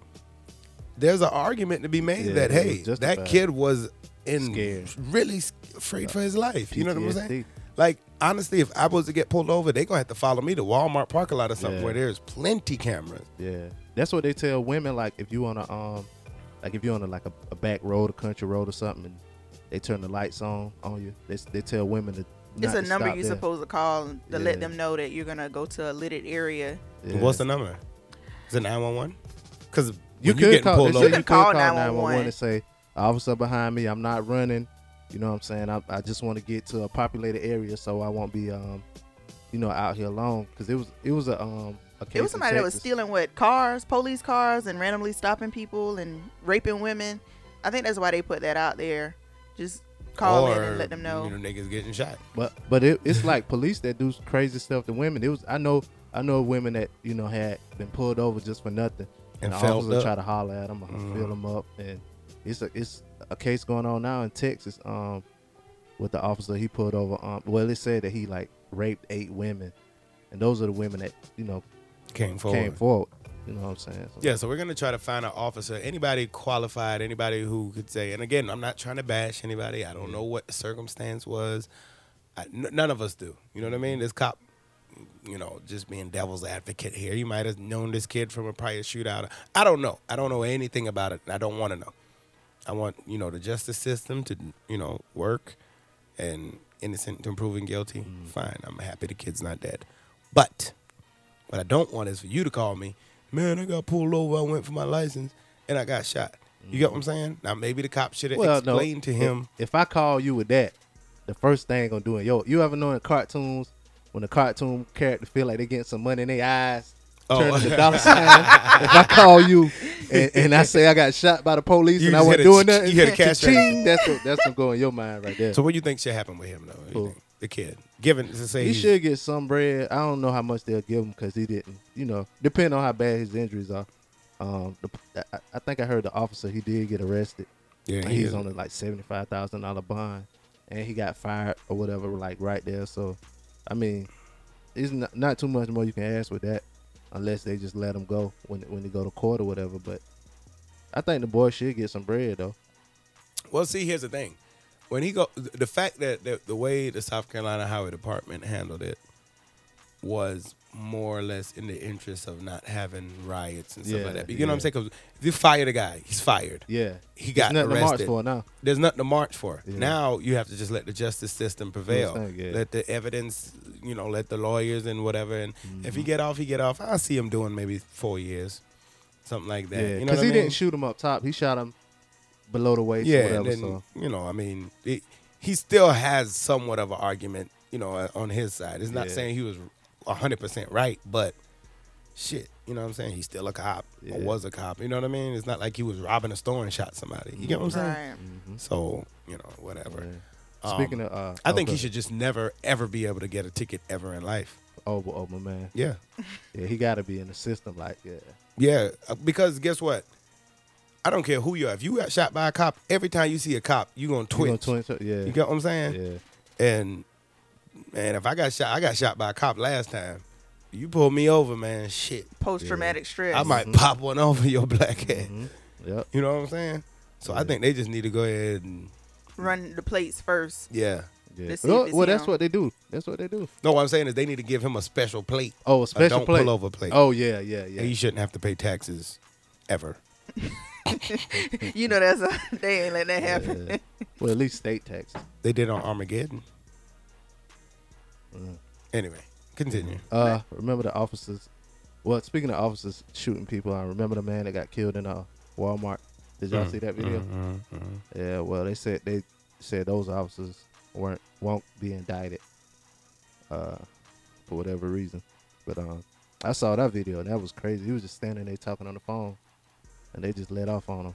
Speaker 1: there's an argument to be made
Speaker 2: Yeah,
Speaker 1: that
Speaker 2: it was
Speaker 1: hey that
Speaker 2: justified.
Speaker 1: kid was in
Speaker 2: Scared.
Speaker 1: really s- afraid for his life you know what i'm
Speaker 2: PTSD.
Speaker 1: saying like honestly if i was to get pulled over they gonna have to follow me to walmart parking lot or something
Speaker 2: Yeah.
Speaker 1: where there's plenty cameras
Speaker 2: Yeah, that's what they tell women. Like if you on a um, like if you on a like a, a back road, a country road or something, and they turn the lights on on you. They s- they tell women to.
Speaker 3: It's
Speaker 2: not
Speaker 3: a
Speaker 2: to
Speaker 3: number
Speaker 2: stop
Speaker 3: you're
Speaker 2: there.
Speaker 3: supposed to call to
Speaker 2: Yeah.
Speaker 3: let them know that you're gonna go to a littered area.
Speaker 2: Yeah.
Speaker 1: what's the number is it 911 because
Speaker 2: You
Speaker 1: you
Speaker 2: could
Speaker 1: getting
Speaker 2: call.
Speaker 1: pulled over
Speaker 2: they say
Speaker 3: You
Speaker 2: you
Speaker 3: could call
Speaker 2: could call
Speaker 3: 911.
Speaker 2: 911 and say, "Officer behind me, I'm not running. You know what I'm saying? I, I just want to get to a populated area so I won't be um, you know, out here alone because it was it was a um a case
Speaker 3: It was
Speaker 2: in
Speaker 3: somebody that was
Speaker 2: Texas.
Speaker 3: stealing what cars, police cars, and randomly stopping people and raping women. I think that's why they put that out there. Just call in
Speaker 1: Or,
Speaker 3: and let them know.
Speaker 1: you know niggas getting shot
Speaker 2: But but it, it's like police that do crazy stuff to women. It was I know I know women that you know had been pulled over just for nothing,
Speaker 1: And
Speaker 2: and, the
Speaker 1: felt
Speaker 2: officer
Speaker 1: up. Mm-hmm.
Speaker 2: try to holler at them, or fill them up, and it's a it's a case going on now in Texas. Um, with the officer he pulled over. Um, well, it said that he like raped eight women, and those are the women that you know
Speaker 1: came forward
Speaker 2: came forward. You know what I'm saying? So,
Speaker 1: Yeah, so we're gonna try to find an officer, anybody qualified, anybody who could say. And again, I'm not trying to bash anybody. I don't know what the circumstance was. I n none of us do. You know what I mean? This cop, you know, just being devil's advocate here. You might have known this kid from a prior shootout. I don't know. I don't know anything about it. and I don't want to know. I want you know the justice system to you know work, and innocent to proven guilty.
Speaker 2: Mm.
Speaker 1: Fine, I'm happy the kid's not dead, but. What I don't want is for you to call me, man, I got pulled over. I went for my license and I got shot. You get what I'm saying? Now, maybe the cop should have
Speaker 2: Well, no,
Speaker 1: explained to
Speaker 2: if-
Speaker 1: him.
Speaker 2: If, I call you with that, the first thing gonna do it. Yo, you ever know in cartoons when the cartoon character feel like they getting some money in their eyes,
Speaker 1: Oh.
Speaker 2: turning the dollar sign. if I call you and, and I say I got shot by the police
Speaker 1: You
Speaker 2: and I
Speaker 1: just
Speaker 2: wasn't
Speaker 1: hit a
Speaker 2: doing
Speaker 1: ch-
Speaker 2: nothing,
Speaker 1: you hit a cash
Speaker 2: ching,
Speaker 1: register.
Speaker 2: that's what, that's what going in your mind right there.
Speaker 1: So, what do you think should happen with him, though? What do you
Speaker 2: Who?
Speaker 1: think? The kid. Given to say
Speaker 2: he
Speaker 1: he's-
Speaker 2: should get some bread. I don't know how much they'll give him because he didn't. You know, depending on how bad his injuries are. Um, the, I, I think I heard the officer he did get arrested.
Speaker 1: Yeah,
Speaker 2: And
Speaker 1: he
Speaker 2: he's
Speaker 1: is.
Speaker 2: on a like seventy five thousand dollar bond, and he got fired or whatever, like right there. So, I mean, it's not, not too much more you can ask with that, unless they just let him go when when they go to court or whatever. But I think the boy should get some bread though.
Speaker 1: Well, see, here's the thing. When he go, the fact that the, the way the South Carolina Highway Department handled it was more or less in the interest of not having riots and stuff
Speaker 2: Yeah,
Speaker 1: like that. But you know what I'm
Speaker 2: yeah.
Speaker 1: saying? 'Cause if you fire the guy, he's fired.
Speaker 2: Yeah,
Speaker 1: He got
Speaker 2: There's nothing to march
Speaker 1: arrested.
Speaker 2: for now.
Speaker 1: There's nothing to march for.
Speaker 2: Yeah.
Speaker 1: Now you have to just let the justice system prevail.
Speaker 2: Yes, I get it.
Speaker 1: Let the evidence, you know, let the lawyers and whatever. And
Speaker 2: Mm-hmm.
Speaker 1: if he get off, he get off. I see him doing maybe four years, something like that.
Speaker 2: Yeah,
Speaker 1: you
Speaker 2: because
Speaker 1: know what I
Speaker 2: he
Speaker 1: mean?
Speaker 2: didn't shoot him up top. He shot him below the waist.
Speaker 1: Yeah,
Speaker 2: or whatever.
Speaker 1: and then
Speaker 2: so
Speaker 1: you know, I mean, it, he still has somewhat of an argument, you know, uh, on his side. It's not
Speaker 2: Yeah.
Speaker 1: saying he was hundred percent right, but shit, you know what I'm saying? He's still a cop
Speaker 2: Yeah.
Speaker 1: or was a cop. You know what I mean? It's not like he was robbing a store and shot somebody. You get what I'm saying?
Speaker 3: Right.
Speaker 2: Mm-hmm.
Speaker 1: So you know, whatever. Um,
Speaker 2: speaking of, uh,
Speaker 1: I think he
Speaker 2: okay.
Speaker 1: should just never ever be able to get a ticket ever in life.
Speaker 2: Oh, well, oh my man.
Speaker 1: Yeah,
Speaker 2: Yeah, he got to be in the system. Like, yeah,
Speaker 1: yeah, uh, because guess what? I don't care who you are. If you got shot by a cop, every time you see a cop, you gonna twitch.
Speaker 2: gonna twitch, yeah.
Speaker 1: You get what I'm saying? Yeah. And man, if I got shot, I got shot by a cop last time. You pull me over, man. Shit.
Speaker 3: Post traumatic stress.
Speaker 1: I might pop one over your black head.
Speaker 2: Yep.
Speaker 1: You know what I'm saying? So I think they just need to go ahead and
Speaker 3: Run the plates first.
Speaker 1: yeah.
Speaker 3: Let's see
Speaker 2: Oh, Well,
Speaker 3: if it's
Speaker 2: well, that's
Speaker 3: him.
Speaker 2: what they do. That's what they do.
Speaker 1: No, what I'm saying is they need to give him a special plate.
Speaker 2: Oh, a special
Speaker 1: don't
Speaker 2: plate.
Speaker 1: pull over plate.
Speaker 2: Oh, yeah, yeah, yeah.
Speaker 1: And you shouldn't have to pay taxes ever.
Speaker 3: you know that's a, they ain't letting that happen.
Speaker 2: Well, at least state taxes.
Speaker 1: They did on Armageddon. Mm. Anyway, continue.
Speaker 2: Uh, remember the officers? Well, speaking of officers shooting people, I remember the man that got killed in a Walmart. Did y'all
Speaker 1: Mm,
Speaker 2: see that video?
Speaker 1: mm, mm, mm.
Speaker 2: Yeah. Well, they said they said those officers weren't won't be indicted, uh, for whatever reason. But um, I saw that video and that was crazy. He was just standing there talking on the phone, and they just let off on him.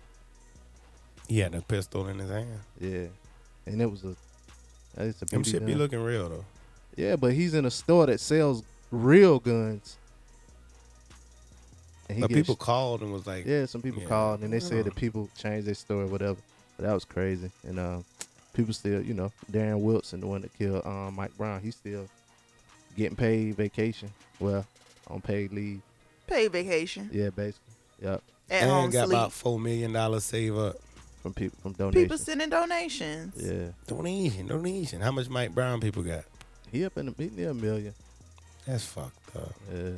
Speaker 1: He had a pistol in his hand.
Speaker 2: Yeah, and it was a. It's a
Speaker 1: Them
Speaker 2: BB
Speaker 1: shit be
Speaker 2: gun.
Speaker 1: looking real though.
Speaker 2: Yeah, but he's in a store that sells real guns. And
Speaker 1: But
Speaker 2: gets-
Speaker 1: people called and was like,
Speaker 2: yeah, some people
Speaker 1: yeah.
Speaker 2: called and they
Speaker 1: Yeah.
Speaker 2: said that people changed their story, whatever. But that was crazy. And uh, people still, you know, Darren Wilson, the one that killed um, Mike Brown, he's still getting paid vacation. Well, on paid leave.
Speaker 3: Paid vacation.
Speaker 2: Yeah, basically. Yep.
Speaker 3: At
Speaker 1: and
Speaker 3: home
Speaker 1: got
Speaker 3: sleep.
Speaker 1: about four million dollars save up.
Speaker 2: From people from donations.
Speaker 3: People sending donations.
Speaker 2: yeah.
Speaker 1: Donation, donation. How much Mike Brown people got?
Speaker 2: He up in the he near a million.
Speaker 1: That's fucked up.
Speaker 2: Yeah.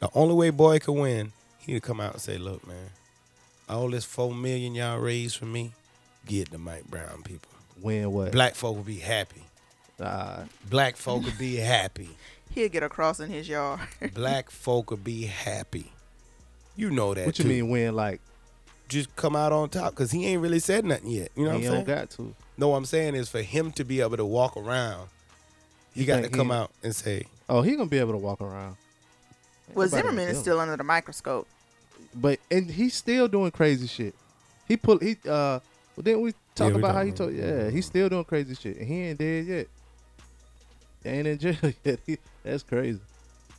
Speaker 1: The only way boy could win, he to come out and say, "Look, man, all this four million y'all raised for me, get the Mike Brown people.
Speaker 2: Win what?
Speaker 1: Black folk will be happy.
Speaker 2: Uh,
Speaker 1: Black folk will be happy.
Speaker 3: He'll get across in his yard.
Speaker 1: Black folk will be happy. You know that.
Speaker 2: what you
Speaker 1: too.
Speaker 2: mean win like
Speaker 1: Just come out on top because he ain't really said nothing yet. You know what
Speaker 2: he
Speaker 1: I'm saying?
Speaker 2: don't got to.
Speaker 1: no, what I'm saying is for him to be able to walk around, he
Speaker 2: You
Speaker 1: got to
Speaker 2: think
Speaker 1: come
Speaker 2: he-
Speaker 1: out and say,
Speaker 2: Oh, he gonna be able to walk around. Ain't
Speaker 3: well,
Speaker 2: nobody gonna
Speaker 3: Zimmerman is
Speaker 2: kill him.
Speaker 3: still under the microscope.
Speaker 2: but and he's still doing crazy shit. He pull he uh well, didn't we
Speaker 1: Yeah,
Speaker 2: talk
Speaker 1: we
Speaker 2: about how he
Speaker 1: talked
Speaker 2: told
Speaker 1: about-
Speaker 2: yeah, he's still doing crazy shit. And he ain't dead yet. Ain't in jail yet. He- That's crazy.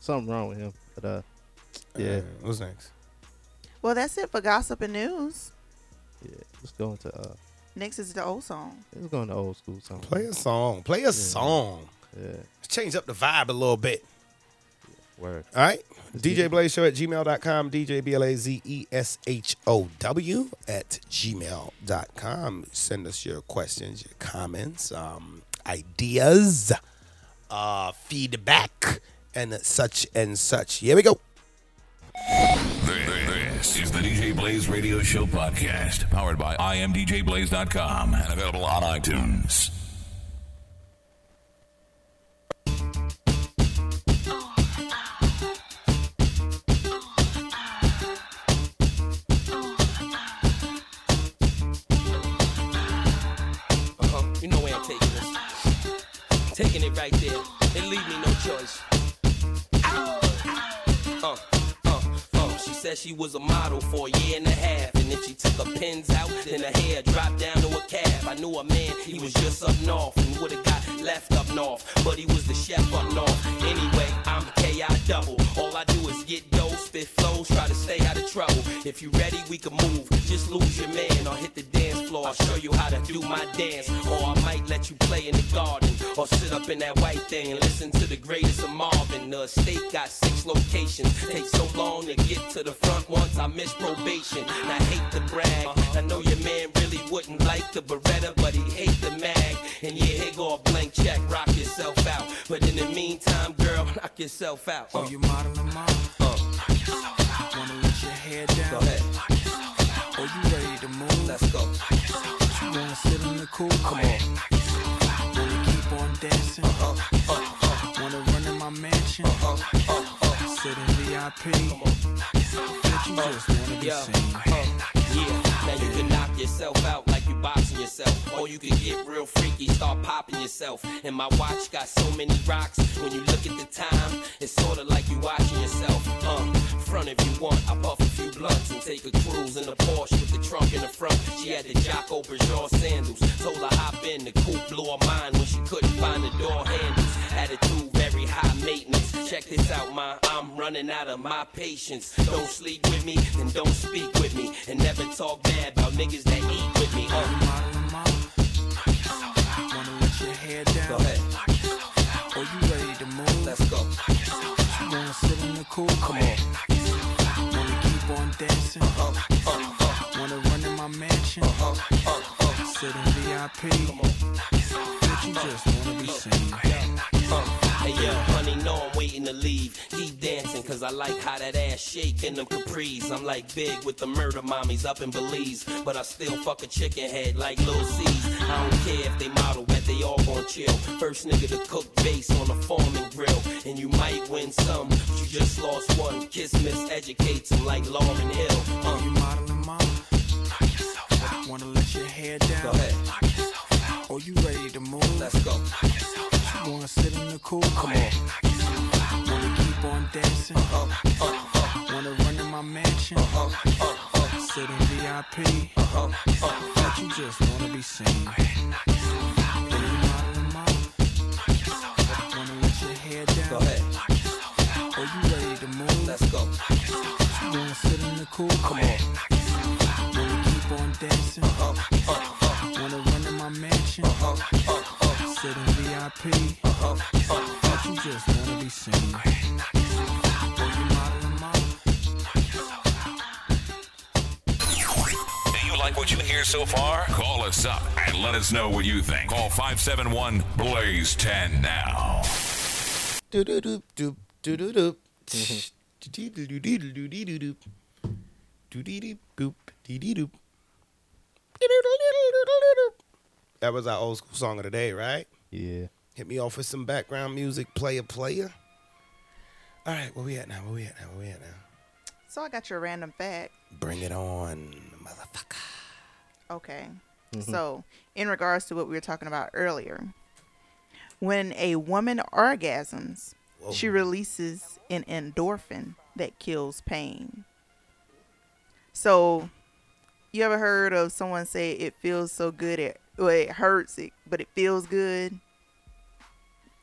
Speaker 2: Something wrong with him. But uh yeah,
Speaker 1: Uh, what's next?
Speaker 3: Well, that's it for gossip and news.
Speaker 2: yeah. Let's go into uh
Speaker 3: Next is the old song.
Speaker 2: let's go into old school something.
Speaker 1: Play a song. Play a song.
Speaker 2: Yeah.
Speaker 1: Change up the vibe a little bit.
Speaker 2: Word.
Speaker 1: All right. DJ Blaze Show at gmail.com. DJ B L A Z E S H O W at gmail.com. Send us your questions, your comments, um, ideas, uh, feedback, and such and such. Here we go.
Speaker 5: This is the DJ Blaze Radio Show podcast, powered by imdjblaze.com and available on iTunes.
Speaker 11: Uh-huh. You know where I'm taking this. Taking it right there. It leave me no choice. Uh, uh, uh. She said she was a model for a year and a half. And if she took her pins out, then her hair dropped down to a calf. I knew a man, he was just up north. And would've got left up north. But he was the chef up north. Anyway, I'm KI double. All I do is get dough, spit flows, try to stay out of trouble. If you ready, we can move. Just lose your man or hit the dance floor. I'll show you how to do my dance. Or I might let you play in the garden. Or sit up in that white thing and listen to the greatest of Marvin. The estate got six locations. Takes so long to get to the front once I miss probation. And I hate to brag. I know your man really wouldn't like the Beretta, but he hate the mag. And yeah, here go a blank check. Rock yourself out. But in the meantime, girl, knock yourself out.
Speaker 9: Oh, you modeling mom? Knock yourself out. Wanna let your hair down?
Speaker 11: Go ahead.
Speaker 9: Knock yourself out. Oh, you ready to move?
Speaker 11: Let's go.
Speaker 9: Knock yourself out. You wanna sit in the cool? Come on. Knock yourself out. Wanna keep on dancing?
Speaker 11: Uh-huh.
Speaker 9: Knock yourself
Speaker 11: uh.
Speaker 9: out. Wanna run in my mansion?
Speaker 11: Uh-huh.
Speaker 9: Knock yourself out. Sit in VIP? Knock yourself out. You just wanna be
Speaker 11: Uh, Yeah.
Speaker 9: seen.
Speaker 11: Uh, yeah. Now you can knock yourself out like you boxing yourself. Or you can get real freaky, start popping yourself. And my watch got so many rocks. When you look at the time, it's sorta like you watching yourself. Uh, front if you want, I puff a few blunts and take a cruise in the Porsche with the trunk in the front. She had the Jocko Bergeron sandals. Told her hop in, the coupe blew her mind when she couldn't find the door handles. Attitude very high maintenance. Check check this out, ma. I'm running out of my patience. Don't sleep with me, and don't speak with me, and never talk bad about niggas that eat with me. Uh. Wanna let your hair down? Go ahead. Are you ready to move? Let's go. Uh, You wanna sit in the cool? Come on. Wanna keep on dancing? Uh-huh. Uh-huh. Wanna run in my mansion? Uh-huh. Uh-huh. Sit in VIP? Come on. But you just wanna be seen. Uh, Hey yo, honey, no, I'm waiting to leave. Keep dancing, cause I like how that ass shake in them capris. I'm like big with the murder mommies up in Belize. But I still fuck a chicken head like Lil C's. I don't care if they model, bet they all gon' chill. First nigga to cook base on a farm and grill. And you might win some, but you just lost one. Kiss Miss educates 'em like Lauren Hill. Uh. You modeling mom? Wanna let your hair down? Go ahead. Are you ready to move? Let's go. You wanna sit in the cool? Come on. Wanna keep on dancing? Uh-huh. Uh-huh. Wanna run in my mansion? Uh-huh. Uh-huh. Sit in VIP? Uh-huh. Uh-huh. But you just wanna be seen. Then you modeling mom? Wanna let your hair down? Go ahead. Are you ready to move? Let's go. You wanna sit in the cool? Come on. Wanna keep on dancing? Uh-huh. Uh-huh. Wanna run in my mansion? Uh-huh. Uh-huh. Sit in VIP? Uh-huh. Uh-huh. But you just wanna be seen. Are you modeling mom?
Speaker 5: Do you like what you hear so far? Call us up and let us know what you think. Call 571 Blaze 10 now.
Speaker 12: Do do do do do do do. Do do do do do do do do. Do do do goop dee dee doop.
Speaker 1: That was our old school song of the day, right?
Speaker 2: Yeah.
Speaker 1: Hit me off with some background music, player, player. All right, where we at now? Where we at now? Where we at now?
Speaker 3: So I got your random fact.
Speaker 1: Bring it on, motherfucker.
Speaker 3: Okay.
Speaker 1: Mhm.
Speaker 3: So, in regards to what we were talking about earlier, when a woman orgasms,
Speaker 1: Whoa.
Speaker 3: she releases an endorphin that kills pain. So, you ever heard of someone say it feels so good it well, it hurts it, but it feels good?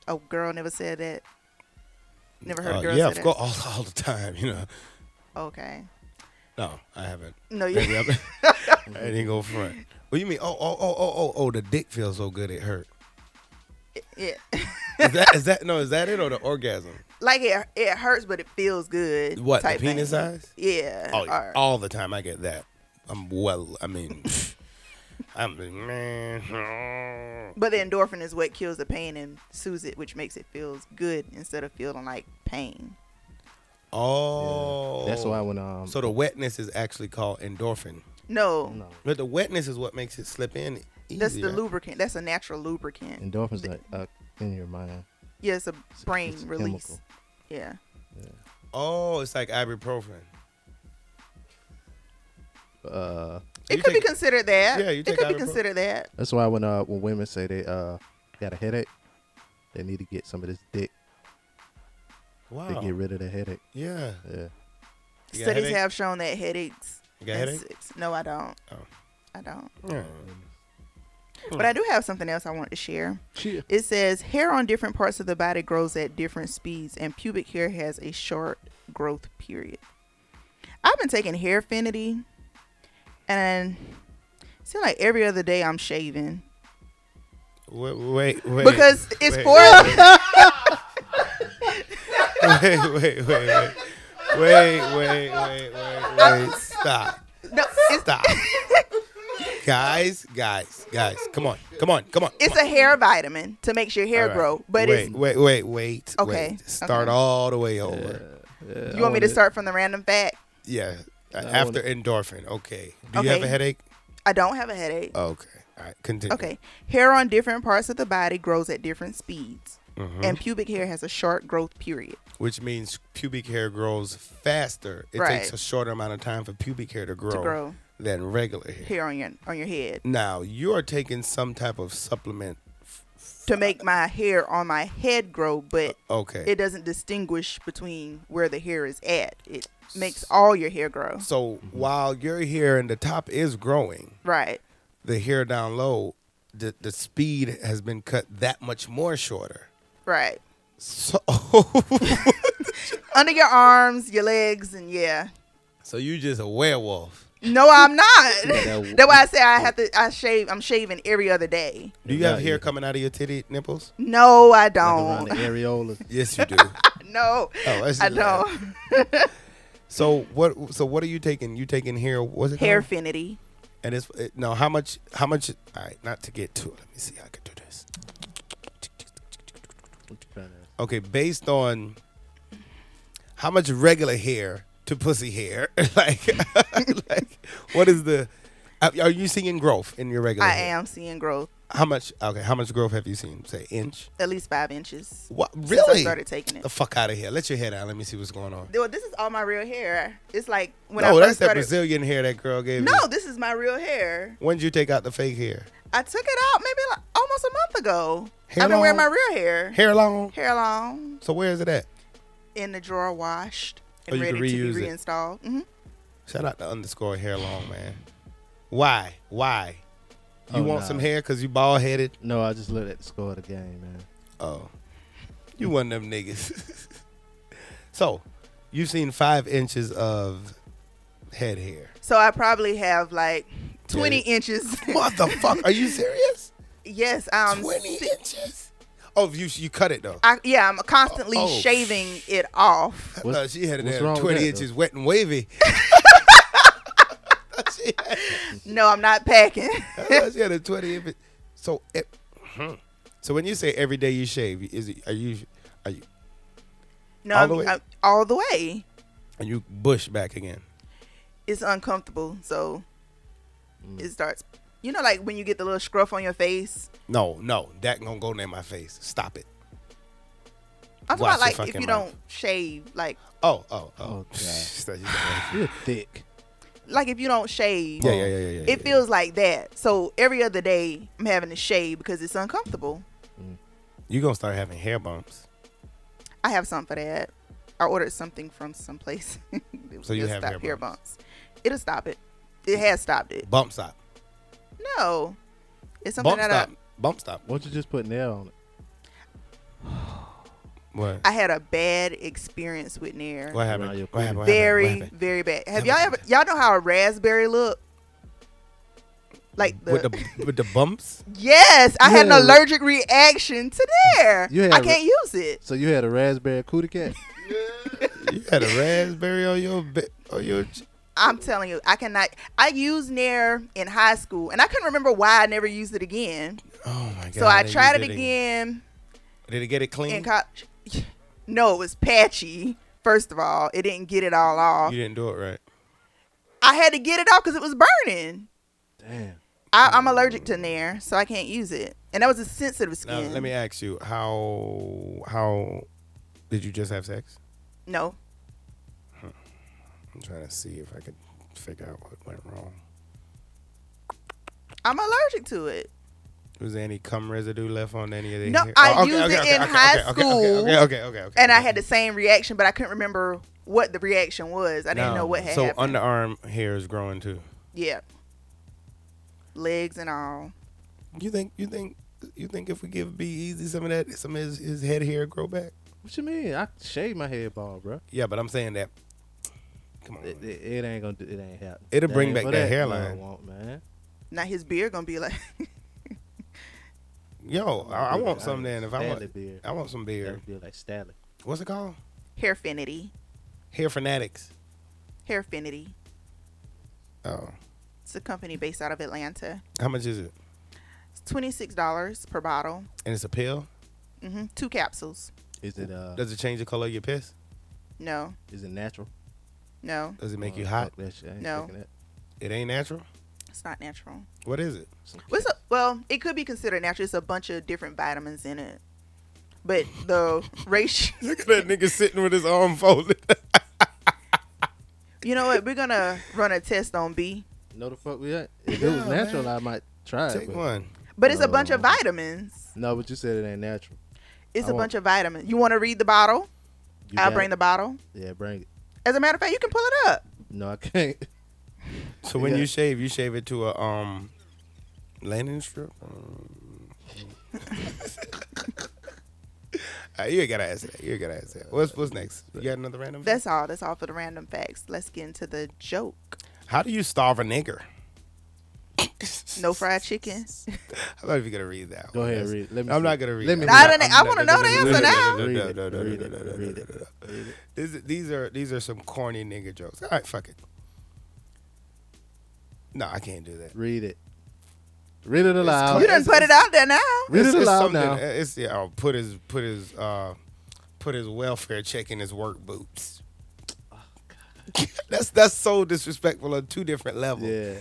Speaker 3: A girl never said that. Never heard
Speaker 1: Uh,
Speaker 3: a girl
Speaker 1: yeah,
Speaker 3: say
Speaker 1: of course, all, all the time, you know.
Speaker 3: that. Okay.
Speaker 1: No, I haven't.
Speaker 3: No, you-
Speaker 1: you haven't. I didn't go front. What you mean? Oh, oh, oh, oh, oh, oh, the dick feels so good it hurt.
Speaker 3: Yeah.
Speaker 1: Is that, is that, no, is that it or the orgasm?
Speaker 3: like it it hurts but it feels good
Speaker 1: What, the
Speaker 3: type thing.
Speaker 1: penis size?
Speaker 3: yeah
Speaker 1: Oh,
Speaker 3: or-
Speaker 1: all the time I get that. I'm well, I mean, I'm, man.
Speaker 3: but the endorphin is what kills the pain and soothes it which makes it feels good instead of feeling like pain
Speaker 1: Oh,
Speaker 2: that's why when, um,
Speaker 1: so the wetness is actually called endorphin.
Speaker 3: no,
Speaker 1: But the wetness is what makes it slip in. Easier.
Speaker 3: that's the lubricant that's a natural lubricant
Speaker 2: Endorphins are uh, in your mind.
Speaker 3: yeah it's a brain
Speaker 2: it's
Speaker 3: release
Speaker 2: chemical.
Speaker 3: yeah
Speaker 1: Oh, it's like ibuprofen.
Speaker 2: Uh,
Speaker 3: it could be considered that
Speaker 1: Yeah, you
Speaker 3: it
Speaker 1: take
Speaker 3: could be
Speaker 1: ibuprofen.
Speaker 3: considered that
Speaker 2: That's why when uh when women say they uh got a headache, they need to get some of this dick.
Speaker 1: Wow. Oh.
Speaker 2: To get rid of the headache.
Speaker 1: Yeah.
Speaker 2: Yeah.
Speaker 1: You got a
Speaker 3: studies
Speaker 1: headache?
Speaker 3: have shown that headaches
Speaker 1: You got
Speaker 3: and
Speaker 1: headache?
Speaker 3: sex- no i don't
Speaker 1: Oh.
Speaker 3: i don't
Speaker 1: Yeah.
Speaker 3: But I do have something else I wanted to share. It says hair on different parts of the body grows at different speeds, and pubic hair has a short growth period. I've been taking hair affinity, and it seems like every other day I'm shaving
Speaker 1: Wait, wait, wait.
Speaker 3: because it's
Speaker 1: wait,
Speaker 3: for.
Speaker 1: Wait, wait, wait, wait, wait, wait, wait, wait, wait. Stop,
Speaker 3: no, it's,
Speaker 1: stop, guys, guys, guys. Come on, come on, come on.
Speaker 3: it's a hair vitamin to make your hair
Speaker 1: All right.
Speaker 3: grow. But
Speaker 1: wait,
Speaker 3: it's,
Speaker 1: wait, wait, wait.
Speaker 3: Okay,
Speaker 1: wait. Start
Speaker 3: okay.
Speaker 1: all the way over.
Speaker 3: you want me to start from the random fact?
Speaker 1: Yeah.
Speaker 2: I
Speaker 1: After
Speaker 2: wanna-
Speaker 1: endorphin. Okay. Do you have
Speaker 3: Okay.
Speaker 1: a headache?
Speaker 3: I don't have a headache.
Speaker 1: Okay. All right. Continue.
Speaker 3: Okay. Hair on different parts of the body grows at different speeds.
Speaker 1: Mhm.
Speaker 3: And pubic hair has a short growth period.
Speaker 1: Which means pubic hair grows faster. It
Speaker 3: Right.
Speaker 1: takes a shorter amount of time for pubic hair to grow,
Speaker 3: grow.
Speaker 1: than regular hair.
Speaker 3: Hair on your on your head.
Speaker 1: Now, you are taking some type of supplement.
Speaker 3: To make my hair on my head grow, but
Speaker 1: Uh, okay.
Speaker 3: it doesn't distinguish between where the hair is at. It makes all your hair grow.
Speaker 1: So
Speaker 2: Mm-hmm.
Speaker 1: while your hair in the top is growing,
Speaker 3: Right.
Speaker 1: the hair down low, the, the speed has been cut that much more shorter.
Speaker 3: Right.
Speaker 1: So
Speaker 3: under your arms, your legs, and yeah.
Speaker 1: So you just a werewolf.
Speaker 3: No, I'm not.
Speaker 1: Yeah, that-
Speaker 3: That's why I say I have to. I shave. I'm shaving every other day.
Speaker 1: Do you have hair coming out of your titty nipples?
Speaker 3: No, I don't.
Speaker 2: areola.
Speaker 1: yes, you do. Oh,
Speaker 3: no,
Speaker 1: that's
Speaker 3: I
Speaker 1: just-
Speaker 3: don't.
Speaker 1: So what? So what are you taking? You taking hair? What's it called?
Speaker 3: Hairfinity.
Speaker 1: And it's it, no. How much? How much? All right, not to get too. Let me see. I could do this. Okay, based on how much regular hair to pussy hair, like, like what is the? Are are you seeing growth in your regular?
Speaker 3: I
Speaker 1: hair?
Speaker 3: am seeing growth,
Speaker 1: How much? Okay, how much growth have you seen? Say inch.
Speaker 3: at least five inches.
Speaker 1: What?
Speaker 3: since
Speaker 1: Really?
Speaker 3: I started taking it.
Speaker 1: The fuck out of here. Let your hair down. Let me see what's going on.
Speaker 3: Well, this is all my real hair. It's like when I
Speaker 1: no,
Speaker 3: first
Speaker 1: that's that
Speaker 3: started.
Speaker 1: Brazilian hair that girl gave you.
Speaker 3: No, this is my real hair.
Speaker 1: When'd you take out the fake hair?
Speaker 3: I took it out maybe like almost a month ago.
Speaker 1: Hair
Speaker 3: I've been wearing my
Speaker 1: long?
Speaker 3: real hair.
Speaker 1: Hair long?
Speaker 3: Hair long
Speaker 1: So where is it at?
Speaker 3: in the drawer, washed
Speaker 1: Oh,
Speaker 3: and
Speaker 1: you
Speaker 3: ready
Speaker 1: can
Speaker 3: to be
Speaker 1: reuse it.
Speaker 3: reinstalled. hmm
Speaker 1: Shout out to underscore hair long man. Why? Why? You
Speaker 2: Oh,
Speaker 1: want
Speaker 2: nah.
Speaker 1: some hair because you bald headed?
Speaker 2: No, I just looked at the score of the game, man.
Speaker 1: Oh, you one of them niggas. so, you've seen five inches of head hair.
Speaker 3: So I probably have like 20
Speaker 1: Yeah.
Speaker 3: inches.
Speaker 1: What the fuck? Are you serious?
Speaker 3: yes, I'm
Speaker 1: 20
Speaker 3: si-
Speaker 1: inches. Oh, you you cut it though.
Speaker 3: I, yeah, I'm constantly
Speaker 1: Oh.
Speaker 3: shaving it off.
Speaker 1: I thought she had it
Speaker 2: what's
Speaker 1: at
Speaker 2: wrong with
Speaker 1: 20
Speaker 2: that,
Speaker 1: inches wet and wavy.
Speaker 3: No, I'm not packing.
Speaker 1: I thought she had a 20 inch. So, it, hmm. so when you say every day you shave, is it, are you are you
Speaker 3: No,
Speaker 1: All
Speaker 3: I'm,
Speaker 1: the way?
Speaker 3: I'm- all the way.
Speaker 1: and you bush back again?
Speaker 3: It's uncomfortable, so
Speaker 1: Mm.
Speaker 3: it starts. You know, like when you get the little scruff on your face.
Speaker 1: No, no, that gonna go near my face. Stop it. Watch
Speaker 3: I'm talking about
Speaker 1: your
Speaker 3: like if
Speaker 1: fucking
Speaker 3: you
Speaker 1: mouth.
Speaker 3: don't shave, like
Speaker 1: Oh, oh, oh.
Speaker 2: Oh,
Speaker 1: God.
Speaker 2: You're thick.
Speaker 3: like if you don't shave.
Speaker 1: Yeah, yeah, yeah, yeah, yeah,
Speaker 3: It
Speaker 1: yeah,
Speaker 3: feels like that. So every other day, I'm having to shave because it's uncomfortable.
Speaker 1: You gonna start having hair bumps.
Speaker 3: I have something for that. I ordered something from someplace. It
Speaker 1: So you
Speaker 3: will
Speaker 1: have
Speaker 3: stop
Speaker 1: hair Mm.
Speaker 3: bumps. It'll stop it. It has stopped it.
Speaker 1: Bump stop.
Speaker 3: No, it's something
Speaker 1: Bump
Speaker 3: that
Speaker 1: stop. Bump stop.
Speaker 2: Why don't you just put nail on it?
Speaker 1: What?
Speaker 3: I, I had a bad experience with Nair.
Speaker 1: What happened?
Speaker 2: your
Speaker 1: What happened? What
Speaker 3: very,
Speaker 1: happened? What happened?
Speaker 3: very bad. Have y'all ever? Y'all know how a raspberry look? Like the,
Speaker 1: With the with the bumps?
Speaker 3: yes, I had an
Speaker 2: Yeah, like-
Speaker 3: allergic reaction to Nair.
Speaker 2: You had
Speaker 3: I
Speaker 2: a-
Speaker 3: can't use it.
Speaker 2: So you had a raspberry cootie cat?
Speaker 1: You had a raspberry on your be- on your. ch-
Speaker 3: I'm telling you, I cannot. I used Nair in high school, and I couldn't remember why I never used it again.
Speaker 1: Oh my god.
Speaker 3: so I
Speaker 1: you
Speaker 3: tried
Speaker 1: did
Speaker 3: it again.
Speaker 1: Did it get it
Speaker 3: in
Speaker 1: clean?
Speaker 3: college. No, it was patchy. First of all, it didn't get it all off.
Speaker 1: you didn't do it right.
Speaker 3: I had to get it off because it was burning.
Speaker 2: Damn.
Speaker 3: I,
Speaker 1: Mm.
Speaker 3: I'm allergic to Nair, so I can't use it. And that was a sensitive
Speaker 1: Now
Speaker 3: skin.
Speaker 1: let me ask you how how did you just have sex?
Speaker 3: no,
Speaker 1: I'm trying to see if I could figure out what went wrong.
Speaker 3: I'm allergic to it.
Speaker 1: Was there any cum residue left on any of the
Speaker 3: No,
Speaker 1: hair?
Speaker 3: I
Speaker 1: Oh, okay,
Speaker 3: used
Speaker 1: okay,
Speaker 3: it
Speaker 1: okay,
Speaker 3: in
Speaker 1: okay,
Speaker 3: high
Speaker 1: okay, okay,
Speaker 3: school.
Speaker 1: Okay, okay, okay, okay.
Speaker 3: And I had the same reaction, but I couldn't remember what the reaction was. I didn't know what had
Speaker 1: so
Speaker 3: happened.
Speaker 1: underarm hair is growing too.
Speaker 3: yeah. Legs and all.
Speaker 1: You think you think you think if we give B Easy some of that some of his, his head hair grow back?
Speaker 2: What you mean? I shave my head bald, bro.
Speaker 1: Yeah, but I'm saying that. Come on,
Speaker 2: It, it, it ain't gonna do. It ain't happen.
Speaker 1: It'll bring
Speaker 2: ain't
Speaker 1: back
Speaker 2: for
Speaker 1: that
Speaker 2: no, I
Speaker 1: hairline.
Speaker 2: want, man.
Speaker 3: Now his beard gonna be like
Speaker 1: yo, I, I
Speaker 2: Dude,
Speaker 1: want
Speaker 2: I
Speaker 1: some
Speaker 2: need
Speaker 1: then. If I
Speaker 2: Stanley
Speaker 1: want,
Speaker 2: beard.
Speaker 1: I want some beard.
Speaker 2: That'll be like Stanley.
Speaker 1: What's it called?
Speaker 3: hairfinity.
Speaker 1: Hair fanatics.
Speaker 3: Hairfinity.
Speaker 1: Oh,
Speaker 3: It's a company based out of Atlanta.
Speaker 1: how much is it?
Speaker 3: It's twenty six dollars per bottle.
Speaker 1: And it's a pill.
Speaker 3: hmm Two capsules.
Speaker 2: Is it uh?
Speaker 1: Does it change the color of your piss?
Speaker 3: No,
Speaker 2: Is it natural?
Speaker 3: no,
Speaker 1: Does it make
Speaker 2: Oh,
Speaker 1: you
Speaker 2: fuck
Speaker 1: hot?
Speaker 2: That shit. I ain't
Speaker 3: No.
Speaker 2: taking that.
Speaker 1: It ain't natural.
Speaker 3: it's not natural.
Speaker 1: What is it?
Speaker 3: What's a, well, it could be considered natural. It's a bunch of different vitamins in it, but the ratio.
Speaker 1: Look at that nigga sitting with his arm folded.
Speaker 3: You know what? We're gonna run a test on B,
Speaker 2: No, the fuck we at? If it was
Speaker 1: Yeah,
Speaker 2: natural, I might try it.
Speaker 1: Take
Speaker 2: but-
Speaker 1: one.
Speaker 3: but it's a bunch of
Speaker 2: No.
Speaker 3: vitamins.
Speaker 2: No, but you said it ain't natural.
Speaker 3: It's
Speaker 2: Oh. I
Speaker 3: a
Speaker 2: won't-
Speaker 3: bunch of vitamins. You want to read the bottle?
Speaker 2: You
Speaker 3: I'll
Speaker 2: got
Speaker 3: bring
Speaker 2: it? Mm-hmm.
Speaker 3: the bottle.
Speaker 2: Yeah, bring it.
Speaker 3: As a matter of fact, you can pull it up.
Speaker 2: No, I can't.
Speaker 1: So when
Speaker 2: Yeah.
Speaker 1: you shave, you shave it to a um landing strip. Um, Uh, you ain't gotta answer that. You ain't gotta answer that. What's what's next? You got another random?
Speaker 3: That's all. That's all for the random facts. Let's get into the joke.
Speaker 1: How do you starve a nigger?
Speaker 3: No fried chicken.
Speaker 1: I'm not even gonna read that.
Speaker 2: Go
Speaker 1: one.
Speaker 2: ahead,
Speaker 1: That's-
Speaker 2: read. Let me
Speaker 1: I'm
Speaker 2: see.
Speaker 1: not gonna read.
Speaker 2: Let me
Speaker 1: that.
Speaker 2: read I it.
Speaker 3: done- I wanna know the answer now.
Speaker 1: No, no,
Speaker 2: Read
Speaker 1: no,
Speaker 2: it,
Speaker 1: no,
Speaker 2: read
Speaker 1: no, no, no,
Speaker 2: it, read
Speaker 1: no,
Speaker 2: it,
Speaker 1: no, no. This- These are these are some corny nigga jokes. All right, fuck it. No, I can't do that.
Speaker 2: Read it. Read it aloud.
Speaker 3: You done put it out there now.
Speaker 2: Read
Speaker 1: It's-
Speaker 2: it
Speaker 1: it's
Speaker 2: aloud
Speaker 1: something-
Speaker 2: now.
Speaker 1: It's yeah. I'll put his put his uh, put his welfare check in his work boots. that's that's so disrespectful on two different levels.
Speaker 2: Yeah.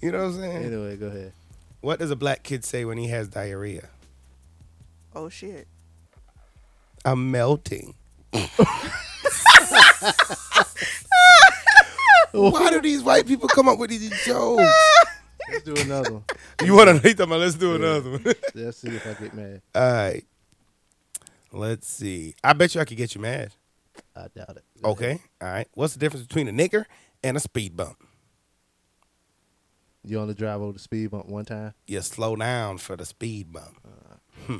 Speaker 1: You know what I'm saying?
Speaker 2: Anyway, go ahead.
Speaker 1: What does a black kid say when he has diarrhea?
Speaker 3: Oh shit.
Speaker 1: I'm melting. Why do these white people come up with these jokes?
Speaker 2: Let's do another one.
Speaker 1: You want to read them? Let's do another one.
Speaker 2: Let's see if I get mad.
Speaker 1: All right. Let's see. I bet you I could get you mad.
Speaker 2: I doubt it.
Speaker 1: Okay. All right. What's the difference between a nigger and a speed bump?
Speaker 2: You only drive over the speed bump one time.
Speaker 1: You slow down for the speed bump. Hmm.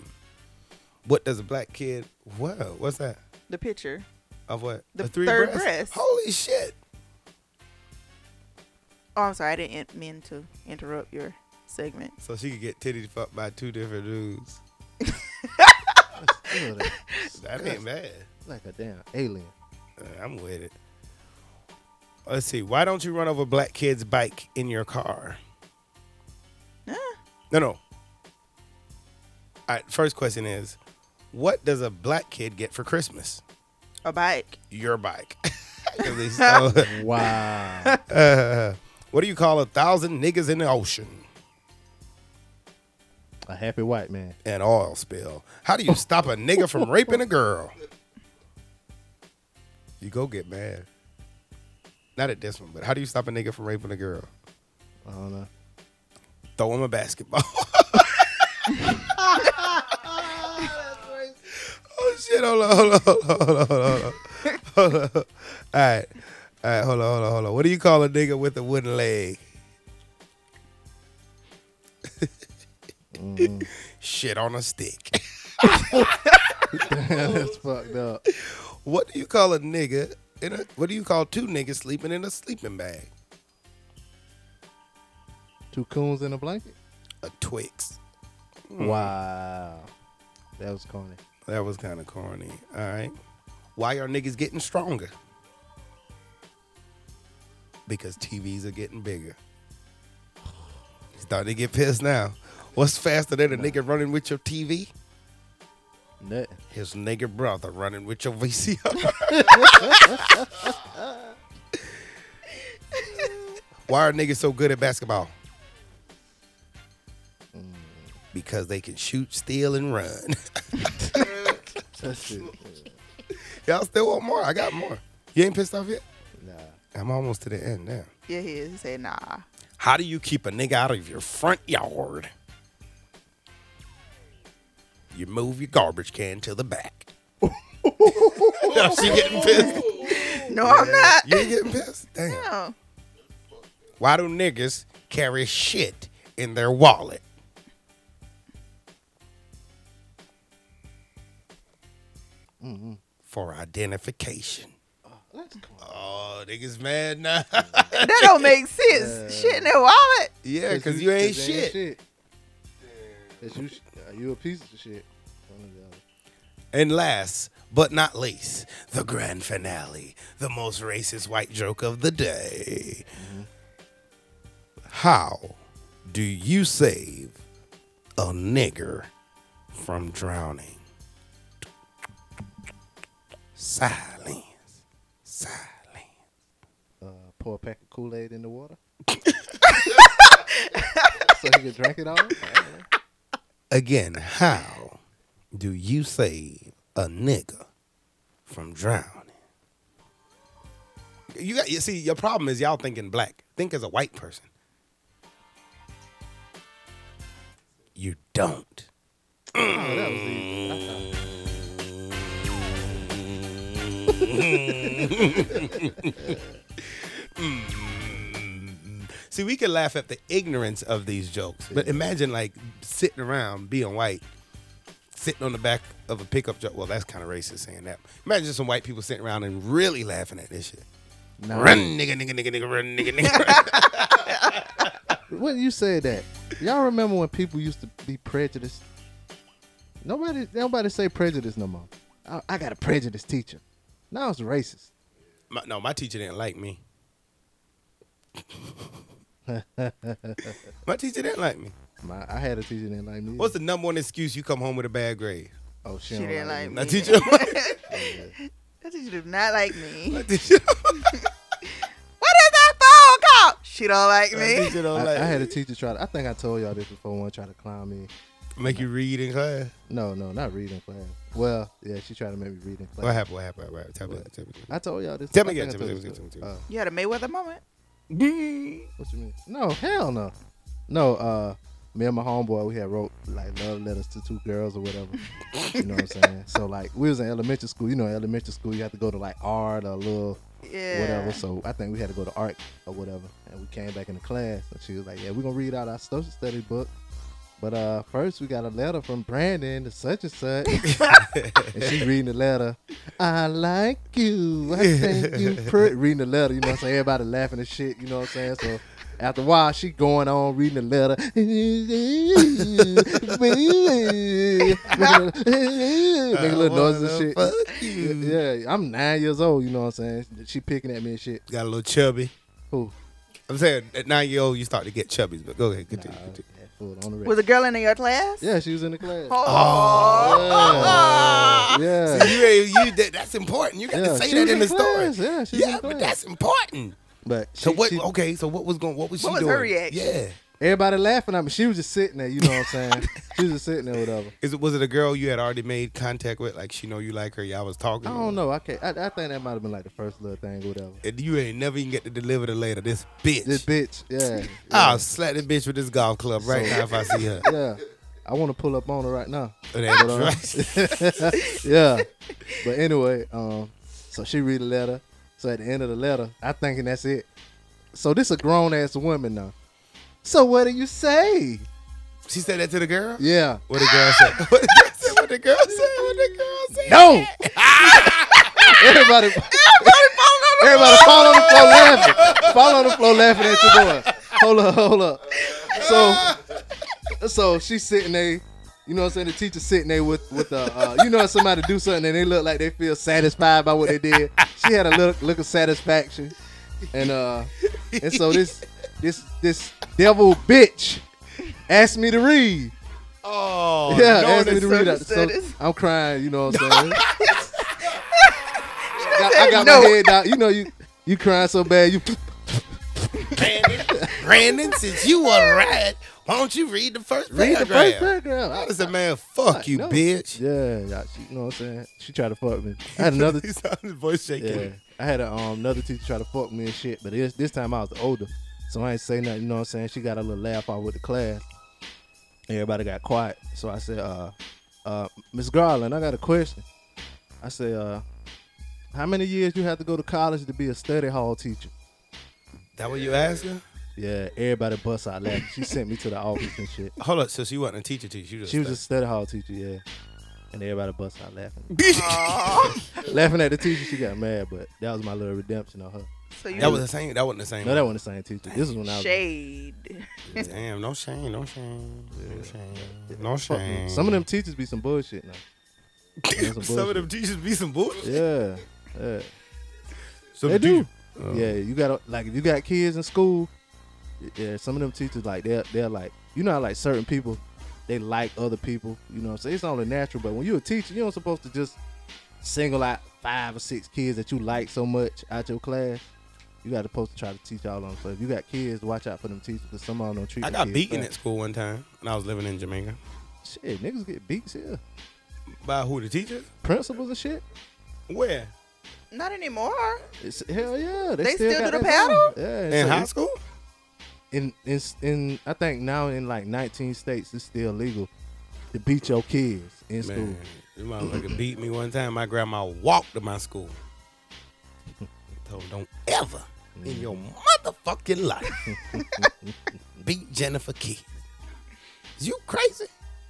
Speaker 1: What does a black kid? Whoa. What's that?
Speaker 3: The picture.
Speaker 1: Of what?
Speaker 3: The
Speaker 1: A three
Speaker 3: third
Speaker 1: breasts?
Speaker 3: breast.
Speaker 1: Holy shit.
Speaker 3: Oh, I'm sorry. I didn't in- mean to interrupt your segment.
Speaker 1: So she could get titty fucked by two different dudes. That ain't bad.
Speaker 2: Like a damn alien.
Speaker 1: Uh, I'm with it. Let's see. Why don't you run over black kid's bike in your car? No, no. All right. First question is, what does a black kid get for Christmas?
Speaker 3: A bike.
Speaker 1: Your bike. 'Cause they so-
Speaker 2: Wow.
Speaker 1: Uh, what do you call a thousand niggas in the ocean?
Speaker 2: A happy white man.
Speaker 1: An oil spill. How do you stop a nigga from raping a girl? You go get mad. Not at this one, but how do you stop a nigga from raping a girl?
Speaker 2: I don't know.
Speaker 1: Throw him a basketball. oh shit! Hold on, hold on, hold on, hold on, hold on. Hold on. All right, all right. Hold on, hold on, hold on. What do you call a nigga with a wooden leg? Shit on a stick.
Speaker 2: Damn, that's fucked up.
Speaker 1: What do you call a nigga? In a, what do you call two niggas sleeping in a sleeping bag?
Speaker 2: Two coons in a blanket.
Speaker 1: A Twix. Hmm.
Speaker 2: Wow. That was corny.
Speaker 1: That was kind of corny. All right. Why are niggas getting stronger? Because TVs are getting bigger. Starting to get pissed now. What's faster than a nigga running with your TV?
Speaker 2: Nothing.
Speaker 1: His nigga brother running with your VCR. Why are niggas so good at basketball? Because they can shoot, steal, and run.
Speaker 2: That's it.
Speaker 1: Y'all still want more? I got more. You ain't pissed off yet?
Speaker 2: Nah.
Speaker 1: I'm almost to the end now.
Speaker 3: Yeah, he is. He said, nah.
Speaker 1: How do you keep a nigga out of your front yard? You move your garbage can to the back. no, she getting pissed.
Speaker 3: No, I'm not.
Speaker 1: You ain't getting pissed? Damn.
Speaker 3: No.
Speaker 1: Why do niggas carry shit in their wallet? For identification. Oh, niggas mad now.
Speaker 3: That don't make sense. Shit in their wallet.
Speaker 1: yeah, because you ain't shit.
Speaker 2: Cause you, sh- uh, you a piece of shit. One or the other.
Speaker 1: And last but not least, the grand finale, the most racist white joke of the day. How do you save a nigger from drowning? Silence. Silence.
Speaker 2: Uh, pour a pack of Kool Aid in the water. so he can drink it all. Oh,
Speaker 1: Again, how do you save a nigger from drowning? You got you see your problem is y'all thinking black. Think as a white person. You don't.
Speaker 2: Oh, that was easy. I thought-
Speaker 1: Mm. See, we can laugh at the ignorance of these jokes, but imagine like sitting around being white, sitting on the back of a pickup truck. Well, that's kind of racist saying that. Imagine just some white people sitting around and really laughing at this shit.
Speaker 2: Nah.
Speaker 1: Run, nigga, nigga, nigga, nigga, run, nigga, nigga.
Speaker 2: When you say that, y'all remember when people used to be prejudiced? Nobody, nobody say prejudice no more. I, I got a prejudiced teacher. Now it's racist.
Speaker 1: My- no, my teacher didn't like me. My teacher didn't like me.
Speaker 2: My, I had a teacher that didn't like me.
Speaker 1: What's the number one excuse you come home with a bad grade?
Speaker 2: Oh,
Speaker 3: She didn't like me.
Speaker 1: My teacher.
Speaker 3: that teacher do not like me. what
Speaker 1: is that
Speaker 3: phone call? She don't like me.
Speaker 2: I, I had a teacher try. To, I think I told y'all this before. One tried to clown me.
Speaker 1: Make you read in class?
Speaker 2: No, no, not read in class. Well, yeah, she tried to make me read in class.
Speaker 1: What happened? What happened? What happened? Tell me. Tell me.
Speaker 2: I told y'all this.
Speaker 1: Tell me
Speaker 2: I
Speaker 1: again.
Speaker 2: think
Speaker 1: Tell
Speaker 2: I
Speaker 1: me. Tell me.
Speaker 2: told
Speaker 1: Tell
Speaker 2: this
Speaker 1: me.
Speaker 2: story.
Speaker 1: Tell me.
Speaker 3: You had a Mayweather moment.
Speaker 2: What you mean? No, hell no. No, uh, me and my homeboy, we had wrote like love letters to two girls or whatever. you know what I'm saying? So like we was in elementary school. You know, elementary school you have to go to like art or a little
Speaker 3: Yeah.
Speaker 2: whatever. So I think we had to go to art or whatever. And we came back into class and she was like, Yeah, we're gonna read out our social study book. But uh first we got a letter from Brandon to such and such. and she reading the letter. I like you. I think you pretty. Reading the letter, you know what I'm saying? Everybody laughing and shit, you know what I'm saying? So after a while, she going on reading the letter. Making
Speaker 1: Uh,
Speaker 2: little noises and shit. Yeah, I'm nine years old, you know what I'm saying? She picking at me and shit.
Speaker 1: Got a little chubby.
Speaker 2: Who?
Speaker 1: I'm saying at nine year old you start to get chubbies, but go ahead, continue. continue.
Speaker 2: Fool, on the
Speaker 3: Was a girl in your class?
Speaker 2: Yeah, she was in the class.
Speaker 1: Oh,
Speaker 3: Oh.
Speaker 2: Yeah.
Speaker 1: So you, ain't- you that, that's important. You got
Speaker 2: Yeah,
Speaker 1: to say
Speaker 2: she
Speaker 1: that
Speaker 2: was
Speaker 1: in the
Speaker 2: in
Speaker 1: story.
Speaker 2: class. Yeah, she was
Speaker 1: yeah,
Speaker 2: in
Speaker 1: but
Speaker 2: class.
Speaker 1: that's important.
Speaker 2: But oh
Speaker 1: So
Speaker 2: she-
Speaker 1: what?
Speaker 2: she-
Speaker 1: okay, so what was going? What was
Speaker 3: What
Speaker 1: she
Speaker 3: was
Speaker 1: doing?
Speaker 3: her reaction?
Speaker 1: Yeah.
Speaker 2: Everybody laughing at me. She was just sitting there, you know what I'm saying? she was just sitting there, whatever.
Speaker 1: Is it was it a girl you had already made contact with? Like she know you like her. Y'all was talking.
Speaker 2: I don't know. I can't. I, I think that might have been like the first little thing, or whatever.
Speaker 1: And you ain't never even get to deliver the later. This bitch.
Speaker 2: This bitch, yeah.
Speaker 1: I'll slap this bitch with this golf club right
Speaker 2: So-
Speaker 1: now if I see her.
Speaker 2: Yeah. I want to pull up on her right now.
Speaker 1: Oh, that's
Speaker 2: But, uh,
Speaker 1: right.
Speaker 2: yeah. But anyway, um, so she read the letter. So at the end of the letter, I thinking that's it. So this a grown ass woman now. So what do you say?
Speaker 1: She said that to the girl.
Speaker 2: Yeah.
Speaker 1: What the girl said? What the girl said? What the girl said? What the girl said?
Speaker 2: No. everybody. Everybody fall on the floor laughing. Fall on the floor laughing at your boy. Hold up, hold up. So, so she's sitting there. You know what I'm saying? The teacher sitting there with with the uh, you know if somebody do something and they look like they feel satisfied by what they did. She had a look look of satisfaction, and uh, and so this this this devil bitch asked me to read.
Speaker 1: Oh,
Speaker 2: yeah,
Speaker 1: no,
Speaker 2: asked me
Speaker 1: that's
Speaker 2: to read
Speaker 1: so
Speaker 2: out. So
Speaker 1: satis-
Speaker 2: I'm crying. You know what I'm saying? I got, I
Speaker 1: said
Speaker 2: got my
Speaker 1: no.
Speaker 2: head down. You know you you crying so bad. You
Speaker 1: Brandon, since you a rat, why don't you read the first
Speaker 2: Read the
Speaker 1: paragraph?
Speaker 2: first paragraph.
Speaker 1: I was a man. Fuck you,
Speaker 2: no.
Speaker 1: bitch.
Speaker 2: Yeah, yeah, she, you know what I'm saying. She tried to fuck me. I had another.
Speaker 1: He saw his voice shaking.
Speaker 2: Yeah, I had a, um, another teacher try to fuck me and shit, but this, this time I was older, so I ain't say nothing. You know what I'm saying? She got a little laugh out with the class. Everybody got quiet, so I said, uh, uh, Miss Garland, I got a question. I said, uh, how many years you have to go to college to be a study hall teacher?
Speaker 1: That what you asking?
Speaker 2: Yeah, everybody bust out laughing. She sent me to the office and shit.
Speaker 1: Hold up. So she wasn't a teacher teacher. She was.
Speaker 2: She was a
Speaker 1: just.
Speaker 2: study hall teacher, yeah. And everybody bust out laughing. laughing at the teacher, she got mad, but that was my little redemption on her.
Speaker 3: So you-
Speaker 1: That was the same. That wasn't the same.
Speaker 2: No, that wasn't the same teacher. This is when I was
Speaker 3: Shade.
Speaker 1: Damn. No shame. No shame. No shame. No
Speaker 2: Fuck them.
Speaker 1: shame.
Speaker 2: Some of them teachers be some bullshit now. They some
Speaker 1: Some of them
Speaker 2: bullshit.
Speaker 1: teachers be some bullshit.
Speaker 2: Yeah. Yeah.
Speaker 1: Some
Speaker 2: they do.
Speaker 1: teacher- Oh.
Speaker 2: Yeah, you got like if you got kids in school, yeah, some of them teachers like they're they're like you know how like certain people they like other people, you know what I'm saying? It's only natural, but when you're a teacher, you don't supposed to just single out five or six kids that you like so much out your class. You got to supposed to try to teach all of them. So if you got kids, watch out for them teachers because some of them don't treat
Speaker 1: I
Speaker 2: the
Speaker 1: got
Speaker 2: kids
Speaker 1: beaten
Speaker 2: fair.
Speaker 1: at school one time, and I was living in Jamaica.
Speaker 2: Shit, niggas get beats here.
Speaker 1: By who? The teacher?
Speaker 2: Principals and shit.
Speaker 1: Where?
Speaker 3: Not anymore.
Speaker 2: It's, hell yeah, they,
Speaker 3: They still
Speaker 2: got
Speaker 3: do
Speaker 2: that
Speaker 3: the
Speaker 2: down.
Speaker 3: paddle?
Speaker 2: Yeah,
Speaker 1: In
Speaker 2: so
Speaker 1: high
Speaker 2: it-
Speaker 1: school?
Speaker 2: In in in I think now in like 19 states it's still legal to beat your kids in school.
Speaker 1: Man, this motherfucker beat me one time. My grandma walked to my school. Told her, don't ever in your motherfucking life beat Jennifer Keys. You crazy?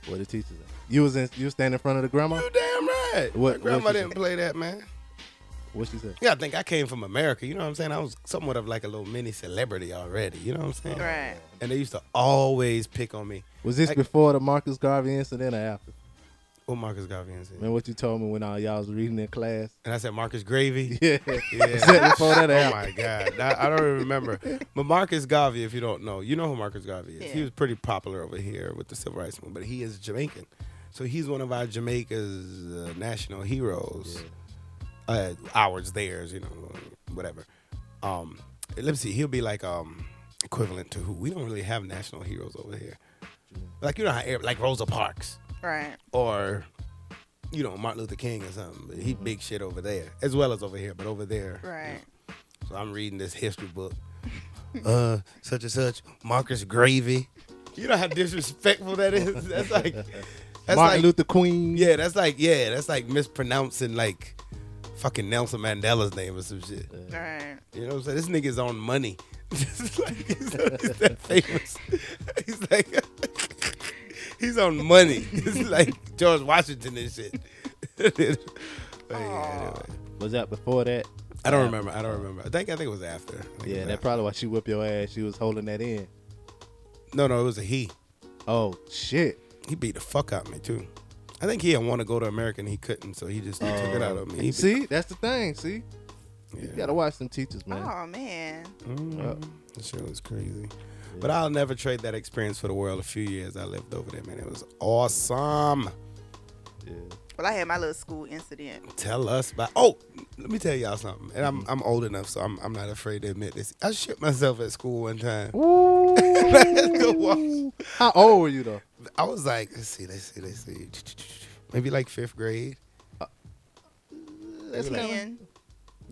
Speaker 2: What the teachers? You was in, you standing in front of the grandma. You
Speaker 1: damn right.
Speaker 2: What
Speaker 1: My grandma
Speaker 2: what she
Speaker 1: didn't
Speaker 2: say?
Speaker 1: play that, man.
Speaker 2: What she said?
Speaker 1: Yeah, I think I came from America. You know what I'm saying? I was somewhat of like a little mini celebrity already. You know what I'm saying?
Speaker 3: Right.
Speaker 1: And they used to always pick on me.
Speaker 2: Was this
Speaker 1: Like,
Speaker 2: before the Marcus Garvey incident or after?
Speaker 1: what Marcus Garvey said?
Speaker 2: Man, what you told me when uh, y'all was reading in class?
Speaker 1: And I said Marcus Gravy.
Speaker 2: Yeah.
Speaker 1: yeah.
Speaker 2: Was that before that
Speaker 1: oh my
Speaker 2: happened?
Speaker 1: God, I, I don't even remember. But Marcus Garvey, if you don't know, you know who Marcus Garvey is. He was pretty popular over here with the civil rights movement, but he is Jamaican, so he's one of our Jamaica's uh, national heroes. Uh, ours, theirs, you know, whatever. Um, let's see. He'll be like um, equivalent to who? We don't really have national heroes over here. Like you know how every- like Rosa Parks
Speaker 3: Right.
Speaker 1: or you know Martin Luther King or something. But he big shit over there as well as over here, but over there.
Speaker 3: Right.
Speaker 1: So I'm reading this history book. Uh, such and such Marcus Gravy. You know how disrespectful that is. That's like that's
Speaker 2: Martin
Speaker 1: like,
Speaker 2: Luther Queen.
Speaker 1: Yeah, that's like yeah, that's like mispronouncing like fucking Nelson Mandela's name or some shit.
Speaker 3: Right.
Speaker 1: You know what I'm saying? This nigga's on money. It's like, he's, he's that famous. He's like, he's on money. It's like George Washington and shit. But yeah, anyway.
Speaker 2: Was that before that?
Speaker 1: I don't remember. I don't remember. I think I think it was after. I think it
Speaker 2: Yeah,
Speaker 1: was
Speaker 2: that probably why she whipped your ass. She was holding that in.
Speaker 1: No, no, it was a he.
Speaker 2: Oh shit!
Speaker 1: He beat the fuck out of me too. I think he didn't want to go to America and he couldn't, so he just took it out of me. He
Speaker 2: Oh. See, that's the thing. See, you gotta watch some teachers, man.
Speaker 3: Oh man.
Speaker 1: Mm, that shit was crazy. But I'll never trade that experience for the world. A few years I lived over there, man. It was awesome.
Speaker 3: Well, I had my little school incident.
Speaker 1: Tell us about. Oh, let me tell y'all something. And I'm I'm old enough, so I'm I'm not afraid to admit this. I shit myself at school one time.
Speaker 2: How old were you though?
Speaker 1: I was like, let's see, let's see, let's see. Maybe like fifth grade.
Speaker 2: That's
Speaker 1: Maybe like-
Speaker 3: Ten.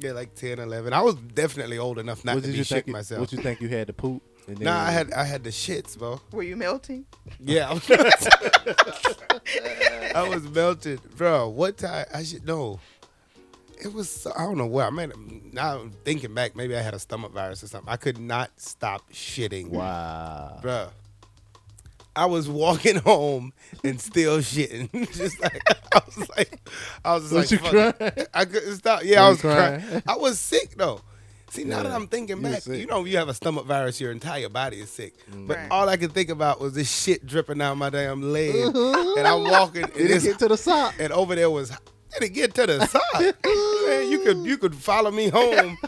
Speaker 1: yeah, like 10, 11. I was definitely old enough not
Speaker 2: What
Speaker 1: to
Speaker 2: did
Speaker 1: be
Speaker 2: you
Speaker 1: shit
Speaker 2: think? you-
Speaker 1: myself.
Speaker 2: What you think you had to poop? And
Speaker 1: Nah, I had I had the shits, bro.
Speaker 3: Were you melting?
Speaker 1: Yeah, I was, I was melted, bro. What time? I should know. It was I don't know where. I mean, now I'm thinking back, maybe I had a stomach virus or something. I could not stop shitting.
Speaker 2: Wow.
Speaker 1: bro. I was walking home and still shitting. Just like I was like, I was,
Speaker 2: Was
Speaker 1: like,
Speaker 2: you
Speaker 1: fuck.
Speaker 2: crying?
Speaker 1: I couldn't stop. Yeah,
Speaker 2: Were
Speaker 1: I
Speaker 2: you
Speaker 1: was crying?
Speaker 2: crying?
Speaker 1: I was sick though. See, now that
Speaker 2: Yeah,
Speaker 1: I'm thinking
Speaker 2: you were
Speaker 1: back,
Speaker 2: sick. Mm.
Speaker 1: you know, you have a stomach virus, your entire body is sick. But
Speaker 3: Right.
Speaker 1: all I could think about was this shit dripping out my damn leg, and I'm walking. and
Speaker 2: Did it
Speaker 1: it's-
Speaker 2: get to the sock?
Speaker 1: and over there was did it get to the side? Man, you could you could follow me home.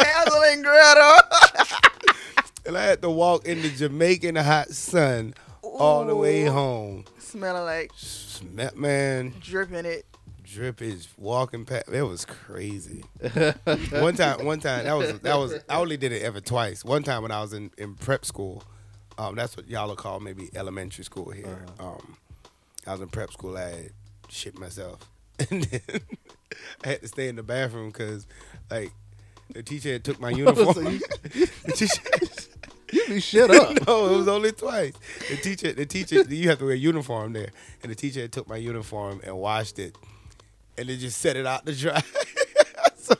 Speaker 3: Hansel and Gretel.
Speaker 1: and I had to walk in the Jamaican hot sun all the way home.
Speaker 3: Smelling like
Speaker 1: Sma- Man,
Speaker 3: dripping it.
Speaker 1: drip is walking past. It was crazy. one time, one time that was that was I only did it ever twice. One time when I was in in prep school, um, that's what y'all would call maybe elementary school here. Um, I was in prep school. I had shit myself, and then I had to stay in the bathroom because like the teacher had took my uniform.
Speaker 2: so you-
Speaker 1: The teacher-
Speaker 2: You be shit up.
Speaker 1: no, it was only twice. The teacher, the teacher, you have to wear a uniform there, and the teacher had took my uniform and washed it, and then just set it out to dry. so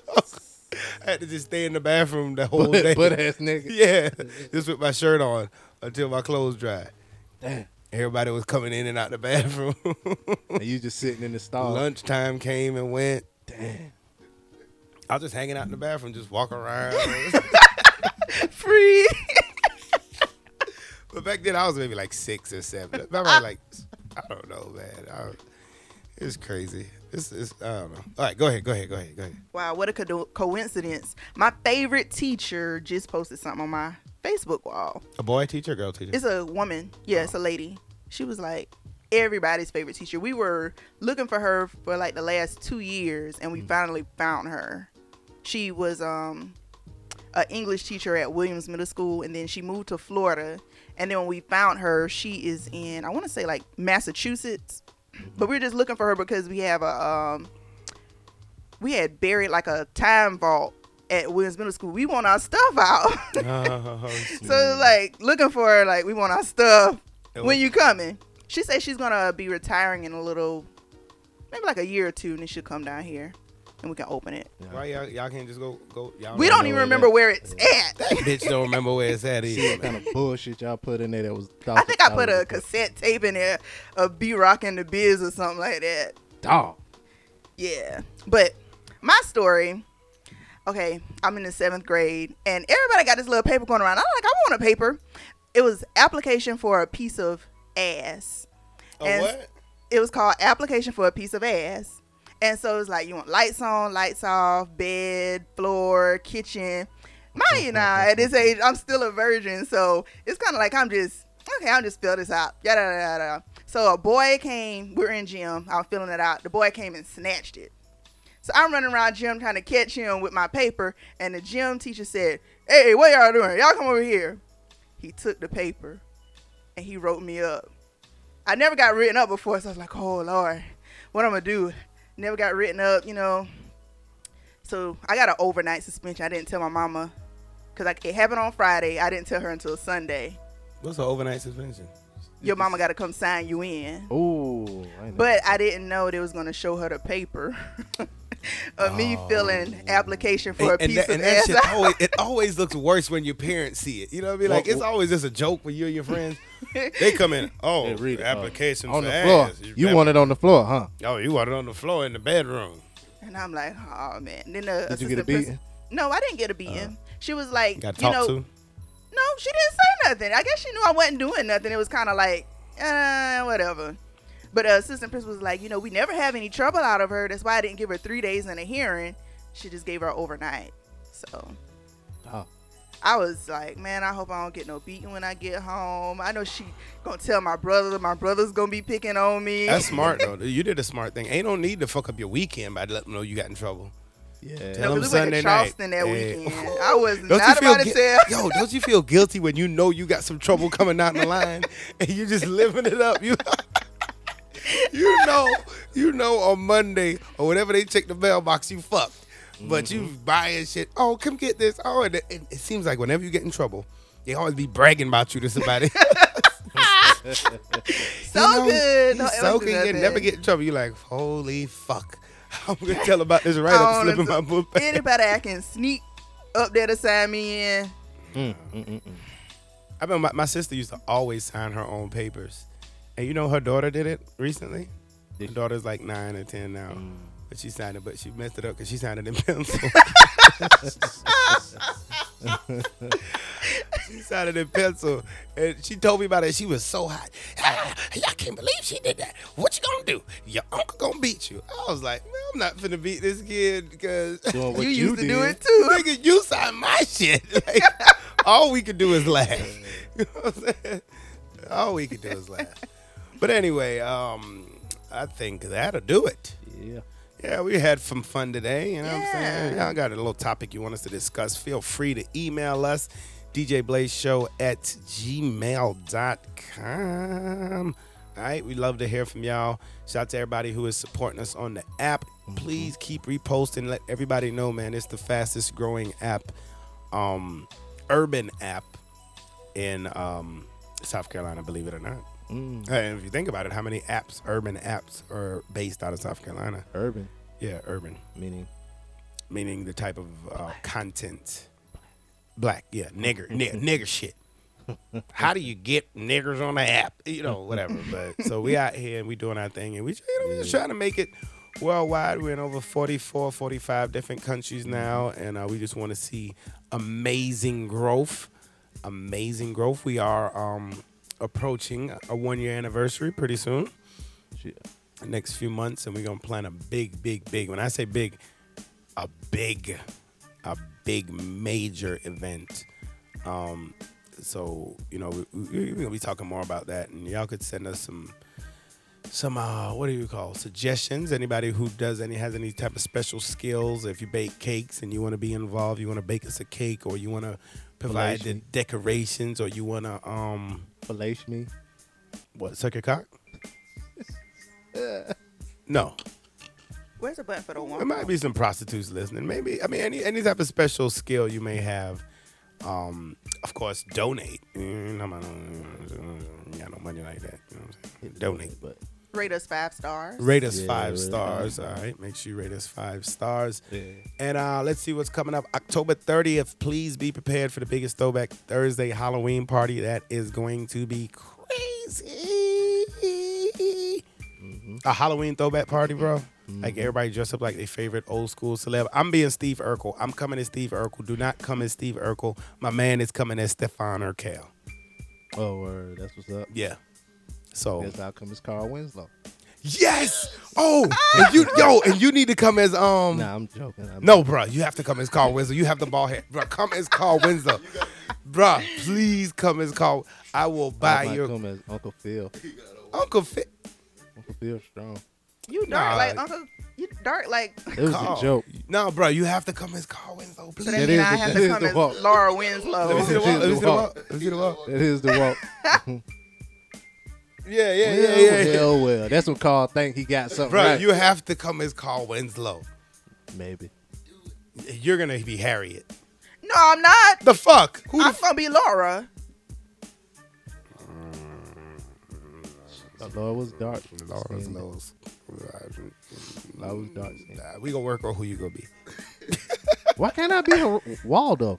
Speaker 1: I had to just stay in the bathroom the whole day.
Speaker 2: Butt, butt ass nigga.
Speaker 1: yeah, just with my shirt on until my clothes dried. Everybody was coming in and out the bathroom.
Speaker 2: And you just sitting in the stall.
Speaker 1: Lunchtime came and went. I was just hanging out in the bathroom, just walking around.
Speaker 3: Free.
Speaker 1: But back then I was maybe like six or seven. Probably like I don't know, man. I don't- it's crazy. It's, it's I don't know. All right, go ahead, go ahead, go ahead, go ahead.
Speaker 3: Wow, what a co- coincidence. My favorite teacher just posted something on my Facebook wall.
Speaker 1: A boy teacher, girl teacher.
Speaker 3: It's a woman. Yeah, it's a lady. She was like everybody's favorite teacher. We were looking for her for like the last two years, and we finally found her. She was um an English teacher at Williams Middle School, and then she moved to Florida. And then when we found her, she is in I want to say like Massachusetts, but we were just looking for her because we have a um we had buried like a time vault at Williams Middle School. We want our stuff out.
Speaker 1: Uh,
Speaker 3: So it's like looking for her, like we want our stuff.
Speaker 1: It was-
Speaker 3: when you coming? She says she's gonna be retiring in a little, maybe like a year or two, and then she'll come down here. and we can open it.
Speaker 1: Why y'all, y'all can't just go go? Y'all
Speaker 3: We don't e- even remember where it's at.
Speaker 1: That bitch don't remember where it's at
Speaker 2: See
Speaker 1: either.
Speaker 2: what kind of bullshit y'all put in there that was.
Speaker 3: I think I put a cassette tape in there of B Rock and the Biz or something like that.
Speaker 2: dog.
Speaker 3: Yeah. But my story, okay, I'm in the seventh grade and everybody got this little paper going around. I'm like, I want a paper. It was application for a piece of ass.
Speaker 1: A what?
Speaker 3: It was called application for a piece of ass. And so it was like you want lights on, lights off, bed, floor, kitchen. Mine and I at this age, I'm still a virgin, so it's kind of like I'm just okay. I'll just fill this out. Yada yada yada. So a boy came. We're in gym. I'm filling it out. The boy came and snatched it. So I'm running around gym trying to catch him with my paper, and the gym teacher said, "Hey, what y'all doing? Y'all come over here." He took the paper, and he wrote me up. I never got written up before, so I was like, "Oh Lord, what I'm gonna do?" Never got written up, you know. So I got an overnight suspension. I didn't tell my mama because like, it happened on Friday. I didn't tell her until Sunday.
Speaker 1: What's an overnight suspension?
Speaker 3: Your mama got to come sign you in.
Speaker 2: Ooh.
Speaker 3: But I didn't know they was gonna show her the paper of me filling application for a
Speaker 1: Oh. and
Speaker 3: piece
Speaker 1: that,
Speaker 3: of
Speaker 1: and that
Speaker 3: ass.
Speaker 1: shit always, it always looks worse when your parents see it. You know what I mean? Like
Speaker 2: Well,
Speaker 1: it's always just a joke when you and your friends. They come in. Oh, application
Speaker 2: on
Speaker 1: for
Speaker 2: the floor.
Speaker 1: ass.
Speaker 2: You want it on the floor, huh?
Speaker 1: Oh, you want it on the floor in the bedroom.
Speaker 3: And I'm like, oh man. Then the
Speaker 2: Did you get a
Speaker 3: assistant princi-
Speaker 2: beating?
Speaker 3: No, I didn't get a beating.
Speaker 1: Oh.
Speaker 3: she was like,
Speaker 1: Got
Speaker 3: you
Speaker 1: talked
Speaker 3: know,
Speaker 1: to.
Speaker 3: no, she didn't say nothing. I guess she knew I wasn't doing nothing. It was kind of like, uh, whatever. But uh, assistant principal was like, you know, we never have any trouble out of her. That's why I didn't give her three days in a hearing. She just gave her overnight. So
Speaker 2: Oh.
Speaker 3: I was like, man, I hope I don't get no beating when I get home. I know she gonna tell my brother. My brother's gonna be picking on me.
Speaker 1: That's smart though. You did a smart thing. Ain't no need to fuck up your weekend by letting them know you got in trouble.
Speaker 2: Yeah.
Speaker 1: Tell them
Speaker 3: we went
Speaker 1: Sunday night.
Speaker 3: to Charleston that
Speaker 1: Yeah.
Speaker 3: weekend. I was
Speaker 1: Don't you
Speaker 3: not
Speaker 1: feel
Speaker 3: about to
Speaker 1: gui-
Speaker 3: tell.
Speaker 1: Yo, don't you feel guilty when you know you got some trouble coming out in the line and you just living it up? You You know, you know on Monday or whenever they check the mailbox, you fucked. But you
Speaker 3: Mm-hmm.
Speaker 1: buying shit. Oh, come get this. Oh, and it, it, it seems like whenever you get in trouble, they always be bragging about you to somebody.
Speaker 3: so good. No,
Speaker 1: You
Speaker 3: it
Speaker 1: so
Speaker 3: wasn't
Speaker 1: good. You
Speaker 3: nothing.
Speaker 1: never get in trouble. You're like, holy fuck. I'm gonna tell about this right
Speaker 3: I
Speaker 1: up
Speaker 3: don't
Speaker 1: slip in
Speaker 3: know.
Speaker 1: my book. bag.
Speaker 3: Anybody I can sneak up there to sign me in.
Speaker 1: I remember my, my sister used to always sign her own papers. And you know her daughter did it recently? Her daughter's like nine or ten now. But she signed it, but she messed it up because she signed it in pencil. she signed it in pencil. And she told me about it. She was so hot. "Ah, I can't believe she did that. What you gonna do? Your uncle gonna beat you. I was like, man, I'm not finna beat this kid because
Speaker 2: Doing what You
Speaker 3: you used to do did. it
Speaker 1: too. Nigga, you signed my shit. Like, all we could do is laugh. You know what I'm saying? All we could do is laugh. But anyway, um, I think that'll do it.
Speaker 2: Yeah.
Speaker 1: Yeah, we had some fun today. You know what I'm saying? Y'all got a little topic you want us to discuss. Feel free to email us, djblazeshow at gmail.com. All right, we love to hear from y'all. Shout out to everybody who is supporting us on the app. Please keep reposting. Let everybody know, man, it's the fastest growing app, um, urban app in um, South Carolina, believe it or not.
Speaker 2: Mm.
Speaker 1: Hey, if you think about it, how many apps, urban apps, are based out of South Carolina?
Speaker 2: Urban.
Speaker 1: Yeah, urban,
Speaker 2: Meaning.
Speaker 1: meaning the type of uh, content. Black, yeah, nigger, ni- nigger shit. How do you get niggers on the app? You know, whatever. But so we out here and we doing our thing and we, you know, we just trying to make it worldwide. We're in over 44, 45 different countries now, and uh, we just want to see amazing growth. Amazing growth. We are um, approaching a one year anniversary pretty soon next few months, and we're gonna plan a big, big, big. When I say big, a big, a big major event. Um, so you know, we, we, are gonna be talking more about that, and y'all could send us some, some uh, what do you call suggestions? Anybody who does any has any type of special skills? If you bake cakes and you want to be involved, you want to bake us a cake, or you want to provide the decorations, or you want to um,
Speaker 2: Fellation me.
Speaker 1: what suck your cock? No.
Speaker 3: Where's the button for the
Speaker 1: There
Speaker 3: one?
Speaker 1: might be some prostitutes listening. Maybe I mean any any type of special skill you may have. Um, of course, donate. Mm, I'm not- I don't got no money like that. You know what I'm saying? Donate,
Speaker 2: but
Speaker 3: Rate us five stars.
Speaker 1: Rate us
Speaker 3: Yeah,
Speaker 1: five
Speaker 3: rate us
Speaker 1: stars.
Speaker 3: five.
Speaker 1: All right. Make sure you rate us five stars. And uh, let's see what's coming up. October 30th. Please be prepared for the biggest throwback Thursday Halloween party. That is going to be crazy. A Halloween throwback party, bro. Like everybody dressed up like their favorite old school celeb. I'm being Steve Urkel. I'm coming as Steve Urkel. Do not come as Steve Urkel. My man is coming as Stefan Urkel.
Speaker 2: Oh, word. That's what's up.
Speaker 1: Yeah. So
Speaker 2: Guess how come it's Carl Winslow.
Speaker 1: Mm-hmm. Yes. Oh, and you yo, and you need to come as um.
Speaker 2: Nah, I'm joking. I'm
Speaker 1: no, bruh, you have to come as Carl Winslow. You have the ball head, bruh. Come as Carl Winslow, bruh. Please come as Carl. I will buy
Speaker 2: I might
Speaker 1: your
Speaker 2: come as Uncle Phil.
Speaker 1: Uncle Phil.
Speaker 2: Uncle Phil strong.
Speaker 3: You dark
Speaker 1: Nah.
Speaker 3: like Uncle. You dark like.
Speaker 2: It was
Speaker 1: Carl.
Speaker 2: a joke.
Speaker 1: No, bruh, you have to come as Carl Winslow. Please.
Speaker 3: So that means I have to come as Laura Winslow.
Speaker 1: Let me see the walk. Let me see the walk. Let me see the walk.
Speaker 2: It is the walk.
Speaker 1: Yeah, yeah, yeah,
Speaker 2: well,
Speaker 1: yeah.
Speaker 2: Well, well. That's what Carl think he got something
Speaker 1: Bruh,
Speaker 2: right.
Speaker 1: you have to come as Carl Winslow.
Speaker 2: Maybe.
Speaker 1: You're gonna be Harriet.
Speaker 3: No, I'm not.
Speaker 1: The fuck? Who
Speaker 3: I'm gonna be Laura.
Speaker 2: Laura was dark.
Speaker 1: Laura's
Speaker 2: Seen it.
Speaker 1: lows.
Speaker 2: Laura was dark. skin.
Speaker 1: Nah, we gonna work on who you gonna be.
Speaker 2: Why can't I be a Waldo?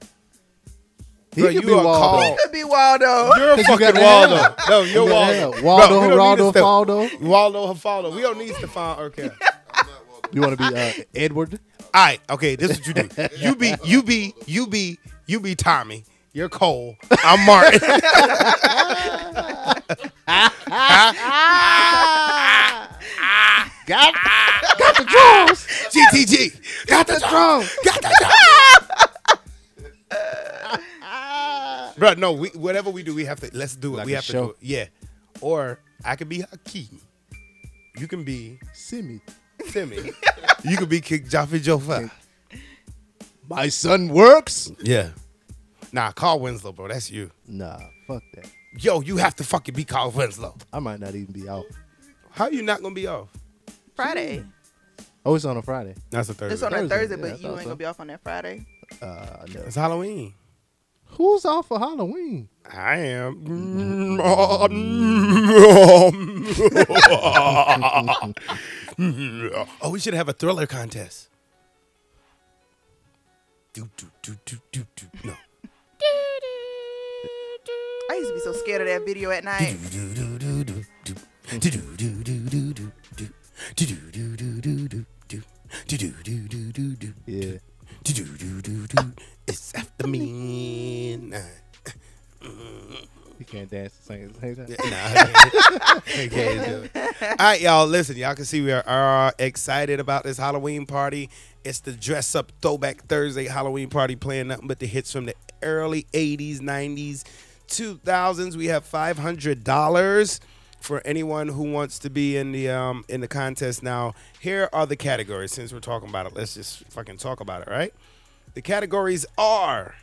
Speaker 2: He
Speaker 1: Bruh,
Speaker 2: could
Speaker 1: you
Speaker 2: be
Speaker 1: are
Speaker 2: Waldo.
Speaker 1: called-
Speaker 3: You could be Waldo.
Speaker 1: You're a
Speaker 2: got
Speaker 1: fucking
Speaker 2: the
Speaker 1: Waldo.
Speaker 2: hell.
Speaker 1: No, you're
Speaker 2: You got the
Speaker 1: Waldo.
Speaker 2: hell. Waldo,
Speaker 1: we don't need
Speaker 2: Geraldo,
Speaker 1: to step-
Speaker 2: Faldo.
Speaker 1: Waldo, Geraldo, We don't need Stefan Urkel.
Speaker 2: You want to be uh, Edward?
Speaker 1: All right, okay, this is what you do. You be, you be, you be, you be Tommy. You're Cole. I'm Martin.
Speaker 2: Got, got the draws.
Speaker 1: GTG. Got the
Speaker 2: Strong.
Speaker 1: Got the Bro, no, we, whatever we do, we have to, let's do it.
Speaker 2: Like
Speaker 1: we
Speaker 2: a
Speaker 1: have
Speaker 2: show.
Speaker 1: to do it. Yeah. Or I could be Hakeem. You can be
Speaker 2: Simi.
Speaker 1: Timmy. you could be Kick Joffy Jofa.
Speaker 2: My son works.
Speaker 1: Yeah. Nah, Carl Winslow, bro. That's you.
Speaker 2: Nah, fuck that.
Speaker 1: Yo, you have to fucking be Carl Winslow.
Speaker 2: I might not even be out.
Speaker 1: How you not gonna be off?
Speaker 3: Friday.
Speaker 2: Oh, it's on a Friday.
Speaker 1: That's a Thursday.
Speaker 3: It's on a
Speaker 2: Thursday,
Speaker 3: Thursday,
Speaker 2: yeah, I
Speaker 3: but you
Speaker 2: thought
Speaker 3: ain't
Speaker 2: so.
Speaker 3: gonna be off on that Friday.
Speaker 2: Uh, no.
Speaker 1: It's Halloween.
Speaker 2: Who's off for Halloween?
Speaker 1: I am. oh, we should have a thriller contest. Do, do, do, do, do, do. No.
Speaker 3: I used to be so scared of that video at night.
Speaker 1: Do, do, do, do, do. Do, do, do, do, do, do, do. Do, do, do, do, do, do, do. Do, do, do, do, do, do.
Speaker 2: Yeah.
Speaker 1: Do, do, do, do, do. It's after midnight.
Speaker 2: You can't dance and sing at the same time.
Speaker 1: Nah, I can't. I can't do it. All right, y'all. Listen, y'all can see we are uh, excited about this Halloween party. It's the dress up throwback Thursday Halloween party, playing nothing but the hits from the early '80s, '90s, 2000s. We have five hundred dollars for anyone who wants to be in the um, in the contest. Now, here are the categories. Since we're talking about it, let's just fucking talk about it, right? The categories are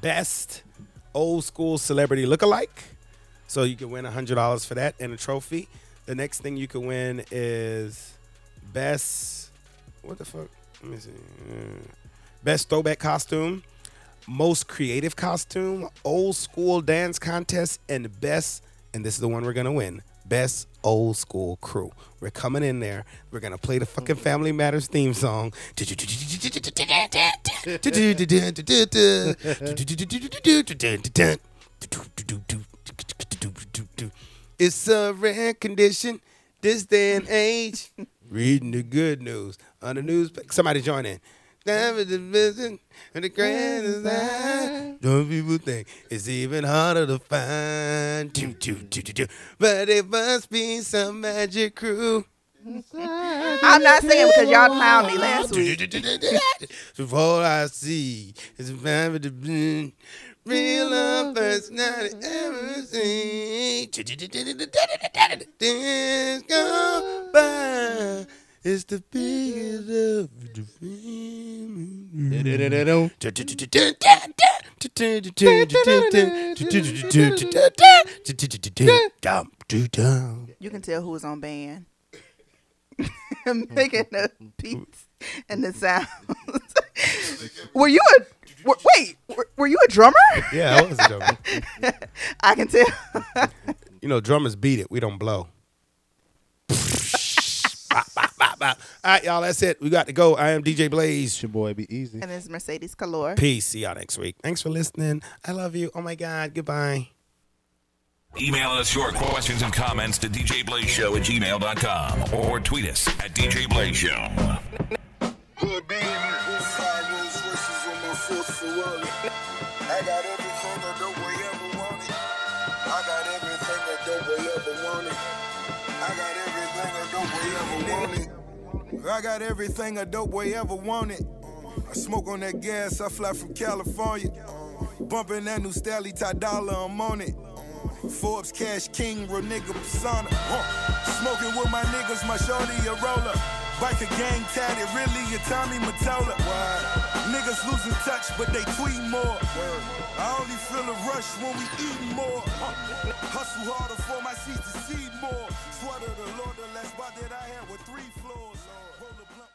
Speaker 1: best old school celebrity lookalike. So you can win hundred dollars for that and a trophy. The next thing you can win is best what the fuck? Let me see. Mm. Best throwback costume, most creative costume, old school dance contest, and best. And this is the one we're gonna win. Best old school crew. We're coming in there. We're gonna play the fucking Family Matters theme song. It's a rare condition this day and age. Reading the good news on the newspaper. Somebody join in. That was the vision and the grand design. Some people think it's even harder to find. Do, do, do, do, do. But it must be some magic crew.
Speaker 3: I'm not singing because y'all clowned me last week.
Speaker 1: So all I see is a man with a blend. Real love first night I ever seen. Days gone by. It's the biggest of the family.
Speaker 2: Da-da-da-da-dum.
Speaker 1: Dum, doo, dum.
Speaker 3: You can tell who was on band. Making the beats and the sounds. were you a were, wait? Were, were you a drummer?
Speaker 1: Yeah, I was a drummer.
Speaker 3: I can tell.
Speaker 1: You know, drummers beat it. We don't blow. bop. All right, y'all, that's it. We got to go. I am DJ Blaze. It's
Speaker 2: your boy, be easy.
Speaker 3: And it's Mercedes Calor.
Speaker 1: Peace. See y'all next week. Thanks for listening. I love you. Oh my God. Goodbye.
Speaker 5: Email us your questions and comments to djblazeshow at gmail.com or tweet us at djblazeshow.
Speaker 11: Good being these five Rolls Royces on my fourth Ferrari. I got everything a dope ever wanted. I got everything a dope ever wanted. I got everything a dope ever wanted. I got everything a dope boy ever wanted. I smoke on that gas, I fly from California. Bumping that new Stally Ty Dolla, I'm on it. Forbes Cash King, real nigga persona. Huh. Smoking with my niggas, my shorty a roller. Biker gang tatted, really a Tommy Matola. Niggas losing touch, but they tweet more. I only feel a rush when we eat more. Huh. Hustle harder for my seeds to see more. Sweater the Lord, the last spot that I had with three floors. Roll a blunt.